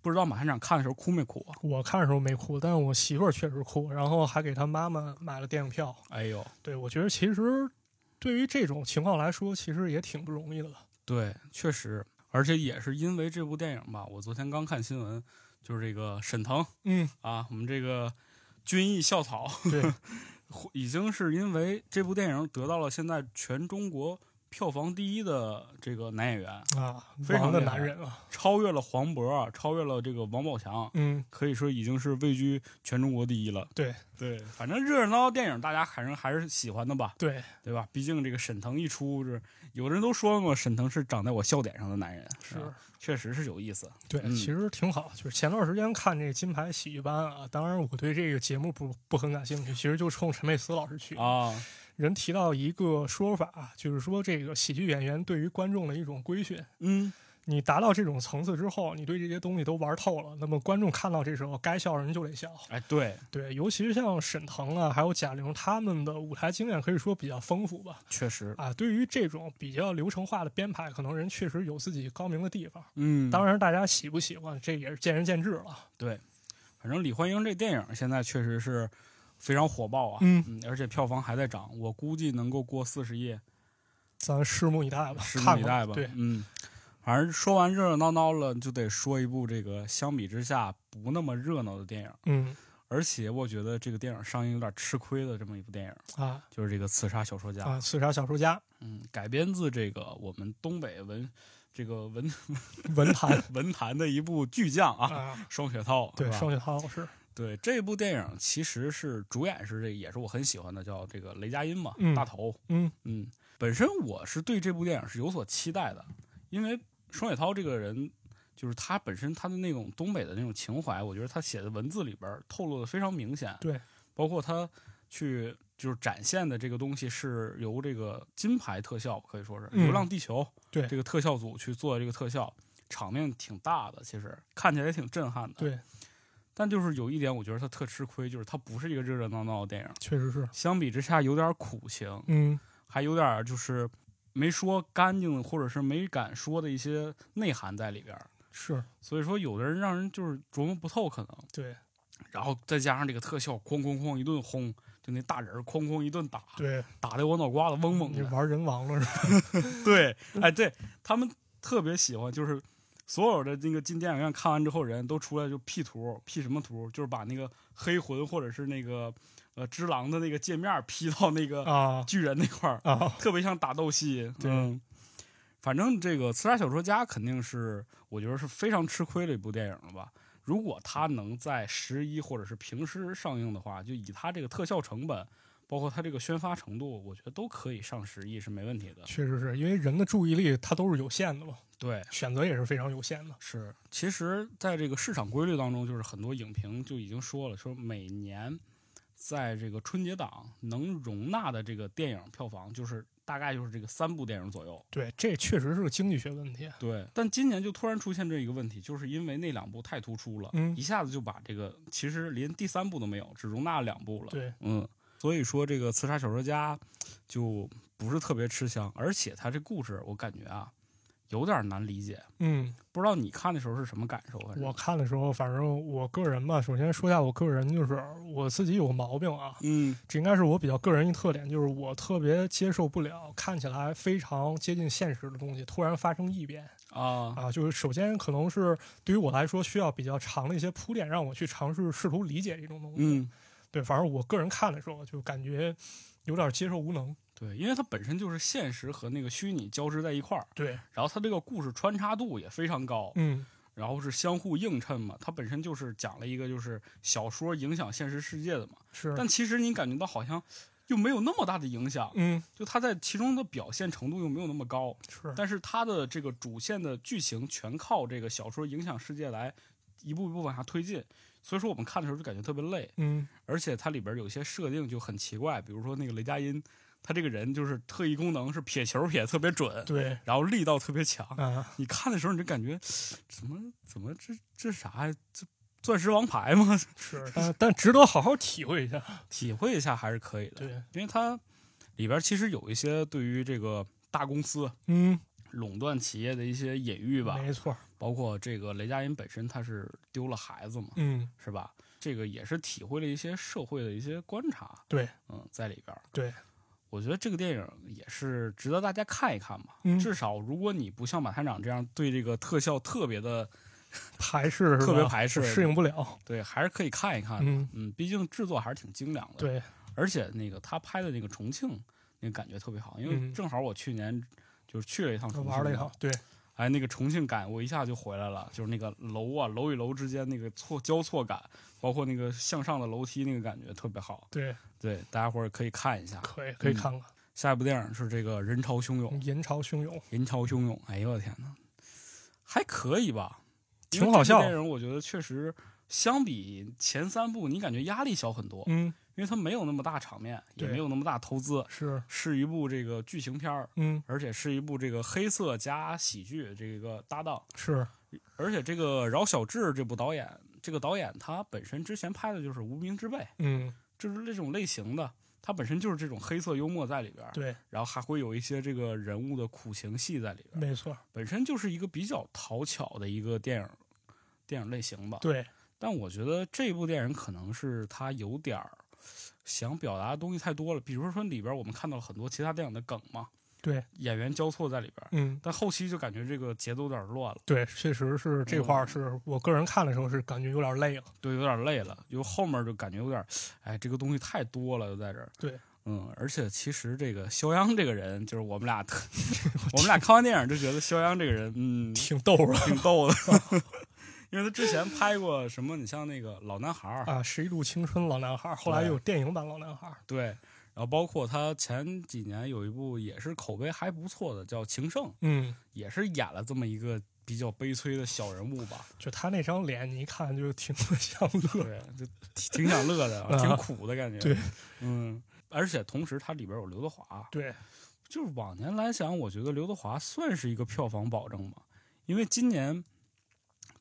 不知道马探长看的时候哭没哭啊？我看的时候没哭，但我媳妇儿确实哭，然后还给她妈妈买了电影票。哎呦，对，我觉得其实对于这种情况来说，其实也挺不容易的了。对，确实，而且也是因为这部电影吧，我昨天刚看新闻，就是这个沈腾嗯，啊，我们这个军艺校草， 对，已经是因为这部电影得到了现在全中国票房第一的这个男演员，啊，非王常的厉害男人啊，超越了黄渤，啊超越了这个王宝强。嗯，可以说已经是位居全中国第一了。对对，反正热热闹闹的电影，大家反正还是喜欢的吧，对，对吧？毕竟这个沈腾一出，是有人都说嘛，沈腾是长在我笑点上的男人，是。啊确实是有意思。对，嗯其实挺好。就是前段时间看这《金牌喜剧班》啊，当然我对这个节目不不很感兴趣，其实就冲陈佩斯老师去。啊，人提到一个说法，啊就是说这个喜剧演员对于观众的一种规训。嗯，你达到这种层次之后，你对这些东西都玩透了，那么观众看到这时候该笑人就得笑。哎，对，对，尤其是像沈腾啊，还有贾玲他们的舞台经验可以说比较丰富吧。确实，啊，对于这种比较流程化的编排，可能人确实有自己高明的地方。嗯，当然，大家喜不喜欢，这也是见仁见智了。对，反正李焕英这电影现在确实是非常火爆啊，嗯而且票房还在涨，我估计能够过四十亿，咱拭目以待吧，拭看目以看待吧。对，嗯，反正说完热热闹闹了，就得说一部这个相比之下不那么热闹的电影，嗯而且我觉得这个电影上映有点吃亏的这么一部电影，啊就是这个《刺杀小说家》。啊，刺杀小说家嗯，改编自这个我们东北文这个文文坛文坛的一部巨匠啊，啊，双雪涛。对，是吧双雪涛老师，对这部电影其实是主演是这也是我很喜欢的，叫这个雷佳音嘛，嗯大头。嗯嗯，本身我是对这部电影是有所期待的，因为双雪涛这个人，就是他本身他的那种东北的那种情怀，我觉得他写的文字里边儿透露的非常明显。对，包括他去就是展现的这个东西是由这个金牌特效可以说是《嗯流浪地球》对这个特效组去做的这个特效，场面挺大的，其实看起来也挺震撼的。对，但就是有一点，我觉得他特吃亏，就是他不是一个热热闹闹的电影，确实是，相比之下有点苦情。嗯还有点儿就是没说干净，或者是没敢说的一些内涵在里边儿。是所以说，有的人让人就是琢磨不透，可能。对然后再加上这个特效，哐哐哐一顿轰，就那大人儿哐哐一顿打，对，打的我脑瓜子嗡嗡你的。玩人王了是吧？ 对，哎，对他们特别喜欢，就是所有的那个进电影院看完之后，人都出来就 P 图，P 什么图？就是把那个黑魂或者是那个呃只狼的那个界面儿 P 到那个啊巨人那块儿，啊，特别像打斗戏。对嗯，反正这个《刺杀小说家》肯定是我觉得是非常吃亏的一部电影了吧。如果它能在十一或者是平时上映的话，就以它这个特效成本，包括它这个宣发程度，我觉得都可以上十亿是没问题的。确实是因为人的注意力它都是有限的嘛，对，选择也是非常有限的。是。其实，在这个市场规律当中，就是很多影评就已经说了，说每年在这个春节档能容纳的这个电影票房，就是大概就是这个三部电影左右。对，这确实是个经济学问题。啊对，但今年就突然出现这一个问题，就是因为那两部太突出了，嗯一下子就把这个其实连第三部都没有，只容纳了两部了。，对，嗯，所以说这个《刺杀小说家》就不是特别吃香，而且他这故事我感觉啊有点难理解，嗯，不知道你看的时候是什么感受？啊反正我看的时候，反正我个人吧，首先说一下我个人，就是我自己有个毛病啊，嗯这应该是我比较个人一特点，就是我特别接受不了看起来非常接近现实的东西突然发生异变啊啊。就是首先可能是对于我来说需要比较长的一些铺垫，让我去尝试试图理解这种东西。嗯，对，反正我个人看的时候就感觉有点接受无能。对，因为它本身就是现实和那个虚拟交织在一块儿，对，然后它这个故事穿插度也非常高，嗯，然后是相互映衬嘛，它本身就是讲了一个就是小说影响现实世界的嘛，是，但其实你感觉到好像又没有那么大的影响，嗯，就它在其中的表现程度又没有那么高，是，但是它的这个主线的剧情全靠这个小说影响世界来一步一步往下推进，所以说我们看的时候就感觉特别累，嗯，而且它里边有些设定就很奇怪，比如说那个雷佳音，他这个人就是特异功能是撇球撇得特别准，对， 然后力道特别强，啊，你看的时候你就感觉，怎么怎么这这啥呀？这钻石王牌吗？ 是，但但值得好好体会一下。体会一下还是可以的，对，因为它里边其实有一些对于这个大公司嗯，垄断企业的一些隐喻吧，没错，包括这个雷佳音本身他是丢了孩子嘛，嗯，是吧？这个也是体会了一些社会的一些观察，对，嗯，在里边。对，我觉得这个电影也是值得大家看一看吧。嗯至少如果你不像马探长这样对这个特效特别的排斥是吧特别排斥啊适应不了。对，还是可以看一看的。嗯毕竟制作还是挺精良的。，对，而且那个他拍的那个重庆，那个感觉特别好，因为嗯正好我去年就是去了一趟重庆，玩了一趟，，对，哎，那个重庆感我一下就回来了，就是那个楼啊，楼与楼之间那个错交错感，包括那个向上的楼梯那个感觉特别好。对，对，大家伙儿可以看一下。可以可以嗯看看下一部电影是这个《人潮汹涌》 《人潮汹涌》，人潮汹涌，哎呦我天哪，还可以吧？挺好笑因为这部电影我觉得确实相比前三部，你感觉压力小很多，嗯，因为它没有那么大场面，也对没有那么大投资，是，是一部这个剧情片儿，嗯，而且是一部这个黑色加喜剧这个搭档，是，而且这个饶晓志这部导演，这个导演他本身之前拍的就是《无名之辈》，嗯，就是这种类型的。他本身就是这种黑色幽默在里边儿，对，然后还会有一些这个人物的苦情戏在里边儿，没错，本身就是一个比较讨巧的一个电影电影类型吧。对，但我觉得这部电影可能是它有点儿想表达的东西太多了，比如说里边我们看到了很多其他电影的梗嘛，对，演员交错在里边儿。嗯，但后期就感觉这个节奏有点乱了，对，确实是嗯这块儿是我个人看的时候是感觉有点累了。对，有点累了，就后面就感觉有点，哎，这个东西太多了，就在这儿。对，嗯，而且其实这个肖央这个人，就是我们俩 特，我们俩看完电影就觉得肖央这个人， 嗯，挺逗的挺逗的， 因为他之前拍过什么，你像那个《老男孩儿》啊！十一度青春老男孩，后来又有电影版老男孩，对，然后包括他前几年有一部也是口碑还不错的，叫《情圣》，嗯，也是演了这么一个比较悲催的小人物吧，就他那张脸，你一看就挺像乐。对，就挺挺想乐的，啊挺苦的感觉，对，嗯。而且同时，它里边有刘德华，对，就是往年来讲，我觉得刘德华算是一个票房保证吧，因为今年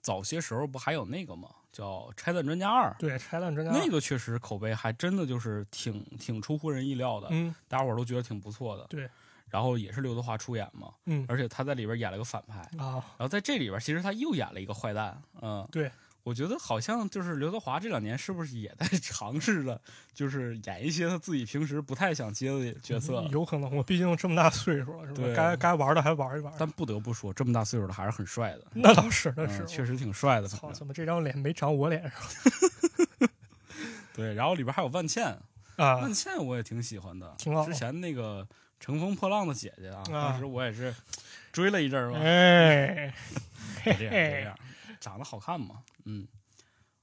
早些时候不还有那个嘛，叫《拆弹专家二》，对，啊拆弹专家那个确实口碑还真的就是挺挺出乎人意料的，嗯大伙儿都觉得挺不错的。对，然后也是刘德华出演嘛，嗯而且他在里边演了个反派，啊，然后在这里边其实他又演了一个坏蛋，嗯，对。我觉得好像就是刘德华这两年是不是也在 尝试着，就是演一些他自己平时不太想接的角色？嗯有可能，我毕竟这么大岁数了，是吧对？该该玩的还玩一玩。但不得不说，这么大岁数了还是很帅的，那倒是，那嗯是确。实挺帅的。我操，反正怎么这张脸没长我脸上对，然后里边还有万茜，啊万？茜我也挺喜欢的，挺好之前那个《乘风破浪的姐姐》啊，当时我也是追了一阵儿吧，哎，这嘿样这嘿，样，长得好看嘛，嗯，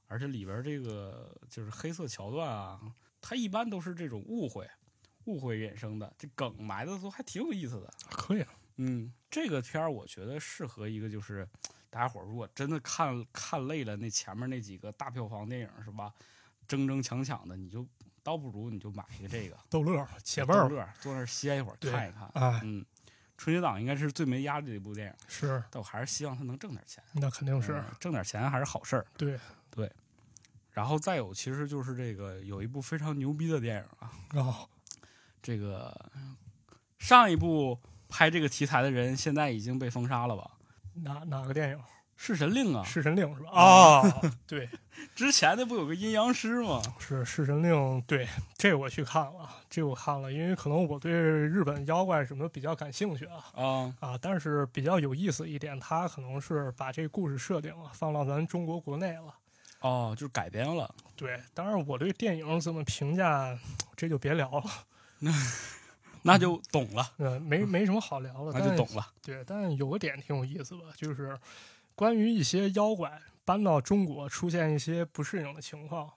而且里边这个就是黑色桥段啊，它一般都是这种误会，误会衍生的，这梗埋的都还挺有意思的，可以啊了。嗯，这个片儿我觉得适合一个就是大家伙儿如果真的看看累了那前面那几个大票房电影是吧，争争抢抢的，你就倒不如你就买一个这个。逗乐儿，解闷儿逗乐儿，坐那儿歇一会儿，对看一看。哎，嗯，春节档应该是最没压力的一部电影，是，但我还是希望它能挣点钱。那肯定是嗯挣点钱还是好事儿。对然后再有，其实就是这个有一部非常牛逼的电影啊，啊，这个上一部拍这个题材的人现在已经被封杀了吧？哪哪个电影？ 《弑神令》啊，弑神令是吧？啊， 对，之前那不有个阴阳师吗？是《弑神令》，对，这我去看了，这我看了，因为可能我对日本妖怪什么比较感兴趣啊啊、啊，但是比较有意思一点，它可能是把这故事设定啊放到咱中国国内了。哦，就是改编了。对，当然我对电影怎么评价，这就别聊了，那就懂了，呃， 没没什么好聊的，那就但懂了。对，但有个点挺有意思吧，就是关于一些妖怪搬到中国出现一些不适应的情况，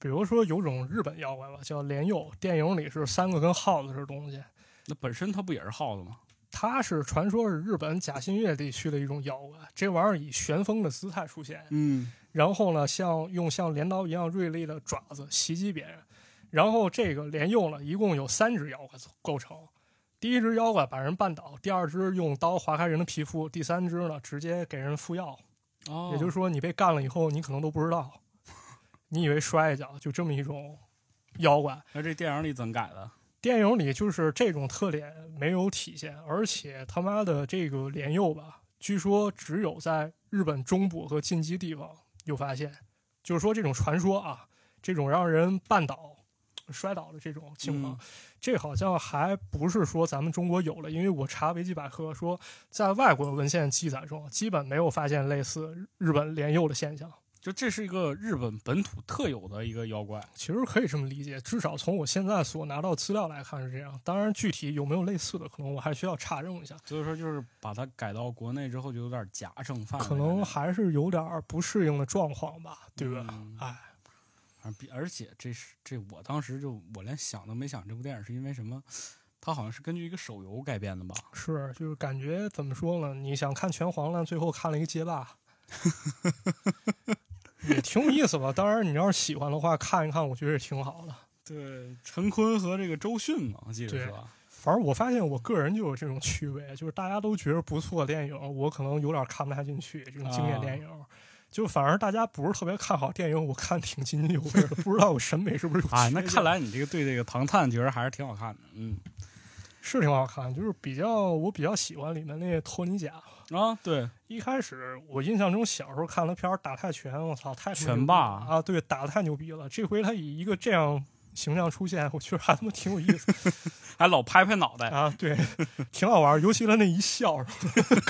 比如说有种日本妖怪吧，叫莲幼，电影里是三个跟耗子似的东西，那本身它不也是耗子吗？它是传说是日本假新月地区的一种妖怪，这玩意儿以旋风的姿态出现，嗯，然后呢，像用像镰刀一样锐利的爪子袭击别人。然后这个连用了一共有三只妖怪构成，第一只妖怪把人绊倒，第二只用刀划开人的皮肤，第三只呢直接给人敷药。哦，也就是说，你被干了以后，你可能都不知道，你以为摔一跤，就这么一种妖怪。那这电影里怎么改的？电影里就是这种特点没有体现，而且他妈的这个莲幼吧，据说只有在日本中部和近畿地方有发现，就是说这种传说啊，这种让人绊倒、摔倒的这种情况，嗯这好像还不是说咱们中国有了，因为我查维基百科说，在外国文献记载中啊基本没有发现类似日本莲幼的现象。就这是一个日本本土特有的一个妖怪。其实可以这么理解，至少从我现在所拿到资料来看是这样。当然，具体有没有类似的，可能我还需要查证一下，所以说，就是把它改到国内之后，就有点夹剩饭了，可能还是有点儿不适应的状况吧，对吧？嗯哎，而比而且这是这，我当时就我连想都没想，这部电影是因为什么？它好像是根据一个手游改编的吧？是，就是感觉怎么说呢？你想看拳皇了，最后看了一个街霸，也挺有意思吧。当然，你要是喜欢的话，看一看，我觉得也挺好的。对，陈坤和这个周迅嘛，我记得对是吧？反正我发现我个人就有这种趣味，就是大家都觉得不错的电影，我可能有点看不太进去这种经典啊电影。就反而大家不是特别看好电影，我看挺津津有味的，不知道我审美是不是有啊，缺那陷看来你这个对这个《唐探》觉得还是挺好看的，嗯是挺好看，就是比较我比较喜欢里面那托尼贾。啊，对，一开始我印象中小时候看他片儿打泰拳，我操，太他妈嗯拳牛霸逼了啊，对，打的太牛逼了。这回他以一个这样形象出现，我觉得还他妈挺有意思还哎老拍拍脑袋，啊，对，挺好玩儿，尤其他那一笑，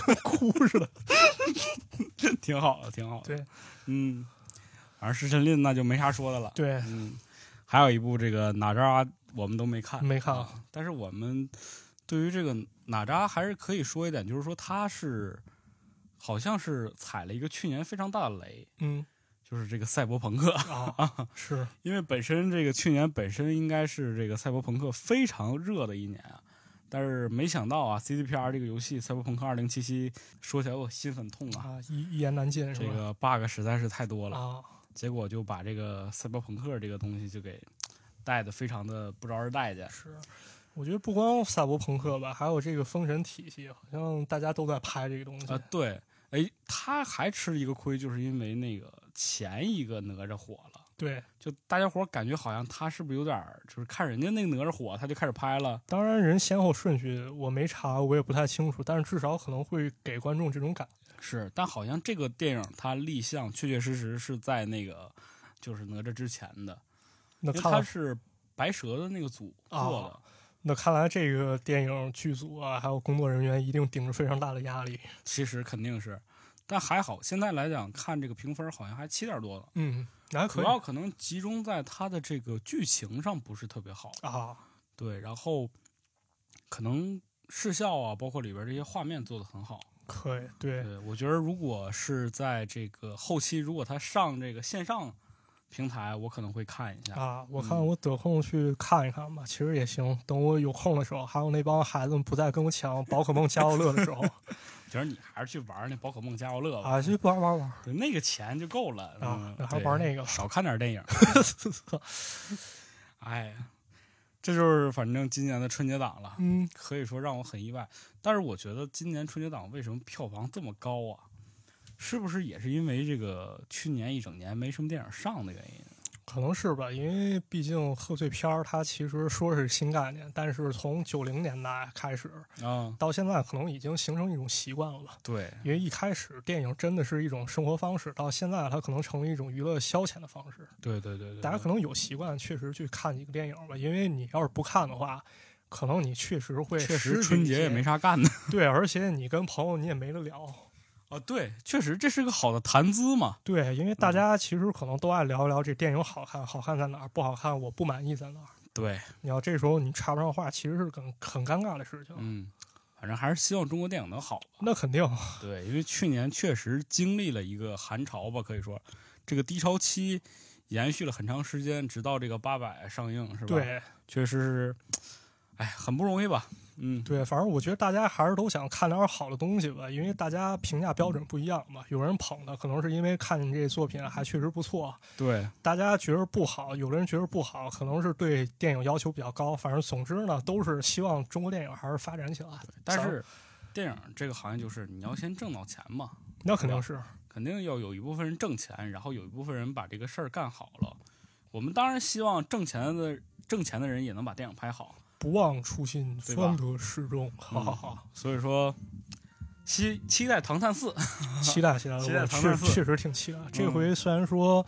跟哭似的。挺好的，挺好的。对，嗯，反正石晨令那就没啥说的了。对，嗯，还有一部这个哪吒我们都没看，没看啊，但是我们对于这个哪吒还是可以说一点，就是说他是好像是踩了一个去年非常大的雷，嗯就是这个赛博朋克， 啊，是因为本身这个去年本身应该是这个赛博朋克非常热的一年啊。但是没想到啊，CDPR 这个游戏《赛博朋克2077》说起来我心很痛啊，啊，一一言难尽是这吧？个 bug 实在是太多了。啊，结果就把这个赛博朋克这个东西就给带的非常的不招人待见。是。我觉得不光赛博朋克吧，还有这个封神体系，好像大家都在拍这个东西啊，对，哎，他还吃一个亏，就是因为那个前一个哪吒火了，对，就大家伙儿感觉好像他是不是有点儿，就是看人家那个哪吒火，他就开始拍了。当然人先后顺序我没查，我也不太清楚，但是至少可能会给观众这种感觉。是，但好像这个电影它立项确确实实是在那个就是哪吒之前的，那因为看它来是白蛇的那个组做的。啊那看来这个电影剧组啊，还有工作人员一定顶着非常大的压力。其实肯定是，但还好，现在来讲看这个评分好像还七点多呢。嗯，那还可主以要可能集中在它的这个剧情上不是特别好，啊，对，然后可能视效啊，包括里边这些画面做的很好。可以，对，对，我觉得如果是在这个后期，如果它上这个线上平台，我可能会看一下。啊，我嗯看我得空去看一看吧，其实也行。等我有空的时候，还有那帮孩子们不再跟我抢宝可梦加奥乐的 时候觉得你还是去玩那宝可梦加奥乐吧，啊， 去玩玩玩对那个钱就够了啊嗯、还对玩那个少看点电 影。哎呀，这就是反正今年的春节档了。嗯，可以说让我很意外。但是我觉得今年春节档为什么票房这么高啊？是不是也是因为这个去年一整年没什么电影上的原因？可能是吧，因为毕竟贺岁片儿它其实说是新概念，但是从九零年代开始啊、到现在，可能已经形成一种习惯了吧。对，因为一开始电影真的是一种生活方式，到现在它可能成为一种娱乐消遣的方式。对对对对，大家可能能有习惯，确实去看几个电影吧，因为你要是不看的话，可能你确实会失确去实春一节些也没啥干的 对，而且你跟朋友你也没得聊。啊。对，确实这是个好的谈资嘛。对，因为嗯大家其实可能都爱聊一聊这电影好看，好看在哪儿，不好看我不满意在哪儿。对，你要这时候你插不上话，其实是很很尴尬的事情。嗯，反正还是希望中国电影能好吧。那肯定对，因为去年确实经历了一个寒潮吧，可以说这个低潮期延续了很长时间，直到这个八百上映是吧？，对确实是，哎，很不容易吧？嗯，对，反正我觉得大家还是都想看点好的东西吧，因为大家评价标准不一样嘛。有人捧的可能是因为看你这作品还确实不错，对，大家觉得不好，有的人觉得不好，可能是对电影要求比较高。反正总之呢，都是希望中国电影还是发展起来。但咱是电影这个行业就是你要先挣到钱嘛，那肯定是肯定要有一部分人挣钱，然后有一部分人把这个事儿干好了。我们当然希望挣钱的挣钱的人也能把电影拍好，不忘初心，对吧嗯方得始终。好好好，所以说期期待《唐探四》期待期待，期待我唐确探四嗯确实挺期待。这回虽然说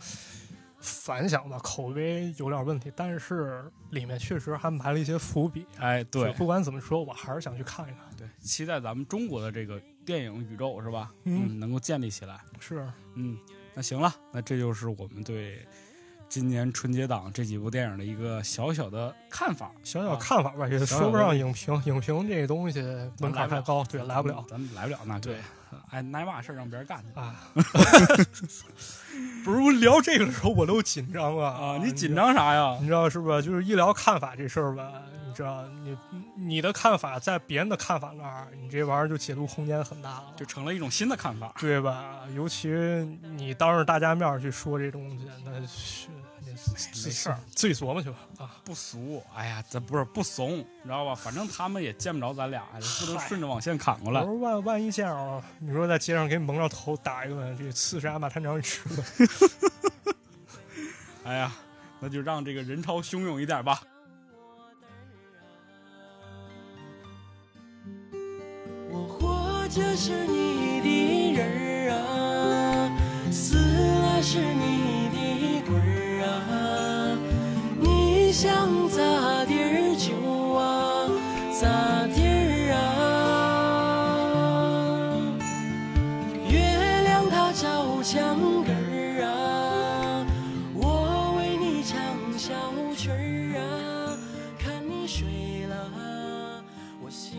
反响吧，口碑有点问题，但是里面确实还埋了一些伏笔。哎，所以不管怎么说，我还是想去看一看。 对，期待咱们中国的这个电影宇宙是吧？嗯能够建立起来。是，嗯，那行了，那这就是我们对今年春节档这几部电影的一个小小的看法。小小啊看法吧，也小小说不的上影评，影评这东西门槛太高，对，来不了。咱们来不了那对，哎，挨骂事儿让别人干去 啊， 不是我聊这个的时候我都紧张了啊！你紧？张啥呀？你知道是吧？就是医疗看法这事儿吧，你知道，你你的看法在别人的看法那儿，你这玩意儿就解读空间很大了，就成了一种新的看法。对吧？尤其你当着大家面儿去说这东西，那是你没事儿，自己琢磨去吧啊！不俗，哎呀，咱不是不怂，你知道吧？反正他们也见不着咱俩，不能顺着网线砍过我来。说万万一这样啊，你说在街上给你蒙上头打一顿，这刺杀马探长你吃了，哎呀，那就让这个人潮汹涌一点吧。我活着是你的人儿啊，死了是你的鬼儿啊，你想咋地儿就啊咋地儿啊，月亮它照墙根儿啊，我为你唱小曲儿啊，看你睡了，我心啊